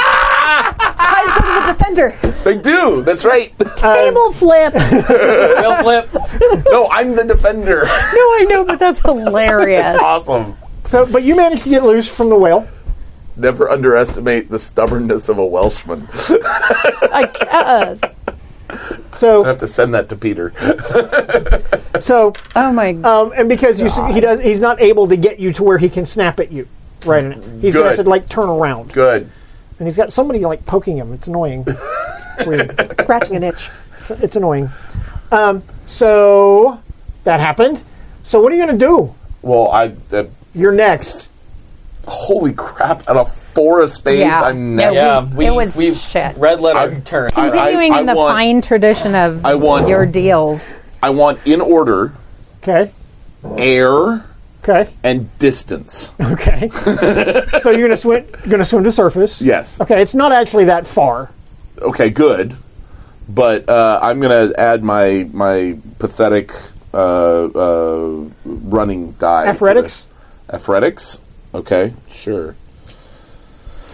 Speaker 5: Ties go to the defender.
Speaker 4: They do. That's right.
Speaker 3: Table flip. no,
Speaker 6: Whale flip.
Speaker 4: no, I'm the defender.
Speaker 3: I know, but that's hilarious.
Speaker 4: awesome.
Speaker 2: So, but you managed to get loose from the whale.
Speaker 4: Never underestimate the stubbornness of a Welshman. I
Speaker 3: I guess.
Speaker 2: So,
Speaker 4: have to send that to Peter.
Speaker 2: so,
Speaker 3: Oh my
Speaker 2: um, and because you s- he does, he's not able to get you to where he can snap at you. Right, in it. he's going to have
Speaker 4: Good.
Speaker 2: to like turn around,
Speaker 4: Good.
Speaker 2: and he's got somebody like poking him. It's annoying. Weird.
Speaker 5: Scratching an itch.
Speaker 2: It's annoying. Um, so that happened. So what are you going to do?
Speaker 4: Well, I. Uh,
Speaker 2: You're next.
Speaker 4: holy crap! At a four of spades,
Speaker 3: Yeah.
Speaker 4: I'm
Speaker 3: Yeah,
Speaker 4: next.
Speaker 6: Yeah,
Speaker 3: It
Speaker 6: we,
Speaker 3: was
Speaker 6: we
Speaker 3: shit.
Speaker 6: Red letter
Speaker 4: I'm-
Speaker 6: turn.
Speaker 4: I- I-
Speaker 3: Continuing
Speaker 4: I
Speaker 3: in the
Speaker 4: want-
Speaker 3: fine tradition of
Speaker 4: I want-
Speaker 3: your deals.
Speaker 4: I want in order
Speaker 2: Okay.
Speaker 4: air
Speaker 2: Okay.
Speaker 4: and distance.
Speaker 2: Okay. so you're going to swim. Going to swim to surface.
Speaker 4: Yes.
Speaker 2: Okay. It's not actually that far.
Speaker 4: Okay, good. But uh, I'm gonna add my my pathetic uh, uh, running die. to
Speaker 2: Athletics?
Speaker 4: this. Athletics. Okay, sure.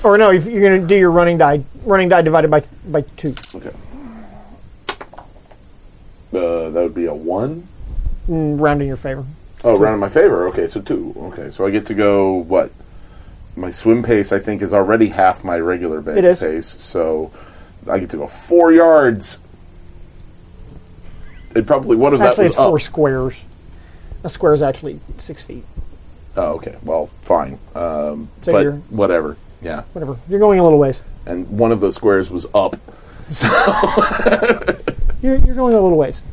Speaker 2: Or no, if you're going to do your running die, running die divided by by two.
Speaker 4: Okay. Uh, that would be a one.
Speaker 2: round in your favor.
Speaker 4: Oh, round in my favor. Okay, so two. Okay, so I get to go what? My swim pace, I think, is already half my regular ba-
Speaker 2: It is.
Speaker 4: pace, so I get to go four yards. And probably one of that
Speaker 2: Actually,
Speaker 4: was
Speaker 2: it's four
Speaker 4: up.
Speaker 2: squares. A square is actually six feet.
Speaker 4: Oh, okay. Well, fine. Um,
Speaker 2: So
Speaker 4: but
Speaker 2: you're-
Speaker 4: whatever. Yeah.
Speaker 2: Whatever. You're going a little ways.
Speaker 4: And one of those squares was up.
Speaker 2: You're, you're going a little ways.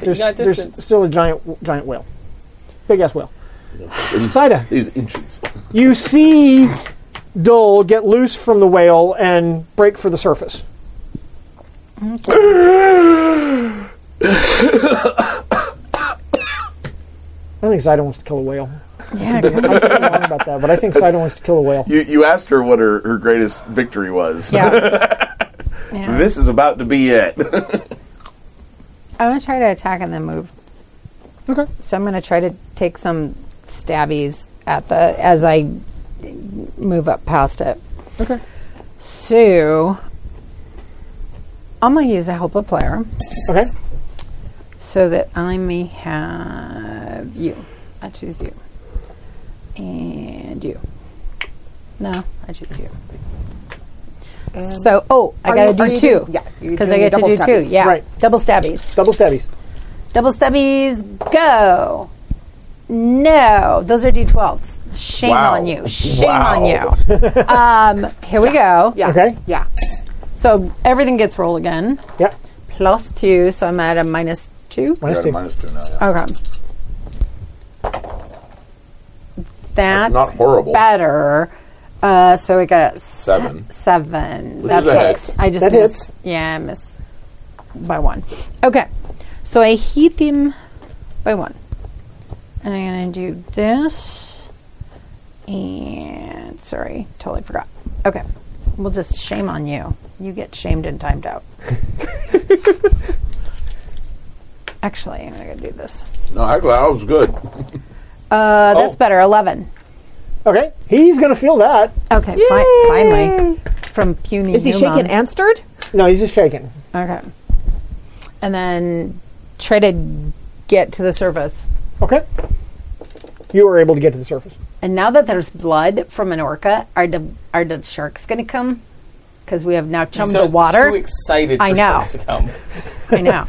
Speaker 2: There's,
Speaker 6: Not
Speaker 2: there's
Speaker 6: distance.
Speaker 2: still a giant giant whale, big ass whale.
Speaker 4: These-
Speaker 2: Saida.
Speaker 4: These inches.
Speaker 2: You see Dole get loose from the whale and break for the surface. I think Zida wants to kill a whale.
Speaker 3: Yeah, good.
Speaker 2: I could be wrong about that, but I think Zida wants to kill a whale.
Speaker 4: You, you asked her what her, her greatest victory was.
Speaker 3: yeah. Yeah.
Speaker 4: This is about to be it.
Speaker 3: I'm gonna try to attack and then move.
Speaker 2: Okay.
Speaker 3: So I'm gonna try to take some stabbies at the as I move up past it.
Speaker 2: Okay.
Speaker 3: So I'm gonna use a help a player
Speaker 2: Okay.
Speaker 3: so that I may have you. I choose you. And you. No, I choose you. So oh, I
Speaker 5: Um, Are
Speaker 3: gotta
Speaker 5: you- are
Speaker 3: do
Speaker 5: you
Speaker 3: two.
Speaker 5: doing- yeah, you're
Speaker 3: because I
Speaker 5: doing
Speaker 3: get to
Speaker 5: double
Speaker 3: do two.
Speaker 5: stabbies.
Speaker 3: Yeah,
Speaker 2: Right.
Speaker 3: double stabbies.
Speaker 2: Double stabbies.
Speaker 3: Double stubbies, go. No, those are d12s. Shame
Speaker 4: Wow.
Speaker 3: on you. Shame
Speaker 4: Wow.
Speaker 3: on you. Um, here we go.
Speaker 5: Yeah.
Speaker 2: Okay.
Speaker 5: Yeah.
Speaker 3: So everything gets rolled again.
Speaker 2: Yep.
Speaker 3: Plus two, so I'm at a minus two?
Speaker 4: You're
Speaker 2: Minus
Speaker 4: at a
Speaker 2: two.
Speaker 4: minus two now. Yeah.
Speaker 3: Okay. That's,
Speaker 4: not horrible.
Speaker 3: better. Uh, so we got s-
Speaker 4: Seven.
Speaker 3: seven.
Speaker 4: Which is a hit.
Speaker 3: I just
Speaker 2: That
Speaker 3: missed.
Speaker 2: hits.
Speaker 3: Yeah, I missed by one. Okay. So I hit him by one. And I'm going to do this. And sorry, totally forgot. Okay. We'll just shame on you. You get shamed and timed out. Actually, I'm going to do this.
Speaker 4: No, actually, that was good.
Speaker 3: Uh, that's
Speaker 6: Oh.
Speaker 3: better. 11.
Speaker 2: Okay, he's gonna feel that.
Speaker 3: Okay, fi- finally. From puny
Speaker 5: Is he
Speaker 3: Newmon.
Speaker 5: shaken and stirred?
Speaker 2: No, he's just shaking.
Speaker 3: Okay. And then try to get to the surface.
Speaker 2: Okay, you were able to get to the surface.
Speaker 7: And now that there's blood from an orca, are the are the sharks going to come?
Speaker 3: Because we have now
Speaker 6: I'm
Speaker 3: chummed the water.
Speaker 6: Too excited. For
Speaker 3: I know.
Speaker 6: sharks to come.
Speaker 3: I know.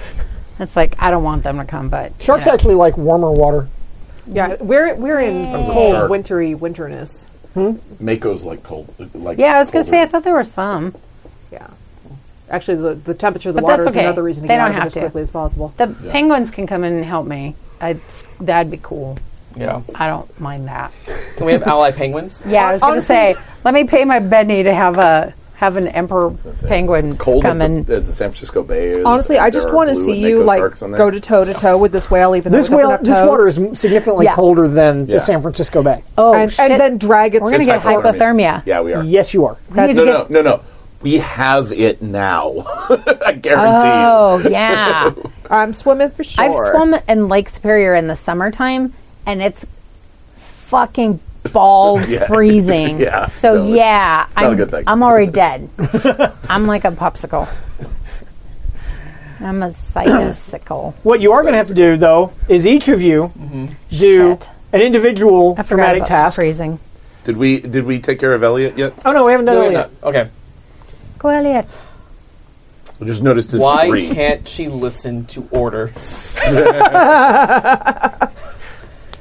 Speaker 3: It's like, I don't want them to come, but. you
Speaker 2: Sharks
Speaker 3: know.
Speaker 2: actually like warmer water.
Speaker 5: Yeah, we're we're in
Speaker 4: a
Speaker 5: cold,
Speaker 4: shark.
Speaker 5: wintry winterness.
Speaker 4: Mako's like cold. Like
Speaker 3: Yeah, I was going to say,
Speaker 4: colder.
Speaker 3: I thought there were some.
Speaker 5: Yeah. Actually, the, the temperature of the
Speaker 3: But
Speaker 5: water
Speaker 3: that's
Speaker 5: is
Speaker 3: okay.
Speaker 5: another reason to
Speaker 3: They
Speaker 5: get out
Speaker 3: don't
Speaker 5: of it
Speaker 3: have
Speaker 5: as
Speaker 3: to.
Speaker 5: quickly as possible.
Speaker 3: The penguins can come in and help me. I'd, that'd be cool.
Speaker 6: Yeah.
Speaker 3: I don't mind that.
Speaker 6: Can we have ally penguins?
Speaker 3: Yeah, I was going to say, let me pay my Benny to have a have an emperor penguin
Speaker 4: cold as
Speaker 3: come in.
Speaker 4: the, as the San Francisco Bay. Is,
Speaker 5: Honestly, I
Speaker 4: There
Speaker 5: just
Speaker 4: are
Speaker 5: want to
Speaker 4: blue
Speaker 5: see
Speaker 4: and
Speaker 5: you
Speaker 4: Mako's
Speaker 5: like
Speaker 4: sharks on there.
Speaker 5: go to toe to toe with this whale, even
Speaker 2: This
Speaker 5: though it
Speaker 2: whale,
Speaker 5: doesn't
Speaker 2: this
Speaker 5: have toes.
Speaker 2: water is m- significantly
Speaker 3: Yeah.
Speaker 2: colder than
Speaker 4: Yeah.
Speaker 2: the San Francisco Bay.
Speaker 3: Oh,
Speaker 5: and,
Speaker 3: shit.
Speaker 5: and then drag it.
Speaker 3: We're gonna
Speaker 4: It's
Speaker 3: get hypothermia.
Speaker 4: Yeah, we are.
Speaker 2: Yes, you are.
Speaker 3: We need
Speaker 4: No,
Speaker 3: to
Speaker 4: no,
Speaker 3: get-
Speaker 4: no, no. We have it now. I guarantee you.
Speaker 3: Oh, yeah.
Speaker 5: I'm swimming for sure.
Speaker 3: I've swum in Lake Superior in the summertime, and it's fucking balls
Speaker 4: Yeah.
Speaker 3: freezing.
Speaker 4: Yeah.
Speaker 3: So
Speaker 4: No, it's-
Speaker 3: yeah,
Speaker 4: not a
Speaker 3: I'm,
Speaker 4: good thing.
Speaker 3: I'm already dead. I'm like a popsicle. I'm a cyclical.
Speaker 2: What you are going to have to do, though, is each of you do
Speaker 3: Mm-hmm. Shit.
Speaker 2: an individual
Speaker 3: I forgot
Speaker 2: dramatic
Speaker 3: about
Speaker 2: task.
Speaker 3: freezing.
Speaker 4: Did we did we take care of Elliot yet?
Speaker 2: Oh no, we haven't done
Speaker 6: No,
Speaker 2: it
Speaker 6: we're
Speaker 2: yet.
Speaker 6: not. Okay.
Speaker 3: Go Elliot.
Speaker 4: I just noticed his
Speaker 6: Why
Speaker 4: three.
Speaker 6: can't she listen to orders?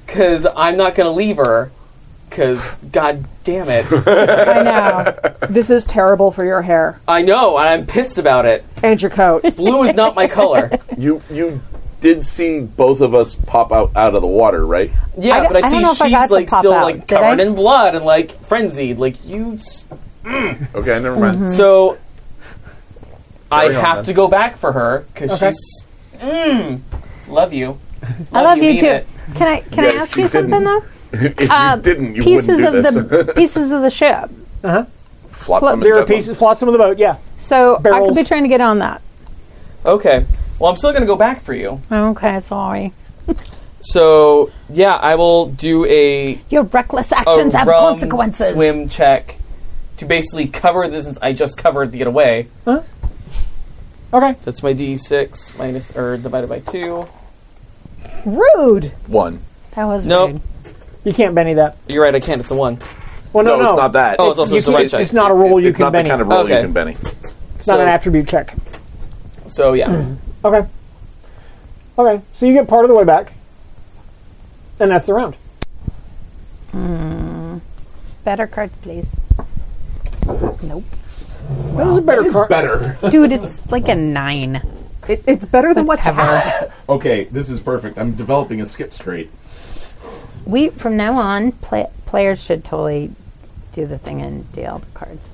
Speaker 6: Because I'm not going to leave her. Because, god damn it.
Speaker 5: I know. this is terrible for your hair
Speaker 6: I know, and I'm pissed about it.
Speaker 5: and your coat.
Speaker 6: Blue is not my color.
Speaker 4: You you did see both of us pop out out of the water, right?
Speaker 6: Yeah,
Speaker 3: I don't-
Speaker 6: but I
Speaker 3: I don't
Speaker 6: see
Speaker 3: know if I
Speaker 6: she's
Speaker 3: got to
Speaker 6: like
Speaker 3: pop
Speaker 6: still
Speaker 3: out.
Speaker 6: like
Speaker 3: Did I?
Speaker 6: covered in blood and like frenzied. Like you. s-
Speaker 4: Okay, never mind.
Speaker 3: Mm-hmm.
Speaker 6: So I
Speaker 4: Carry on,
Speaker 6: have
Speaker 4: then.
Speaker 6: to go back for her because she's. Mm, love you.
Speaker 3: I love you
Speaker 6: mean
Speaker 3: too.
Speaker 6: it.
Speaker 3: Can I can
Speaker 4: Yeah,
Speaker 3: I
Speaker 4: if
Speaker 3: ask
Speaker 4: you
Speaker 3: you something
Speaker 4: didn't-
Speaker 3: though?
Speaker 4: if you
Speaker 3: Uh,
Speaker 4: didn't, you
Speaker 3: pieces
Speaker 4: wouldn't do
Speaker 3: of
Speaker 4: this.
Speaker 3: the pieces of the ship.
Speaker 4: Flop some
Speaker 2: There are
Speaker 4: and juggle.
Speaker 2: pieces, flotsam of the boat. Yeah,
Speaker 3: So I could
Speaker 2: Barrels.
Speaker 3: be trying to get on that.
Speaker 6: Okay. Well, I'm still going to go back for you.
Speaker 3: Okay, sorry.
Speaker 6: So yeah, I will do a
Speaker 3: Your reckless
Speaker 6: a
Speaker 3: actions have
Speaker 6: rum
Speaker 3: consequences.
Speaker 6: swim check to basically cover this since I just covered to get away.
Speaker 2: Okay.
Speaker 6: So that's my D6 minus or divided by two.
Speaker 5: Rude.
Speaker 4: One.
Speaker 3: That was
Speaker 6: Nope.
Speaker 3: rude.
Speaker 2: you can't Benny that.
Speaker 6: You're right, I can't. It's a one.
Speaker 2: Well, no,
Speaker 4: No, it's not that.
Speaker 6: Oh, it's also
Speaker 2: you
Speaker 6: just a
Speaker 2: can't-
Speaker 6: right
Speaker 2: it's
Speaker 6: check.
Speaker 2: just not a roll you
Speaker 4: it's
Speaker 2: can
Speaker 4: not
Speaker 2: Benny.
Speaker 4: the kind of roll you
Speaker 6: Okay.
Speaker 4: can Benny.
Speaker 2: it's not
Speaker 6: so,
Speaker 2: an Hmm. attribute check.
Speaker 6: so yeah,
Speaker 2: Okay. Okay, so you get part of the way back, and that's the round.
Speaker 3: Better card, please. Nope.
Speaker 2: That was a better card.
Speaker 4: Better.
Speaker 3: Dude, it's like a nine.
Speaker 5: It, it's better than what you have.
Speaker 4: okay, this is perfect. I'm developing a skip straight.
Speaker 3: We from now on, play, players should totally do the thing and deal the cards.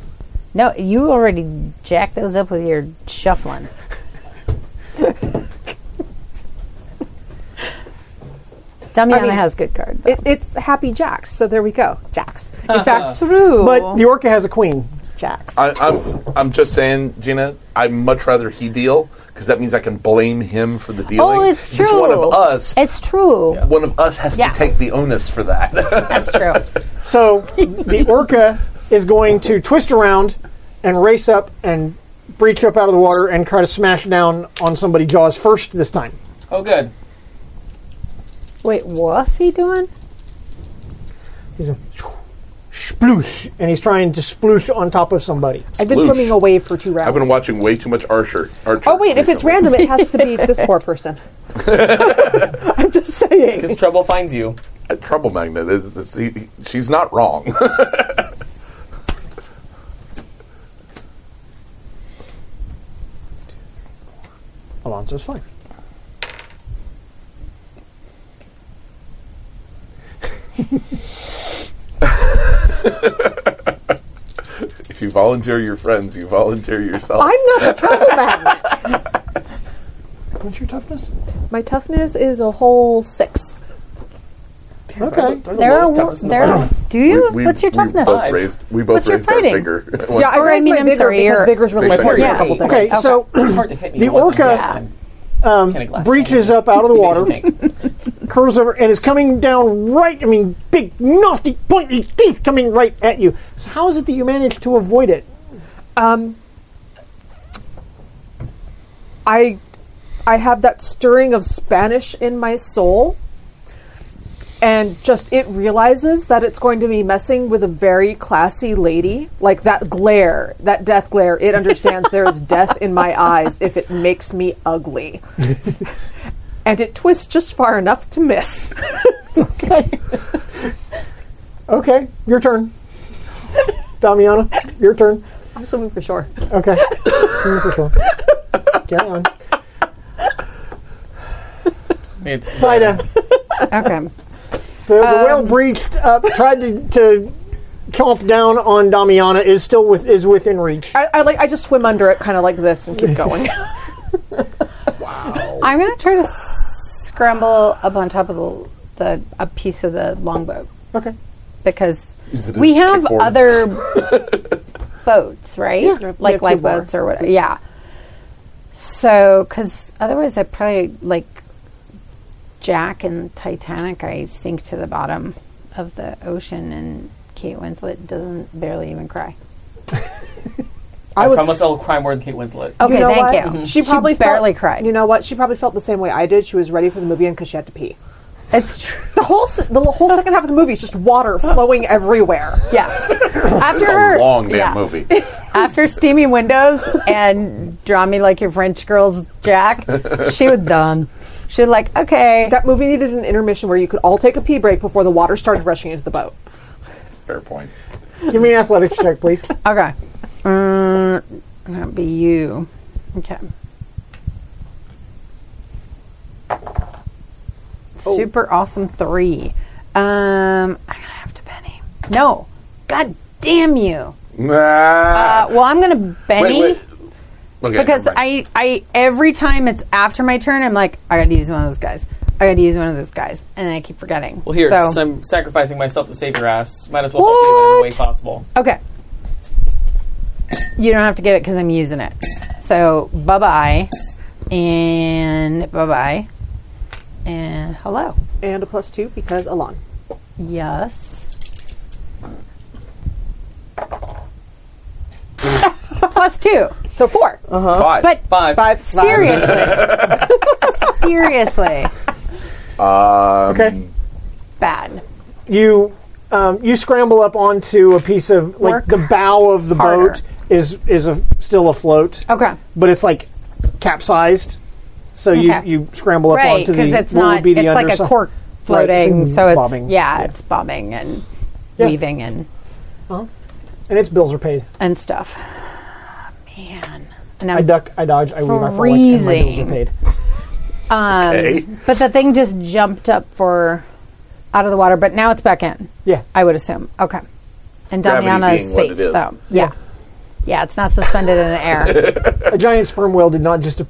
Speaker 3: No, you already jacked those up with your shuffling. Damiana
Speaker 5: mean,
Speaker 3: has good cards.
Speaker 5: It, it's Happy Jacks. So there we go. Jacks. In fact, true.
Speaker 2: But the orca has a queen.
Speaker 5: Jacks.
Speaker 4: I, I'm I'm just saying, Gina. I'd much rather he deal because that means I can blame him for the dealing.
Speaker 3: oh, it's
Speaker 4: If
Speaker 3: true.
Speaker 4: one of us.
Speaker 3: It's true.
Speaker 4: one of us has
Speaker 3: Yeah.
Speaker 4: to take the onus for that.
Speaker 3: That's true.
Speaker 2: So the orca is going to twist around and race up and breach up out of the water and try to smash down on somebody jaws first this time.
Speaker 6: oh good.
Speaker 3: Wait, what's he doing?
Speaker 2: He's a sploosh, and he's trying to sploosh on top of somebody.
Speaker 5: I've been
Speaker 4: sploosh.
Speaker 5: swimming away for two rounds.
Speaker 4: I've been watching way too much Archer. Archer
Speaker 5: Oh wait, if it's
Speaker 4: recently.
Speaker 5: random, it has to be this poor person. I'm just saying.
Speaker 6: Because trouble finds you.
Speaker 4: Uh, Trouble Magnet is, is he, he- she's not wrong.
Speaker 2: Alonso's five.
Speaker 4: If you volunteer your friends, you volunteer yourself.
Speaker 5: I'm not a trouble man.
Speaker 2: What's your toughness?
Speaker 5: My toughness is a whole six.
Speaker 2: Okay.
Speaker 3: There are wo- there. Are, do you?
Speaker 4: We- we-
Speaker 3: What's your
Speaker 4: we
Speaker 3: toughness?
Speaker 4: Both raised, we
Speaker 3: What's
Speaker 4: both
Speaker 3: your
Speaker 4: raised our
Speaker 3: fighting?
Speaker 4: finger. at once.
Speaker 3: yeah, or I
Speaker 5: Raise
Speaker 3: mean,
Speaker 5: my
Speaker 3: I'm
Speaker 5: vigor
Speaker 3: sorry.
Speaker 5: because
Speaker 3: or-
Speaker 5: vigor's
Speaker 4: Raise
Speaker 5: related
Speaker 4: my
Speaker 5: to
Speaker 4: vigor.
Speaker 5: a couple things.
Speaker 2: Okay, so
Speaker 6: It's hard to hit me.
Speaker 2: The
Speaker 6: once
Speaker 2: orca, um,
Speaker 6: I'm dead. Can it last
Speaker 2: breaches
Speaker 6: longer?
Speaker 2: up out of the water.
Speaker 6: What do you think?
Speaker 2: curls over and is coming down right. I mean, big, nasty, pointy teeth coming right at you. So how is it that you manage to avoid it?
Speaker 5: I I have that stirring of Spanish in my soul. And just it realizes that it's going to be messing with a very classy lady. Like that glare, that death glare, it understands there is death in my eyes if it makes me ugly. and it twists just far enough to miss.
Speaker 2: Okay. okay, your turn. Damiana, your turn.
Speaker 5: I'm swimming for shore.
Speaker 2: Okay. Swimming for sure. Carry on.
Speaker 6: It's uh,
Speaker 2: Saida,
Speaker 3: Okay.
Speaker 2: the, the whale breached up, tried to, to chomp down on Damiana, is still with is within reach.
Speaker 5: I, I like I just swim under it kinda like this and keep going.
Speaker 3: I'm gonna try to scramble up on top of the, the a piece of the longboat
Speaker 2: Okay.
Speaker 3: because
Speaker 4: Is it a
Speaker 3: we have
Speaker 4: kickboard?
Speaker 3: other boats, right?
Speaker 5: Yeah. We
Speaker 3: Like
Speaker 5: have two more.
Speaker 3: lifeboats or whatever. Yeah. So, because otherwise, I probably like Jack and Titanic. I sink to the bottom of the ocean, and Kate Winslet doesn't barely even cry.
Speaker 6: I promise I'll cry more than Kate Winslet.
Speaker 2: Oh,
Speaker 3: Okay,
Speaker 5: You know
Speaker 3: thank
Speaker 5: what? Mm-hmm.
Speaker 3: you.
Speaker 5: She probably felt-
Speaker 3: barely cried.
Speaker 5: You know what? She probably felt the same way I did. She was ready for the movie and because she had to pee.
Speaker 3: it's true.
Speaker 5: The whole se- the whole second half of the movie is just water flowing everywhere.
Speaker 3: Yeah. After
Speaker 4: It's a
Speaker 3: her,
Speaker 4: long damn
Speaker 3: yeah.
Speaker 4: movie.
Speaker 3: After Steamy Windows and Draw Me Like Your French Girl's Jack, she was done. She was like, okay.
Speaker 5: That movie needed an intermission where you could all take a pee break before the water started rushing into the boat.
Speaker 4: That's a fair point.
Speaker 2: Give me an athletics check, please.
Speaker 3: Okay. Mm, that'd be you. Okay.
Speaker 4: Oh.
Speaker 3: Super awesome three. Um, I'm gonna have to Benny. No, god damn you. Uh,
Speaker 4: Nah.
Speaker 3: well, I'm gonna Benny.
Speaker 4: wait. Okay,
Speaker 3: because
Speaker 4: never mind.
Speaker 3: I, I every time it's after my turn, I'm like, I got to use one of those guys. I got to use one of those guys, and I keep forgetting.
Speaker 6: Well, here,
Speaker 3: so,
Speaker 6: since I'm sacrificing myself to save your ass. Might as well help you in every way
Speaker 3: What?
Speaker 6: possible.
Speaker 3: okay, you don't have to give it because I'm using it. So bye bye, and bye bye, and hello.
Speaker 5: And a plus two because Alon.
Speaker 3: Yes. Plus two.
Speaker 5: So four.
Speaker 4: Five.
Speaker 3: But
Speaker 6: Five.
Speaker 5: Five.
Speaker 3: seriously, seriously,
Speaker 4: Um,
Speaker 2: Okay.
Speaker 3: bad.
Speaker 2: you um, you scramble up onto a piece of like
Speaker 3: Work
Speaker 2: the bow of the
Speaker 3: harder.
Speaker 2: boat is is a, still afloat.
Speaker 3: Okay.
Speaker 2: but it's like capsized, so
Speaker 3: Okay.
Speaker 2: you you scramble up
Speaker 3: right
Speaker 2: onto the
Speaker 3: because it's
Speaker 2: what
Speaker 3: not
Speaker 2: would be the
Speaker 3: it's like a
Speaker 2: underside-
Speaker 3: cork
Speaker 2: Right, it's
Speaker 3: floating
Speaker 2: in
Speaker 3: so it's
Speaker 2: bobbing.
Speaker 3: yeah, it's bobbing and
Speaker 2: Yeah.
Speaker 3: weaving and
Speaker 2: and its bills are paid.
Speaker 3: and stuff man and
Speaker 2: I
Speaker 3: I'm,
Speaker 2: duck, I dodge, I weave, I frolic, and my bills are
Speaker 3: Freezing.
Speaker 2: paid.
Speaker 3: um,
Speaker 4: Okay.
Speaker 3: but the thing just jumped up for out of the water but now it's back in
Speaker 2: Yeah.
Speaker 3: i would assume okay and
Speaker 4: Gravity
Speaker 3: damiana
Speaker 4: being
Speaker 3: is
Speaker 4: what
Speaker 3: safe
Speaker 4: it is.
Speaker 3: so yeah yeah it's not suspended in the air
Speaker 2: A giant sperm whale did not just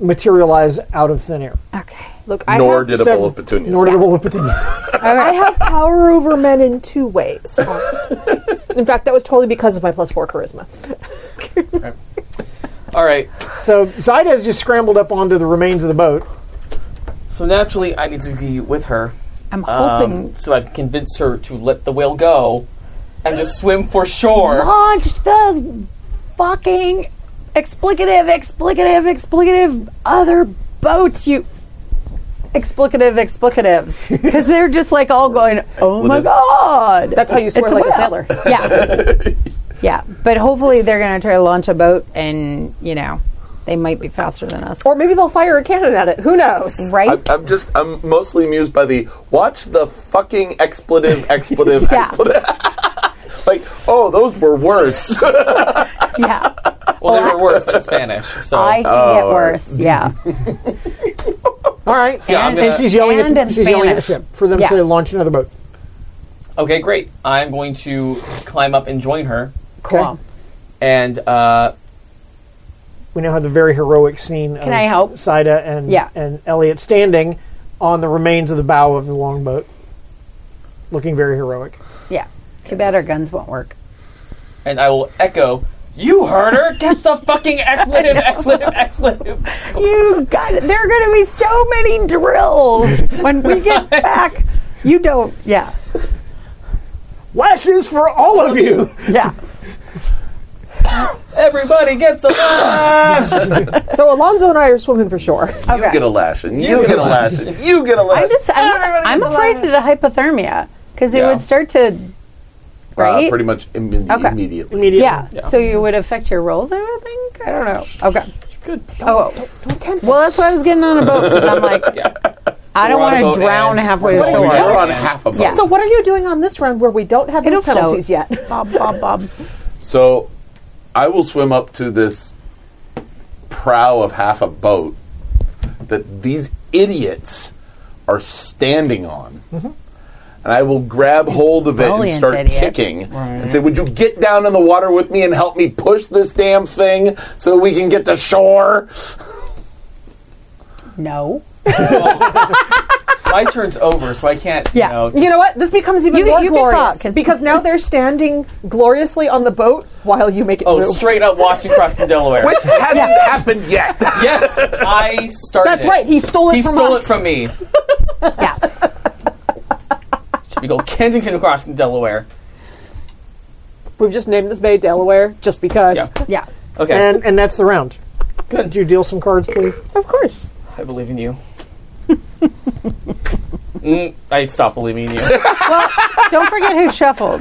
Speaker 2: materialize out of thin air.
Speaker 3: okay
Speaker 5: Look, I
Speaker 4: nor
Speaker 5: have,
Speaker 4: did a
Speaker 2: Seven-
Speaker 4: bowl of petunias.
Speaker 2: Nor did a bowl of petunias.
Speaker 5: I have power over men in two ways. in fact, that was totally because of my plus four charisma.
Speaker 6: All right.
Speaker 2: so Zaida has just scrambled up onto the remains of the boat.
Speaker 6: So naturally, I need to be with her.
Speaker 3: i'm
Speaker 6: Um,
Speaker 3: hoping
Speaker 6: so I convince her to let the whale go and just swim for shore.
Speaker 3: launch the fucking explicative, explicative, explicative other boats, you explicative explicatives. Because they're just like all going, oh my
Speaker 4: Expletives.
Speaker 3: God.
Speaker 5: That's how you swear like a sailor.
Speaker 3: Yeah. yeah. But hopefully they're going to try to launch a boat and, you know, they might be faster than us.
Speaker 5: Or maybe they'll fire a cannon at it. Who knows?
Speaker 3: Right?
Speaker 4: I'm, I'm just, I'm mostly amused by the watch the fucking expletive, expletive,
Speaker 3: Yeah.
Speaker 4: expletive. like, oh, those were worse.
Speaker 3: yeah.
Speaker 6: Well, they were worse, but in Spanish. So
Speaker 3: I can get worse. Yeah.
Speaker 2: All right,
Speaker 6: Yeah,
Speaker 2: and,
Speaker 6: I'm gonna-
Speaker 2: she's yelling at
Speaker 3: And
Speaker 2: the,
Speaker 3: in
Speaker 2: she's yelling at the
Speaker 3: Spanish.
Speaker 2: ship for them
Speaker 3: Yeah.
Speaker 2: to launch another boat.
Speaker 6: Okay, great. I'm going to climb up and join her,
Speaker 7: Cool.
Speaker 6: and uh,
Speaker 2: We now have the very heroic scene of
Speaker 7: I help?
Speaker 2: Saida and,
Speaker 7: Yeah.
Speaker 2: and Elliot standing on the remains of the bow of the longboat, looking very heroic.
Speaker 7: Yeah. Too bad our guns won't work.
Speaker 6: and I will echo. You heard her. Get the fucking expletive, expletive, expletive.
Speaker 3: You got it. There are going to be so many drills when we get back. You don't. Yeah.
Speaker 2: Lashes for all of you!
Speaker 3: Yeah.
Speaker 6: Everybody gets a lash.
Speaker 5: So Alonzo and I are swimming for shore.
Speaker 4: You get a lash, and you get a lash, and you get a lash.
Speaker 3: I'm just. I'm, I'm afraid of the hypothermia because it
Speaker 4: Yeah.
Speaker 3: would start to. Right.
Speaker 4: uh, pretty much imme-
Speaker 3: Okay.
Speaker 4: immediately.
Speaker 2: Immediately.
Speaker 3: yeah. So you would affect your rolls. I would think. I don't know. Okay.
Speaker 6: Good.
Speaker 3: Oh. well, that's why I was getting on a boat because I'm like, I don't
Speaker 6: we're on
Speaker 3: want
Speaker 6: a boat
Speaker 3: to drown
Speaker 6: and-
Speaker 3: halfway to
Speaker 6: But
Speaker 4: We're
Speaker 6: Sure.
Speaker 3: shore.
Speaker 4: on half of them.
Speaker 3: Yeah.
Speaker 5: So what are you doing on this round where we don't have
Speaker 3: It'll
Speaker 5: those penalties
Speaker 3: float.
Speaker 5: yet?
Speaker 3: Bob, Bob, Bob.
Speaker 4: So I will swim up to this prow of half a boat that these idiots are standing on. And I will grab hold of it and
Speaker 3: Brilliant
Speaker 4: start
Speaker 3: idiots.
Speaker 4: kicking and say, Would you get down in the water with me and help me push this damn thing so we can get to shore?
Speaker 7: No.
Speaker 6: My turn's over, so I can't.
Speaker 3: Yeah.
Speaker 6: You know,
Speaker 5: You know what? This becomes even
Speaker 3: You-
Speaker 5: more
Speaker 3: you can
Speaker 5: glorious
Speaker 3: talk.
Speaker 5: because now they're standing gloriously on the boat while you make it
Speaker 6: Oh,
Speaker 5: through.
Speaker 6: straight up watching across the Delaware.
Speaker 4: Which hasn't happened yet.
Speaker 6: Yes, I started.
Speaker 5: That's
Speaker 6: it.
Speaker 5: right. He stole it
Speaker 6: He
Speaker 5: from
Speaker 6: stole
Speaker 5: us.
Speaker 6: it from me.
Speaker 3: Yeah.
Speaker 6: We go Kensington across the Delaware.
Speaker 5: We've just named this bay Delaware just because.
Speaker 6: Yeah.
Speaker 3: Yeah.
Speaker 6: Okay.
Speaker 2: And, and that's the round. Could you deal some cards, please?
Speaker 5: Of course.
Speaker 6: I believe in you. Mm, I stopped believing in you.
Speaker 3: Don't forget who shuffled.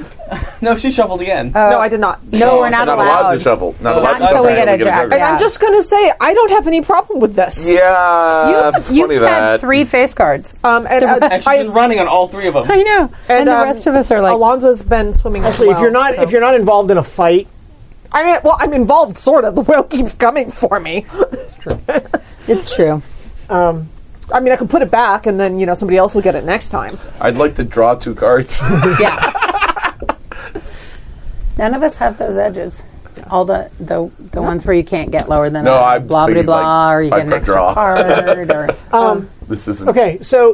Speaker 6: no, she shuffled again.
Speaker 3: Oh.
Speaker 2: Uh,
Speaker 5: no, I did not.
Speaker 3: No, we're not,
Speaker 4: Not allowed to shovel. Not allowed to
Speaker 3: until
Speaker 4: shovel.
Speaker 3: we get a
Speaker 4: until
Speaker 3: jack.
Speaker 5: And
Speaker 3: Yeah.
Speaker 5: I'm just going to say, I don't have any problem with this.
Speaker 4: Yeah, funny
Speaker 3: You've had
Speaker 4: that.
Speaker 3: three face cards.
Speaker 5: Um, and uh,
Speaker 6: and she's
Speaker 5: I,
Speaker 6: been running on all three of them.
Speaker 3: Oh, I know. And, the
Speaker 5: um,
Speaker 3: rest of us are like,
Speaker 5: Alonzo's been swimming. as
Speaker 2: Actually, if
Speaker 5: well,
Speaker 2: you're not
Speaker 5: so-
Speaker 2: if you're not involved in a fight,
Speaker 5: I mean, well, I'm involved, sort of. The whale keeps coming for me.
Speaker 3: it's true.
Speaker 5: I mean, I could put it back, and then you know somebody else will get it next time.
Speaker 4: I'd like to draw two cards.
Speaker 3: Yeah. None of us have those edges. All the the, the ones where you can't get lower than
Speaker 4: No,
Speaker 3: a
Speaker 4: I'm
Speaker 3: blah blah
Speaker 4: thinking,
Speaker 3: blah,
Speaker 4: like,
Speaker 3: or you
Speaker 4: five
Speaker 3: get an
Speaker 4: card
Speaker 3: extra
Speaker 4: draw.
Speaker 3: card, or
Speaker 5: Um,
Speaker 2: um,
Speaker 4: this isn't
Speaker 2: okay. So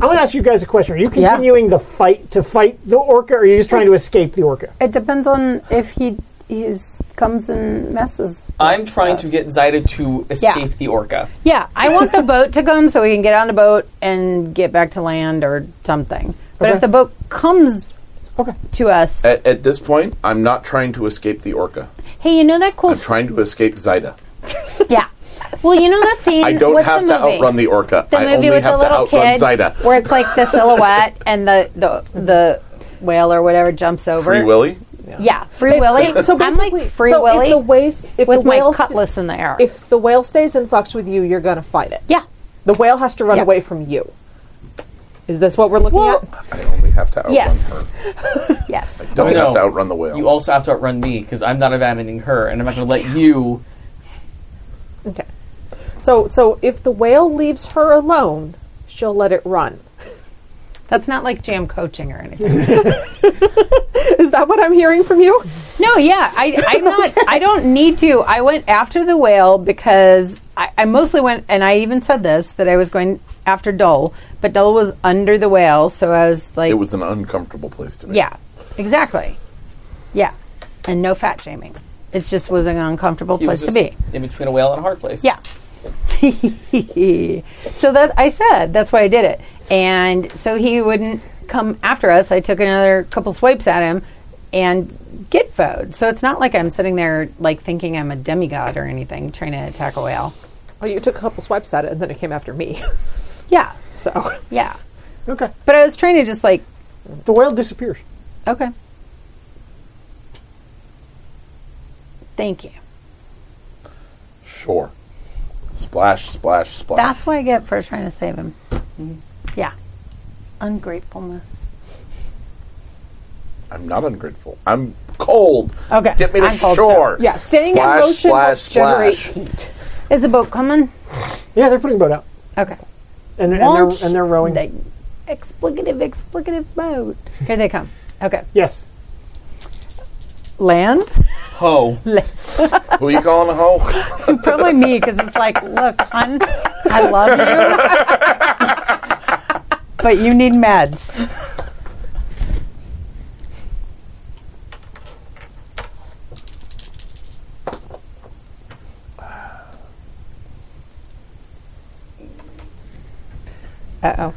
Speaker 2: I'm going to ask you guys a question. Are you
Speaker 3: Yeah.
Speaker 2: continuing the fight to fight the orca, or are you just trying to escape the orca?
Speaker 3: it depends on if he he's comes and messes. with
Speaker 6: I'm trying to
Speaker 3: us.
Speaker 6: get Zaida to escape the orca.
Speaker 3: Yeah, I want the boat to come so we can get on the boat and get back to land or something. But
Speaker 2: Okay.
Speaker 3: if the boat comes to us,
Speaker 4: At, at this point, I'm not trying to escape the orca.
Speaker 3: hey, you know that cool?
Speaker 4: I'm trying to escape Zaida.
Speaker 3: yeah. Well, you know that scene.
Speaker 4: I don't
Speaker 3: what's
Speaker 4: have
Speaker 3: the
Speaker 4: to
Speaker 3: movie?
Speaker 4: outrun the orca.
Speaker 3: the
Speaker 4: I
Speaker 3: movie
Speaker 4: only
Speaker 3: with
Speaker 4: have
Speaker 3: the
Speaker 4: to
Speaker 3: little
Speaker 4: outrun
Speaker 3: kid
Speaker 4: Zaida.
Speaker 3: where it's like the silhouette and the the the whale or whatever jumps over.
Speaker 4: Free Willy?
Speaker 3: Yeah, Free Willy.
Speaker 5: So
Speaker 3: I'm
Speaker 5: basically-
Speaker 3: like Free
Speaker 5: so
Speaker 3: Willy
Speaker 5: If the waist, if
Speaker 3: with
Speaker 5: the whale
Speaker 3: my cutlass in the air.
Speaker 5: if the whale stays in flux with you, you're going to fight it.
Speaker 3: yeah,
Speaker 5: The whale has to run
Speaker 3: Yeah.
Speaker 5: away from you. Is this what we're looking
Speaker 3: Well-
Speaker 5: at?
Speaker 4: I only have to outrun
Speaker 3: Yes.
Speaker 4: her.
Speaker 3: yes.
Speaker 4: Don't
Speaker 6: No.
Speaker 4: have to outrun the whale.
Speaker 6: You also have to outrun me because I'm not abandoning her, and I'm not going to let you.
Speaker 5: Okay. So, so if the whale leaves her alone, she'll let it run.
Speaker 3: That's not like jam coaching or anything.
Speaker 5: Is that what I'm hearing from you?
Speaker 3: no, yeah, I, I'm not. I don't need to. I went after the whale because I, I mostly went, and I even said this that I was going after Dole, but Dole was under the whale, so I was like,
Speaker 4: it was an uncomfortable place to be.
Speaker 3: Yeah, exactly. Yeah, and no fat shaming. It just was an uncomfortable
Speaker 6: He was
Speaker 3: place to
Speaker 6: just
Speaker 3: be.
Speaker 6: in between a whale and a hard place.
Speaker 3: Yeah. so that I said that's why I did it, and so he wouldn't come after us. I took another couple swipes at him and get foed. So it's not like I'm sitting there like thinking I'm a demigod or anything, trying to attack a whale.
Speaker 5: Well, you took a couple swipes at it, and then it came after me.
Speaker 3: Yeah,
Speaker 5: So,
Speaker 3: yeah.
Speaker 2: Okay.
Speaker 3: But I was trying to just like
Speaker 2: The whale disappears.
Speaker 3: okay. Thank you.
Speaker 4: Sure. Splash, splash, splash.
Speaker 3: That's what I get for trying to save him. Yeah. Mm-hmm. Ungratefulness.
Speaker 4: I'm not ungrateful. I'm cold.
Speaker 3: Okay,
Speaker 4: Get me to
Speaker 3: I'm cold, too.
Speaker 4: shore.
Speaker 5: yeah, staying
Speaker 4: splash,
Speaker 5: in motion will
Speaker 4: Splash,
Speaker 5: generate
Speaker 4: splash,
Speaker 5: heat.
Speaker 3: Is the boat coming?
Speaker 2: Yeah, they're putting boat out,
Speaker 3: Okay.
Speaker 2: and they're and they're, and they're rowing.
Speaker 3: They- explicative, explicative mode. Here they come. Okay.
Speaker 2: Yes.
Speaker 3: Land?
Speaker 6: Ho.
Speaker 4: Who you calling a hoe?
Speaker 3: Probably me, because it's like, look, hun, I love you, but you need meds. Uh oh.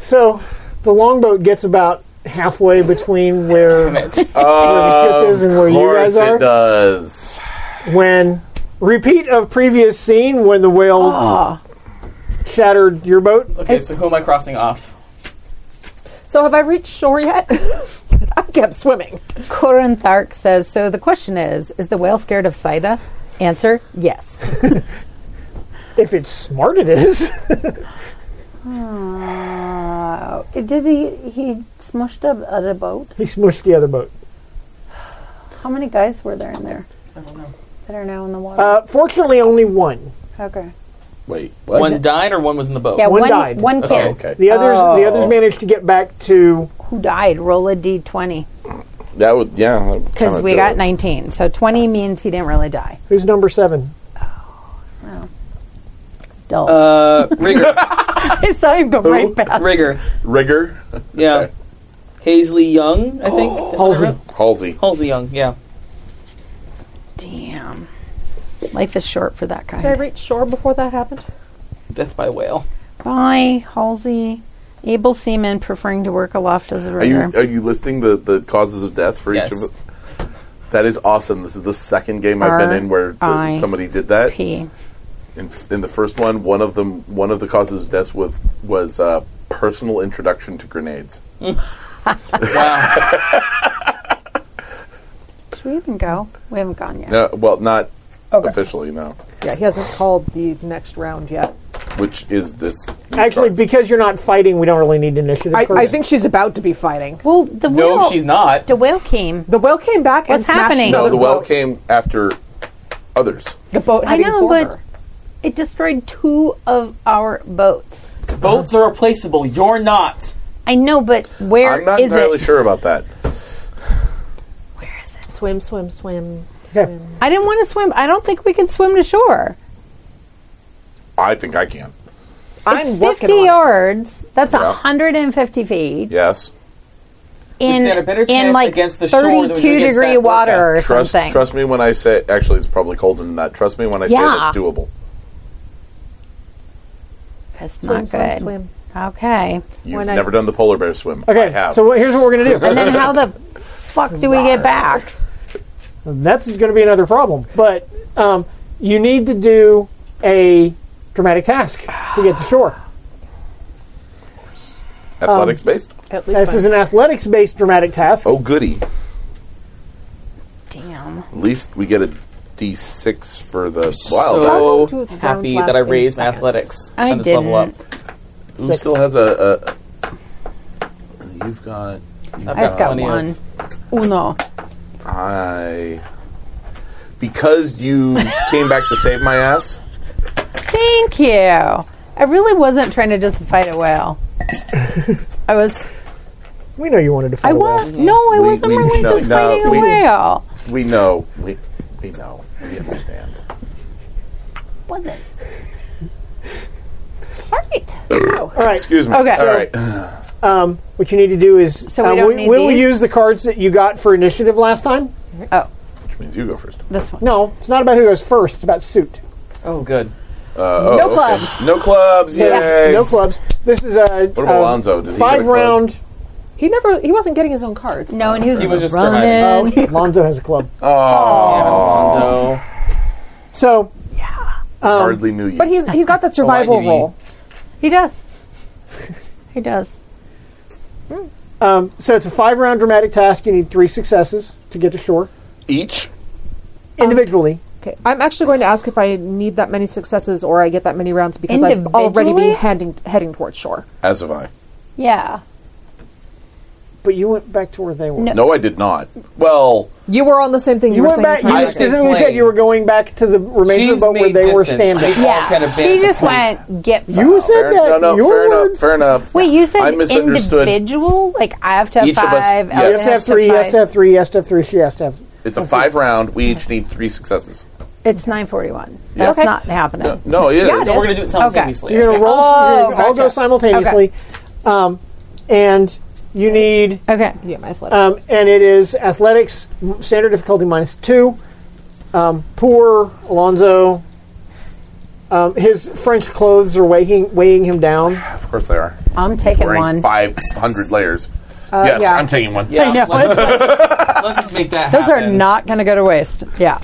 Speaker 2: So the longboat gets about halfway between where, where
Speaker 4: Uh,
Speaker 2: the ship is and where
Speaker 4: Of
Speaker 2: you
Speaker 4: course
Speaker 2: guys
Speaker 4: it
Speaker 2: are.
Speaker 4: does.
Speaker 2: When repeat of previous scene when the whale
Speaker 5: Ah.
Speaker 2: shattered your boat.
Speaker 6: Okay, so who am I crossing off?
Speaker 5: So have I reached shore yet? 'Cause I kept swimming.
Speaker 3: Corin Thark says, so the question is, is the whale scared of Saida? Answer, yes.
Speaker 2: If it's smart, it is.
Speaker 3: Uh, did he, he smushed a, a boat?
Speaker 2: he smushed the other boat.
Speaker 3: How many guys were there in there
Speaker 6: I don't know.
Speaker 3: that are now in the water?
Speaker 2: Uh, fortunately, only one.
Speaker 3: okay.
Speaker 4: Wait, what?
Speaker 6: One died or one was in the boat?
Speaker 3: Yeah,
Speaker 2: one
Speaker 3: one
Speaker 2: died.
Speaker 3: one
Speaker 4: Oh,
Speaker 3: can.
Speaker 4: okay.
Speaker 2: The others, the
Speaker 3: Oh.
Speaker 2: others managed to get back to.
Speaker 3: Who died? Roll a d20
Speaker 4: That would, yeah. that would
Speaker 3: because
Speaker 4: kinda
Speaker 3: we
Speaker 4: do
Speaker 3: got
Speaker 4: it.
Speaker 3: 19. So 20 means he didn't really die.
Speaker 2: Who's number seven?
Speaker 3: Dull.
Speaker 6: Uh, rigor.
Speaker 3: I saw him go right back.
Speaker 6: rigor.
Speaker 4: Rigor,
Speaker 6: Yeah.
Speaker 4: Okay.
Speaker 6: Halsey Young, I think. is what I
Speaker 2: Halsey.
Speaker 6: wrote.
Speaker 4: Halsey.
Speaker 6: Halsey Young, yeah.
Speaker 3: Damn. Life is short for that
Speaker 5: Did I
Speaker 3: kind.
Speaker 5: reach shore before that happened?
Speaker 6: Death by whale.
Speaker 3: Bye, Halsey. Able seaman preferring to work aloft as a
Speaker 4: Are you
Speaker 3: rigger.
Speaker 4: are you listing the, the causes of death for each
Speaker 6: Yes.
Speaker 4: of them? That is awesome. This is the second game I've been in where the,
Speaker 3: R.I.P..
Speaker 4: somebody did that.
Speaker 3: P.
Speaker 4: In, in the first one, one of them, one of the causes of death was was uh, personal introduction to grenades.
Speaker 6: Wow.
Speaker 3: Should we even go? We haven't gone yet.
Speaker 4: No, Uh, well, not officially, no.
Speaker 5: Yeah, he hasn't called the next round yet.
Speaker 4: Which is this? these
Speaker 2: Actually,
Speaker 4: cards.
Speaker 2: because you're not fighting, we don't really need initiative.
Speaker 5: I, I
Speaker 2: correct?
Speaker 5: think she's about to be fighting.
Speaker 3: Well, the
Speaker 6: no,
Speaker 3: whale.
Speaker 6: she's not.
Speaker 3: The whale came.
Speaker 5: The whale came back and
Speaker 3: What's
Speaker 5: smashed
Speaker 3: happening?
Speaker 5: another
Speaker 4: no, the well
Speaker 5: boat.
Speaker 4: came after others.
Speaker 5: The boat
Speaker 3: I
Speaker 5: heading
Speaker 3: know,
Speaker 5: for
Speaker 3: but
Speaker 5: her.
Speaker 3: It destroyed two of our boats.
Speaker 2: Uh-huh.
Speaker 6: Boats are replaceable. You're not.
Speaker 3: I know, but where is
Speaker 4: I'm not entirely
Speaker 3: it?
Speaker 4: sure about that.
Speaker 3: Where is it?
Speaker 5: swim, swim, swim.
Speaker 2: Okay.
Speaker 3: I didn't want to swim. I don't think we can swim to shore.
Speaker 4: I think I can.
Speaker 5: I'm
Speaker 3: It's
Speaker 5: working
Speaker 3: 50
Speaker 5: on it.
Speaker 3: yards. That's
Speaker 4: Yeah.
Speaker 3: 150 feet.
Speaker 4: Yes.
Speaker 3: In,
Speaker 6: stand a better
Speaker 3: in
Speaker 6: chance
Speaker 3: like
Speaker 6: against the shore than we do
Speaker 3: 32
Speaker 6: against
Speaker 3: degree
Speaker 6: that
Speaker 3: water
Speaker 6: water.
Speaker 3: or
Speaker 4: Trust
Speaker 3: something.
Speaker 4: trust me when I say. Actually, it's probably colder than that. Trust me when I
Speaker 3: Yeah.
Speaker 4: say that's doable.
Speaker 3: That's
Speaker 5: Swim,
Speaker 3: not
Speaker 5: swim,
Speaker 3: good.
Speaker 5: swim.
Speaker 3: Okay.
Speaker 4: You've
Speaker 5: When I-
Speaker 4: never done the polar bear swim. I
Speaker 2: Okay.
Speaker 4: have.
Speaker 2: So here's what we're gonna do.
Speaker 3: And then how the fuck do we get back?
Speaker 2: That's going to be another problem. But um, you need to do a dramatic task to get to shore. um,
Speaker 4: Athletics based?
Speaker 5: At least
Speaker 2: This
Speaker 5: mine.
Speaker 2: is an athletics-based dramatic task.
Speaker 4: Oh, goody.
Speaker 3: Damn.
Speaker 4: At least we get a d6 for the wild. So,
Speaker 5: Wow,
Speaker 6: So
Speaker 5: that- Two
Speaker 6: happy
Speaker 5: rounds
Speaker 6: that I
Speaker 5: last in
Speaker 6: raised my
Speaker 5: seconds.
Speaker 6: athletics
Speaker 3: I
Speaker 6: on this level up.
Speaker 4: Who still has a. a you've got. You've
Speaker 3: I just got
Speaker 6: Plenty of-
Speaker 3: one. Uno.
Speaker 4: I. Because you came back to save my ass,
Speaker 3: Thank you. I really wasn't trying to just fight a whale. I was.
Speaker 2: We know you wanted to fight
Speaker 3: I
Speaker 2: a whale.
Speaker 3: was. No, I
Speaker 4: We-
Speaker 3: wasn't
Speaker 4: we-
Speaker 3: really
Speaker 4: no,
Speaker 3: just
Speaker 4: no,
Speaker 3: fighting a
Speaker 4: we-
Speaker 3: whale.
Speaker 4: we know. We, we know. We understand.
Speaker 3: Was it? All right.
Speaker 2: All right.
Speaker 4: Excuse me.
Speaker 3: Okay.
Speaker 4: All right.
Speaker 2: What you need to do is uh,
Speaker 3: So we don't
Speaker 2: we,
Speaker 3: need
Speaker 2: will
Speaker 3: these?
Speaker 2: use the cards that you got for initiative last time.
Speaker 3: Oh,
Speaker 4: Which means you go first.
Speaker 3: this one.
Speaker 2: No, it's not about who goes first. It's about suit.
Speaker 6: Oh, good.
Speaker 3: Oh,
Speaker 4: no
Speaker 3: clubs.
Speaker 4: No clubs. Yay.
Speaker 2: No clubs. This is a,
Speaker 4: What
Speaker 2: a
Speaker 4: about Alonzo? Did he get a club?
Speaker 2: five round.
Speaker 5: He never. He wasn't getting his own cards.
Speaker 3: No, and he was,
Speaker 6: He was just
Speaker 2: Oh.
Speaker 3: running.
Speaker 2: Alonzo has a club.
Speaker 4: Oh,
Speaker 6: Damn it, Alonzo.
Speaker 2: So Um,
Speaker 4: hardly knew you.
Speaker 5: But he's he's got that survival
Speaker 6: Oh, I knew
Speaker 5: roll.
Speaker 3: He does. He does.
Speaker 2: Um, so it's a five round dramatic task. You need three successes to get to shore
Speaker 4: Each?
Speaker 2: individually.
Speaker 5: Okay, I'm actually going to ask if I need that many successes or I get that many rounds because I've already
Speaker 3: Individually?
Speaker 5: been heading heading towards shore.
Speaker 4: As have I.
Speaker 3: Yeah.
Speaker 2: But you went back to where they were.
Speaker 3: No.
Speaker 4: No, I did not. Well,
Speaker 5: You were on the same thing. You,
Speaker 2: You
Speaker 5: were
Speaker 2: went
Speaker 5: saying
Speaker 2: back.
Speaker 5: trying
Speaker 2: You,
Speaker 5: to
Speaker 6: said
Speaker 2: isn't we said
Speaker 6: plane.
Speaker 2: you were going back to the remains of
Speaker 6: She's
Speaker 2: the boat where
Speaker 6: made
Speaker 2: they were
Speaker 6: distance.
Speaker 2: standing?
Speaker 6: They all kind of
Speaker 3: she
Speaker 6: bent
Speaker 3: just
Speaker 6: the plane.
Speaker 3: went get.
Speaker 2: You
Speaker 3: fucked.
Speaker 2: said
Speaker 4: fair,
Speaker 2: that.
Speaker 4: no, no,
Speaker 2: your
Speaker 4: fair
Speaker 2: words.
Speaker 4: enough. Fair enough.
Speaker 3: Wait, you said
Speaker 4: I misunderstood.
Speaker 3: individual? Like I have to have
Speaker 4: Each of us-
Speaker 3: five.
Speaker 4: yes.
Speaker 2: You
Speaker 3: Ellen
Speaker 2: have to have three. He has to have three. He has to have three. She has to have.
Speaker 4: It's a five round. We each need three successes.
Speaker 3: It's nine forty-one. That's
Speaker 7: Okay.
Speaker 3: not happening.
Speaker 4: No, it
Speaker 3: Yeah,
Speaker 4: is.
Speaker 6: No, we're gonna do it simultaneously.
Speaker 2: You're gonna
Speaker 6: okay.
Speaker 2: roll.
Speaker 3: Oh,
Speaker 2: you're gonna all go
Speaker 3: gotcha.
Speaker 2: simultaneously, um, and you need.
Speaker 3: Okay.
Speaker 5: Yeah, my athletic.
Speaker 2: Um, and it is athletics m- standard difficulty minus two. Um, poor Alonzo. Um, his French clothes are weighing weighing him down.
Speaker 4: Of course they are.
Speaker 3: I'm taking
Speaker 4: Wearing
Speaker 3: one.
Speaker 4: five hundred layers. yes,
Speaker 3: yeah.
Speaker 4: I'm taking one.
Speaker 6: Yeah, Oh, Let's, let's- let's just make that
Speaker 3: Those are
Speaker 6: happen.
Speaker 3: not going to go to waste. Yeah.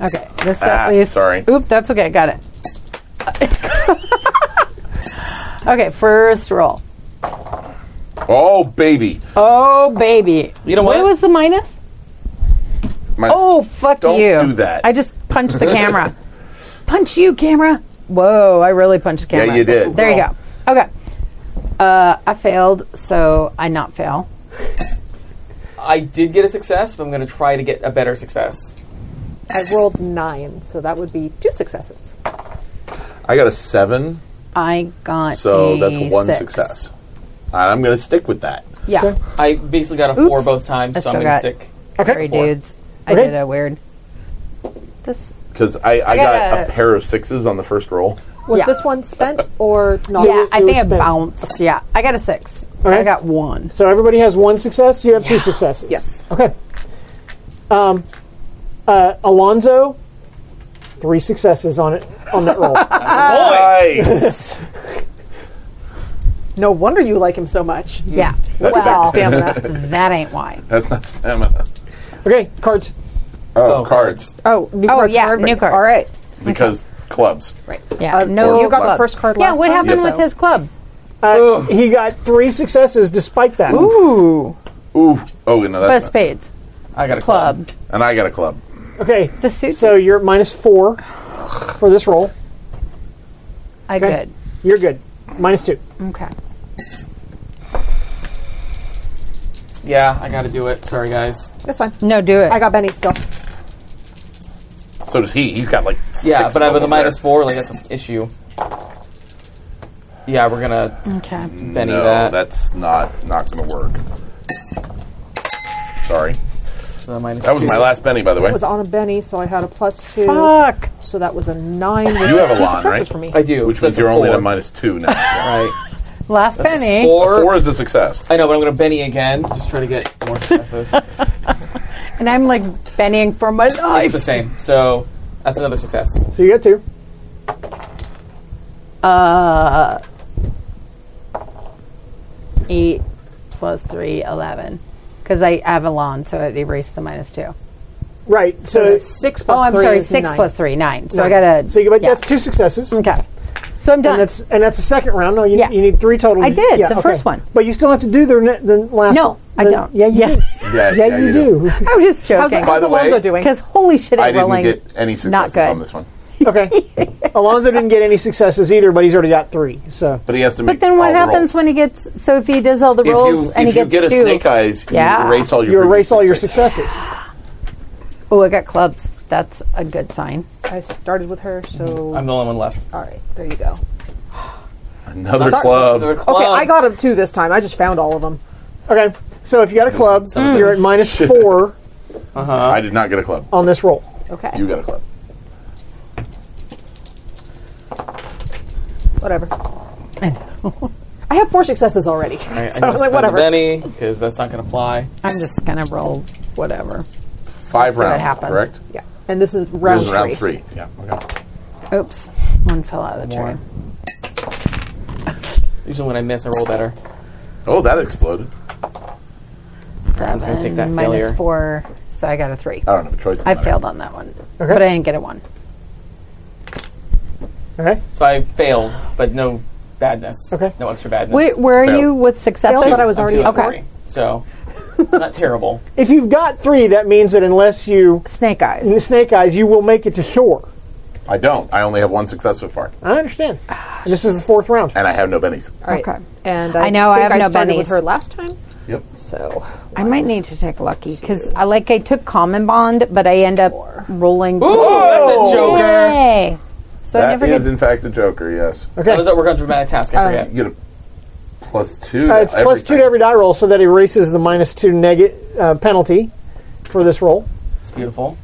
Speaker 3: Okay. This
Speaker 4: Ah,
Speaker 3: at least.
Speaker 4: sorry.
Speaker 3: Oop. That's okay. Got it. okay. First roll.
Speaker 4: Oh baby.
Speaker 3: Oh baby.
Speaker 6: You know what?
Speaker 3: was the minus?
Speaker 4: My-
Speaker 3: Oh fuck
Speaker 4: Don't
Speaker 3: you!
Speaker 4: do that.
Speaker 3: I just punched the camera. Punch you, camera. Whoa! I really punched the camera.
Speaker 4: you did.
Speaker 3: There you go. Okay. Uh, I failed, so I not fail.
Speaker 6: I did get a success, but I'm going to try to get a better success.
Speaker 5: I rolled nine, so that would be two successes.
Speaker 4: I got a seven,
Speaker 3: I got
Speaker 4: so
Speaker 3: a
Speaker 4: that's one
Speaker 3: six.
Speaker 4: success. And I'm gonna stick with that.
Speaker 3: Yeah.
Speaker 6: I basically got a four
Speaker 3: Oops.
Speaker 6: both times,
Speaker 3: I
Speaker 6: so
Speaker 3: still
Speaker 6: I'm going to
Speaker 3: got-
Speaker 6: stick.
Speaker 3: Sorry, dudes. I
Speaker 2: Okay.
Speaker 3: did a weird. This
Speaker 4: Because I, I, got,
Speaker 3: got
Speaker 4: a
Speaker 3: a-
Speaker 4: pair of sixes on the first roll.
Speaker 5: Was
Speaker 3: Yeah.
Speaker 5: this one spent or not?
Speaker 3: yeah, I
Speaker 2: it
Speaker 3: think
Speaker 2: was
Speaker 3: I
Speaker 2: spent.
Speaker 3: bounced. Yeah, I got a six. So
Speaker 2: Okay.
Speaker 3: I got one.
Speaker 2: So everybody has one success. You have two successes.
Speaker 5: Yes.
Speaker 2: Okay. Um, uh, Alonzo, three successes on it on that roll.
Speaker 4: Nice.
Speaker 5: No wonder you like him so much.
Speaker 3: Yeah.
Speaker 4: That
Speaker 3: well,
Speaker 4: makes
Speaker 5: Stamina.
Speaker 3: that ain't why.
Speaker 4: that's not stamina.
Speaker 2: okay, cards.
Speaker 4: Oh,
Speaker 6: Oh,
Speaker 4: cards
Speaker 5: oh, new
Speaker 3: Oh,
Speaker 5: cards.
Speaker 3: yeah,
Speaker 5: for everybody.
Speaker 3: new cards.
Speaker 5: All right.
Speaker 4: because clubs.
Speaker 3: Right. Yeah.
Speaker 5: Uh,
Speaker 3: no,
Speaker 5: so you got the
Speaker 3: club.
Speaker 5: first card
Speaker 3: Yeah.
Speaker 5: last
Speaker 3: What
Speaker 5: time?
Speaker 3: happened
Speaker 5: Yes.
Speaker 3: with his club?
Speaker 2: Uh, he got three successes despite that.
Speaker 3: Ooh.
Speaker 4: Ooh. Oh no,
Speaker 3: But
Speaker 4: that's not.
Speaker 3: spades.
Speaker 6: I got a club.
Speaker 3: Club.
Speaker 4: and I got a club.
Speaker 2: Okay.
Speaker 3: The suit.
Speaker 2: So you're at minus four for this roll.
Speaker 3: I
Speaker 2: Okay.
Speaker 3: good.
Speaker 2: You're good. Minus two.
Speaker 3: Okay.
Speaker 6: Yeah, I got to do it. Sorry, guys.
Speaker 5: That's fine.
Speaker 3: No, do it.
Speaker 5: I got Benny still.
Speaker 4: So does he? He's got like
Speaker 6: Yeah,
Speaker 4: Six
Speaker 6: but I have a
Speaker 4: doubles there.
Speaker 6: minus four. Like that's an issue. Yeah, we're gonna
Speaker 3: okay.
Speaker 6: Benny
Speaker 4: no,
Speaker 6: that.
Speaker 4: that's not not gonna work. Sorry,
Speaker 6: So minus
Speaker 4: that was
Speaker 6: two.
Speaker 4: my last penny, by the way.
Speaker 5: It was on a Benny, so I had a plus two.
Speaker 3: Fuck.
Speaker 5: So that was a nine. Which
Speaker 4: You
Speaker 5: was
Speaker 4: have a
Speaker 5: two
Speaker 4: lawn,
Speaker 5: successes
Speaker 4: right?
Speaker 5: for me.
Speaker 6: I do.
Speaker 4: Which
Speaker 6: so
Speaker 4: means
Speaker 6: that's a
Speaker 4: you're only at
Speaker 6: four.
Speaker 4: a minus two now.
Speaker 6: Right.
Speaker 3: Last penny.
Speaker 6: Four.
Speaker 4: Four is a success.
Speaker 6: I know, but I'm going to Benny again. Just try to get more successes.
Speaker 3: And I'm like bennying for my
Speaker 6: it's
Speaker 3: life.
Speaker 6: the same. So that's another success.
Speaker 2: So you got two.
Speaker 3: Eight plus three, eleven. Because I have a lawn, so it erased the minus two.
Speaker 2: Right.
Speaker 5: So
Speaker 2: So
Speaker 5: it's six
Speaker 3: Oh,
Speaker 5: plus
Speaker 3: I'm
Speaker 5: three
Speaker 3: sorry.
Speaker 5: is
Speaker 3: Six
Speaker 5: nine.
Speaker 3: plus three, nine. So I
Speaker 2: Nine.
Speaker 3: got a.
Speaker 2: so you got
Speaker 3: yeah.
Speaker 2: that's two successes.
Speaker 3: Okay. So I'm done.
Speaker 2: And that's and that's the second round. No, you,
Speaker 3: Yeah.
Speaker 2: you need three total.
Speaker 3: I did, the first one.
Speaker 2: But you still have to do the ne- the last.
Speaker 3: No, I
Speaker 2: the-
Speaker 3: don't.
Speaker 2: Yeah, you
Speaker 3: Yes.
Speaker 2: do.
Speaker 4: Yeah,
Speaker 2: Yeah, you, do.
Speaker 3: I'm just joking.
Speaker 4: By the way,
Speaker 5: Alonzo doing?
Speaker 3: Because holy shit,
Speaker 4: I
Speaker 3: I'm
Speaker 4: didn't
Speaker 3: rolling.
Speaker 4: get any successes
Speaker 3: good.
Speaker 4: on this one.
Speaker 2: okay. Alonzo didn't get any successes either, but he's already got three. So
Speaker 4: But he has to.
Speaker 3: but then what happens when he gets? So if he does all the
Speaker 4: if
Speaker 3: rolls
Speaker 4: you
Speaker 3: and
Speaker 4: if
Speaker 3: he
Speaker 4: you
Speaker 3: gets
Speaker 4: get a
Speaker 3: two,
Speaker 4: snake eyes, you
Speaker 3: Yeah.
Speaker 4: erase all your
Speaker 2: you
Speaker 4: previous
Speaker 2: erase all your successes.
Speaker 3: oh, I got clubs. That's a good sign.
Speaker 5: I started with her, so.
Speaker 6: I'm the only one left.
Speaker 5: all right, there you go.
Speaker 4: Another
Speaker 5: Sorry.
Speaker 6: Another
Speaker 4: club.
Speaker 6: club.
Speaker 5: Okay, I got him two this time. I just found all of them.
Speaker 2: Okay. So if you got a club,
Speaker 6: Some-
Speaker 2: you're at minus four
Speaker 4: I did not get a club.
Speaker 2: on this roll.
Speaker 5: Okay,
Speaker 4: You got a club.
Speaker 5: whatever. I know. I have four successes already.
Speaker 6: All right, I'm
Speaker 5: so I
Speaker 6: gonna
Speaker 5: was
Speaker 6: spend
Speaker 5: like,
Speaker 6: the
Speaker 5: whatever.
Speaker 6: Benny, because that's not going to fly.
Speaker 3: I'm just gonna roll whatever.
Speaker 4: Five
Speaker 3: see what
Speaker 4: rounds,
Speaker 3: happens.
Speaker 4: correct?
Speaker 5: Yeah. And this is round,
Speaker 4: this is
Speaker 5: three.
Speaker 4: round three. Yeah. Okay.
Speaker 3: Oops, one fell out of the
Speaker 6: More.
Speaker 3: tree.
Speaker 6: Usually when I miss, I roll better.
Speaker 4: Oh, that exploded.
Speaker 3: Seven
Speaker 6: just gonna take that
Speaker 3: minus
Speaker 6: failure. Oh.
Speaker 3: four, so I got a three.
Speaker 4: I don't have a choice. in
Speaker 3: I
Speaker 4: the matter.
Speaker 3: failed on that one, but I didn't get a one.
Speaker 2: Okay.
Speaker 6: So I failed, but no badness.
Speaker 2: Okay.
Speaker 6: No extra badness.
Speaker 3: Wait, where are
Speaker 4: Failed.
Speaker 3: you with successes?
Speaker 5: Failed, but I was
Speaker 6: I'm
Speaker 5: already
Speaker 6: two out of
Speaker 3: Okay.
Speaker 6: three, So not terrible.
Speaker 2: If you've got three, that means that unless you
Speaker 3: Snake
Speaker 2: the
Speaker 3: eyes.
Speaker 2: snake eyes, you will make it to shore.
Speaker 4: I don't. I only have one success so far,
Speaker 2: I understand. And this is the fourth round.
Speaker 4: and I have no bennies.
Speaker 5: All right.
Speaker 3: Okay.
Speaker 5: And I,
Speaker 3: I know, I
Speaker 5: think
Speaker 3: have no
Speaker 5: started
Speaker 3: bennies.
Speaker 5: with her last time.
Speaker 4: Yep.
Speaker 5: So um,
Speaker 3: I might need to take lucky because I like I took common bond, but I end up rolling.
Speaker 6: Ooh, that's a joker.
Speaker 3: Yay. So I
Speaker 4: That
Speaker 3: never
Speaker 4: is,
Speaker 3: get.
Speaker 4: in fact, a joker. Yes.
Speaker 2: Okay.
Speaker 6: How does that work on dramatic task? I forget.
Speaker 4: You get a plus two.
Speaker 2: Uh, it's plus two to every die roll, so that erases the minus two neg- uh, penalty for this roll.
Speaker 6: It's beautiful.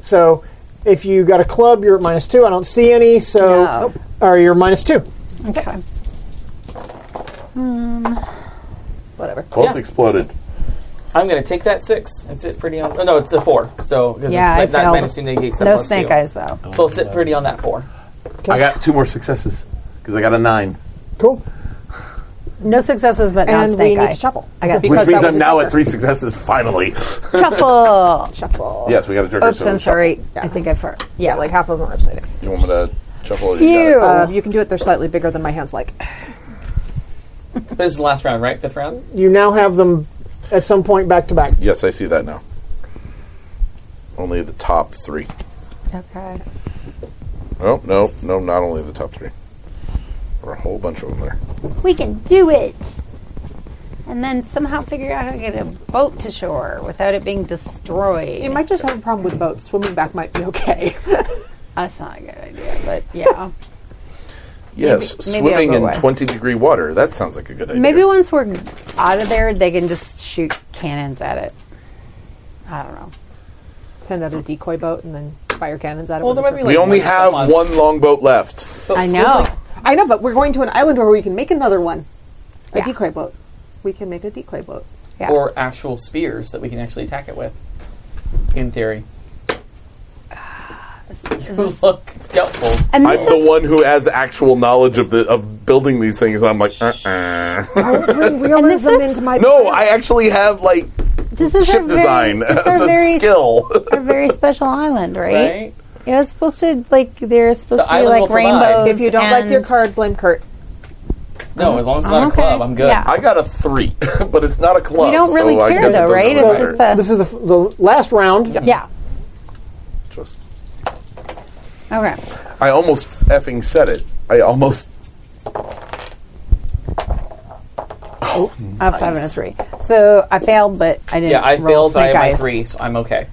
Speaker 2: So if you got a club, you're at minus two. I don't see any, so
Speaker 3: No.
Speaker 2: nope. or you're minus two.
Speaker 3: Okay.
Speaker 5: whatever.
Speaker 4: Both
Speaker 6: Yeah.
Speaker 4: exploded.
Speaker 6: I'm going to take that six and sit pretty on. Oh, no, it's a four. So because
Speaker 3: Yeah, I
Speaker 6: it's, that
Speaker 3: failed.
Speaker 6: minus two negates that
Speaker 3: No
Speaker 6: plus
Speaker 3: snake
Speaker 6: two.
Speaker 3: eyes though.
Speaker 5: Oh.
Speaker 6: So I'll sit pretty on that four.
Speaker 4: I got two more successes because I got a nine,
Speaker 2: Cool.
Speaker 3: No successes, but not
Speaker 5: And we
Speaker 3: snake
Speaker 5: need
Speaker 3: eye.
Speaker 5: to shuffle.
Speaker 3: I got
Speaker 5: Because
Speaker 4: which means
Speaker 5: that was
Speaker 4: I'm
Speaker 5: a
Speaker 4: now
Speaker 5: joker.
Speaker 4: at three successes. Finally.
Speaker 3: shuffle.
Speaker 5: Shuffle.
Speaker 4: yes, we got a joker.
Speaker 3: Oops,
Speaker 4: so
Speaker 3: I'm
Speaker 4: we
Speaker 3: sorry. I think I for
Speaker 5: Yeah, like half of them are upside down.
Speaker 4: shuffle. You want me to shuffle? Or
Speaker 3: Phew.
Speaker 4: You got it?
Speaker 5: Uh, you can do it. They're slightly bigger than my hands. Like
Speaker 6: This is the last round, right? Fifth round?
Speaker 2: You now have them at some point back to back.
Speaker 4: Yes, I see that now. Only the top three.
Speaker 3: Okay.
Speaker 4: Oh no, no, not only the top three. There are a whole bunch of them there.
Speaker 3: We can do it. And then somehow figure out how to get a boat to shore without it being destroyed.
Speaker 5: you might just have a problem with boats. Swimming back might be okay.
Speaker 3: That's not a good idea, but yeah.
Speaker 4: Yes,
Speaker 3: maybe I'll
Speaker 4: swimming
Speaker 3: go
Speaker 4: in
Speaker 3: away.
Speaker 4: 20 degree water. That sounds like a good idea.
Speaker 3: Maybe once we're out of there, they can just shoot cannons at it. I don't know.
Speaker 5: Send out a decoy boat and then fire cannons at it.
Speaker 6: Well,
Speaker 5: with a
Speaker 6: there might be,
Speaker 5: circle.
Speaker 4: we only
Speaker 6: like, once a
Speaker 4: have
Speaker 6: month.
Speaker 4: one longboat left.
Speaker 3: I know.
Speaker 5: I know, but we're going to an island where we can make another one. A decoy boat. We can make a decoy boat.
Speaker 3: Yeah.
Speaker 6: Or actual spears that we can actually attack it with, in theory. You look doubtful.
Speaker 3: and
Speaker 4: I'm
Speaker 3: this
Speaker 4: the one who has actual knowledge of the of building these things. And I'm like, uh-uh.
Speaker 5: Bring realism into my
Speaker 4: no, I actually have like
Speaker 3: this is
Speaker 4: ship
Speaker 3: our
Speaker 4: design
Speaker 3: Very, this
Speaker 4: as
Speaker 3: is
Speaker 4: a
Speaker 3: our very,
Speaker 4: skill.
Speaker 3: our very special island, right?
Speaker 6: Right?
Speaker 3: It was supposed to like they're supposed
Speaker 6: The
Speaker 3: to be
Speaker 6: island
Speaker 3: like
Speaker 6: will provide.
Speaker 3: rainbows.
Speaker 5: If you don't like your
Speaker 3: and-
Speaker 5: card, blame Kurt.
Speaker 6: No, as long as it's not
Speaker 3: okay.
Speaker 6: a club, I'm good.
Speaker 3: Yeah.
Speaker 4: I got a three, but it's not a club.
Speaker 3: We don't really
Speaker 4: so I
Speaker 3: care,
Speaker 4: guess it
Speaker 3: though,
Speaker 4: doesn't
Speaker 3: right?
Speaker 4: really
Speaker 3: It's
Speaker 4: matter.
Speaker 3: just the-
Speaker 2: This is the, f- the last round.
Speaker 3: yeah.
Speaker 4: Just-
Speaker 3: Okay.
Speaker 4: I almost effing said it. I almost.
Speaker 3: I have five and a three. So I failed, but I didn't.
Speaker 6: Yeah, I
Speaker 3: roll
Speaker 6: failed.
Speaker 3: Snake
Speaker 6: I have my
Speaker 3: eyes.
Speaker 6: three, so I'm okay.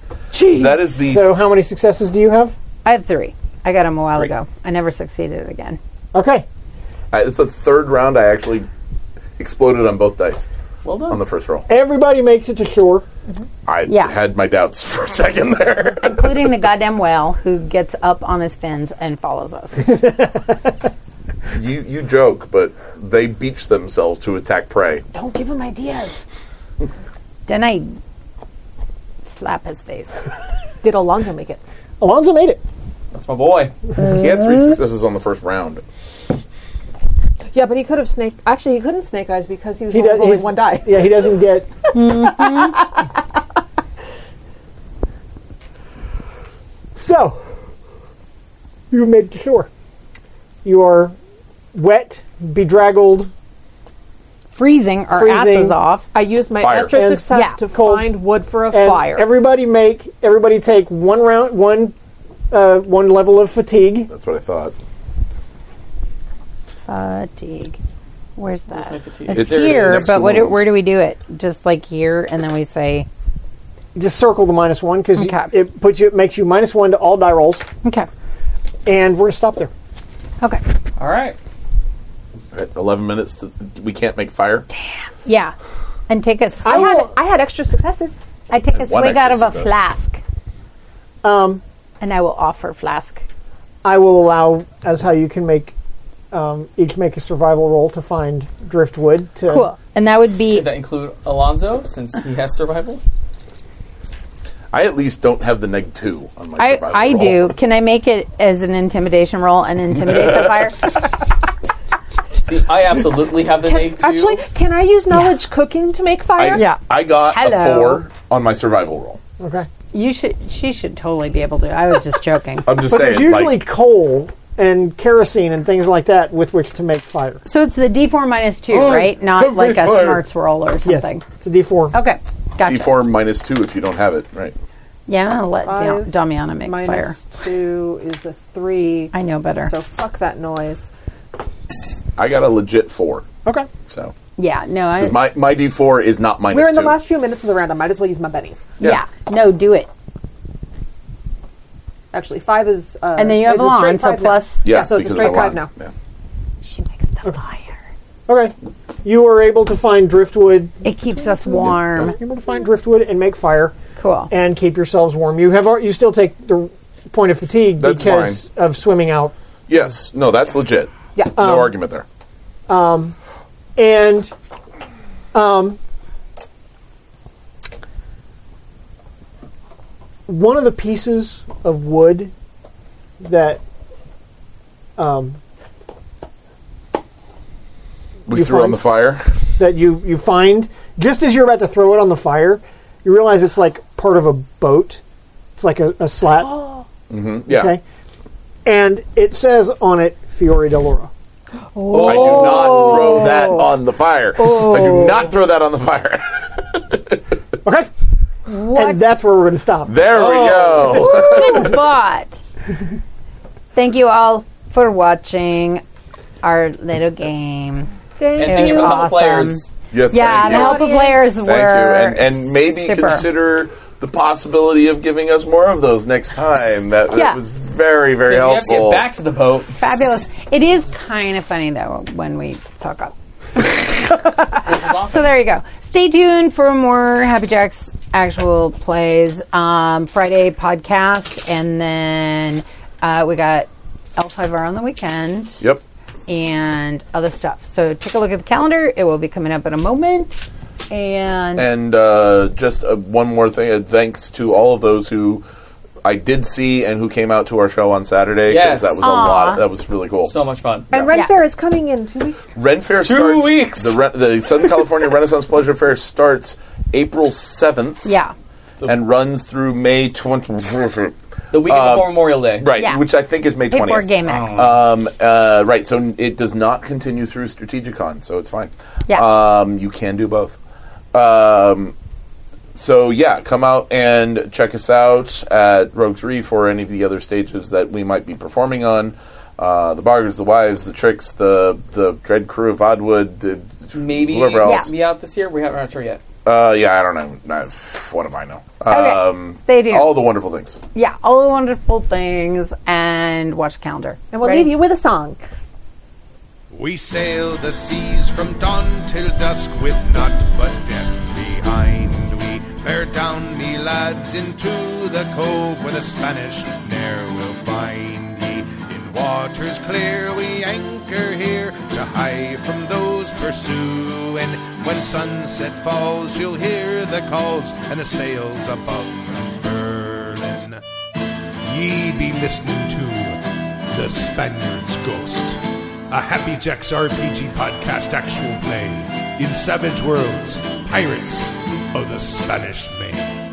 Speaker 4: That is the
Speaker 2: So how many successes do you have?
Speaker 3: I had three. I got them a while ago. I never succeeded again.
Speaker 2: Okay.
Speaker 4: I, it's the third round. I actually exploded on both dice
Speaker 6: Well done.
Speaker 4: on the first roll.
Speaker 2: Everybody makes it to shore.
Speaker 4: I
Speaker 3: Yeah.
Speaker 4: had my doubts for a second there.
Speaker 3: including the goddamn whale who gets up on his fins and follows us.
Speaker 4: you you joke, but they beach themselves to attack prey.
Speaker 3: Don't give him ideas. then I slap his face.
Speaker 5: Did Alonzo make it?
Speaker 2: Alonzo made it.
Speaker 6: That's my boy.
Speaker 4: He had
Speaker 5: Mm-hmm.
Speaker 4: three successes on the first round.
Speaker 5: Yeah, but he could have snake. Actually, he couldn't snake eyes because he was
Speaker 2: He
Speaker 5: only
Speaker 2: does.
Speaker 5: rolling
Speaker 2: he's-
Speaker 5: one die.
Speaker 2: Yeah, he doesn't get. Mm-hmm. so, you've made it to shore. You are wet, bedraggled.
Speaker 3: Freezing our
Speaker 2: Freezing.
Speaker 3: asses off.
Speaker 5: I used my
Speaker 4: Fire.
Speaker 5: extra
Speaker 2: And-
Speaker 5: success
Speaker 3: Yeah.
Speaker 5: to
Speaker 2: Cold.
Speaker 5: find wood for a
Speaker 2: And
Speaker 5: fire.
Speaker 2: Everybody make. Everybody take one round, one, uh, one level of fatigue.
Speaker 4: That's what I thought.
Speaker 3: Fatigue. Where's that?
Speaker 6: my fatigue?
Speaker 3: It's,
Speaker 4: It's there,
Speaker 3: here,
Speaker 4: next to
Speaker 3: but
Speaker 4: the
Speaker 3: what do,
Speaker 4: wounds.
Speaker 3: where do we do it? Just like here, and then we say,
Speaker 2: Just circle the minus one because
Speaker 3: Okay.
Speaker 2: it puts you. It makes you minus one to all die rolls,
Speaker 3: okay,
Speaker 2: and we're gonna stop there.
Speaker 3: okay,
Speaker 6: All right.
Speaker 4: At Eleven minutes. To, we can't make fire.
Speaker 3: yeah, and take a
Speaker 5: I
Speaker 3: swig-
Speaker 5: had I had extra successes.
Speaker 3: I take a
Speaker 4: And one
Speaker 3: swig out of
Speaker 4: extra
Speaker 3: a
Speaker 4: success.
Speaker 3: flask. Um,
Speaker 5: Um,
Speaker 3: and I will offer flask.
Speaker 2: I will allow as how you can make um, each make a survival roll to find driftwood. To
Speaker 3: Cool, and that would be
Speaker 6: Did that include Alonzo since he has survival?
Speaker 4: I at least don't have the neg two on my.
Speaker 3: I,
Speaker 4: survival
Speaker 3: I
Speaker 4: roll.
Speaker 3: do. Can I make it as an intimidation roll and intimidate the fire?
Speaker 6: See, I absolutely have the name too.
Speaker 5: Actually, can I use knowledge cooking to make fire?
Speaker 4: I,
Speaker 3: Yeah.
Speaker 4: I got
Speaker 3: Hello.
Speaker 4: a four on my survival roll.
Speaker 2: Okay.
Speaker 3: You should. She should totally be able to. I was just joking.
Speaker 4: I'm just
Speaker 2: But
Speaker 4: saying.
Speaker 2: there's usually
Speaker 4: like,
Speaker 2: coal and kerosene and things like that with which to make fire.
Speaker 3: So it's the D4 minus two,
Speaker 4: Oh,
Speaker 3: right? Not
Speaker 4: have me
Speaker 3: like a
Speaker 4: fired.
Speaker 3: smarts roll or
Speaker 2: Yes,
Speaker 3: something. Oh.
Speaker 2: it's a D4.
Speaker 3: Okay, gotcha.
Speaker 4: D4 minus two if you don't have it. Right.
Speaker 3: Yeah, I'll let Dam-
Speaker 5: Five
Speaker 3: Damiana make fire.
Speaker 5: Minus two is a three.
Speaker 3: I know better.
Speaker 5: So fuck that noise.
Speaker 4: I got a legit four.
Speaker 5: Okay.
Speaker 4: So
Speaker 3: yeah, no, I,
Speaker 4: 'cause my my D four is not minus.
Speaker 5: We're in the
Speaker 4: two.
Speaker 5: last few minutes of the round. I might as well use my bennies.
Speaker 3: yeah. no, do it.
Speaker 5: Actually, five is. Uh,
Speaker 3: And then you have
Speaker 5: it's a straight
Speaker 3: lawn, so
Speaker 5: five now.
Speaker 3: plus-
Speaker 4: Yeah,
Speaker 5: so it's
Speaker 4: because
Speaker 5: a
Speaker 4: of
Speaker 5: straight
Speaker 4: the
Speaker 5: five now.
Speaker 4: line. Yeah.
Speaker 3: She makes the fire.
Speaker 2: Okay. You were able to find driftwood.
Speaker 3: It keeps us warm.
Speaker 2: You're able to find driftwood and make fire.
Speaker 3: Cool.
Speaker 2: And keep yourselves warm. You have al- you still take the point of fatigue
Speaker 4: That's
Speaker 2: because of swimming out.
Speaker 4: Yes. No, that's legit.
Speaker 5: Yeah. um,
Speaker 4: no argument there.
Speaker 2: And um one of the pieces of wood that
Speaker 4: We
Speaker 2: You
Speaker 4: threw on
Speaker 2: find-
Speaker 4: the fire.
Speaker 2: that you you find just as you're about to throw it on the fire, you realize it's like part of a boat. It's like a, a slat.
Speaker 4: Yeah.
Speaker 2: Okay. And it says on it Fiore Delora.
Speaker 4: I do not throw that
Speaker 3: Oh.
Speaker 4: on the fire. I do not throw that on the fire.
Speaker 2: Okay. And that's where we're going to stop.
Speaker 4: there we
Speaker 3: Oh.
Speaker 4: go.
Speaker 3: Good spot. Thank you all for watching our little game.
Speaker 6: And
Speaker 3: It
Speaker 6: thank you
Speaker 3: was
Speaker 6: for the
Speaker 3: awesome.
Speaker 6: help players.
Speaker 4: Yes.
Speaker 3: Yeah,
Speaker 4: thank
Speaker 3: the
Speaker 4: you.
Speaker 3: help of players were
Speaker 4: Thank you, and, and maybe
Speaker 3: super.
Speaker 4: consider the possibility of giving us more of those next time. That, that
Speaker 3: Yeah.
Speaker 4: was very, very
Speaker 6: We have to
Speaker 4: helpful.
Speaker 6: get back to the boat.
Speaker 3: fabulous. It is kind of funny though when we fuck up. So there you go. Stay tuned for more Happy Jacks actual plays. Um, Friday podcast, and then uh, we got L5R on the weekend.
Speaker 4: Yep.
Speaker 3: and other stuff. So take a look at the calendar. It will be coming up in a moment. And,
Speaker 4: And uh, just uh, one more thing. Uh, thanks to all of those who I did see and who came out to our show on Saturday. 'cause
Speaker 6: Yes.
Speaker 4: that was a lot. That was really cool.
Speaker 6: So much fun.
Speaker 5: And Ren Fair is coming in two weeks.
Speaker 4: Ren Fair starts.
Speaker 6: weeks.
Speaker 4: The, Re- the Southern California Renaissance Pleasure Fair starts April seventh.
Speaker 3: yeah,
Speaker 4: And runs through May twenty.
Speaker 6: The week before Memorial Day.
Speaker 4: Uh, Right,
Speaker 3: Yeah.
Speaker 4: which I think is May
Speaker 3: paid for
Speaker 4: twentieth.
Speaker 3: Game X.
Speaker 4: Um, uh, right, so it does not continue through Strategicon, so it's fine.
Speaker 3: Yeah.
Speaker 4: Um, you can do both. Um, so, yeah, come out and check us out at Rogue 3 for any of the other stages that we might be performing on. Uh, the Bargers, the Wives, the Tricks, the the Dread Crew of Oddwood, the,
Speaker 6: Maybe
Speaker 4: whoever else.
Speaker 6: be out this year. We haven't, we're not sure yet.
Speaker 4: Uh, yeah, I don't know. Uh, What do I know? Uh,
Speaker 3: Okay, stay tuned.
Speaker 4: All the wonderful things.
Speaker 3: yeah, all the wonderful things, and watch the calendar.
Speaker 5: And we'll
Speaker 3: Right?
Speaker 5: leave you with a song.
Speaker 1: We sail the seas from dawn till dusk with naught but death behind. We bear down, me lads, into the cove where the Spanish ne'er will find ye. In waters clear we anchor here to hide from those pursuing. When sunset falls, you'll hear the calls and the sails above from furling. Ye be listening to the Spaniard's Ghost, a Happy Jacks RPG podcast actual play in Savage Worlds, Pirates of the Spanish Main.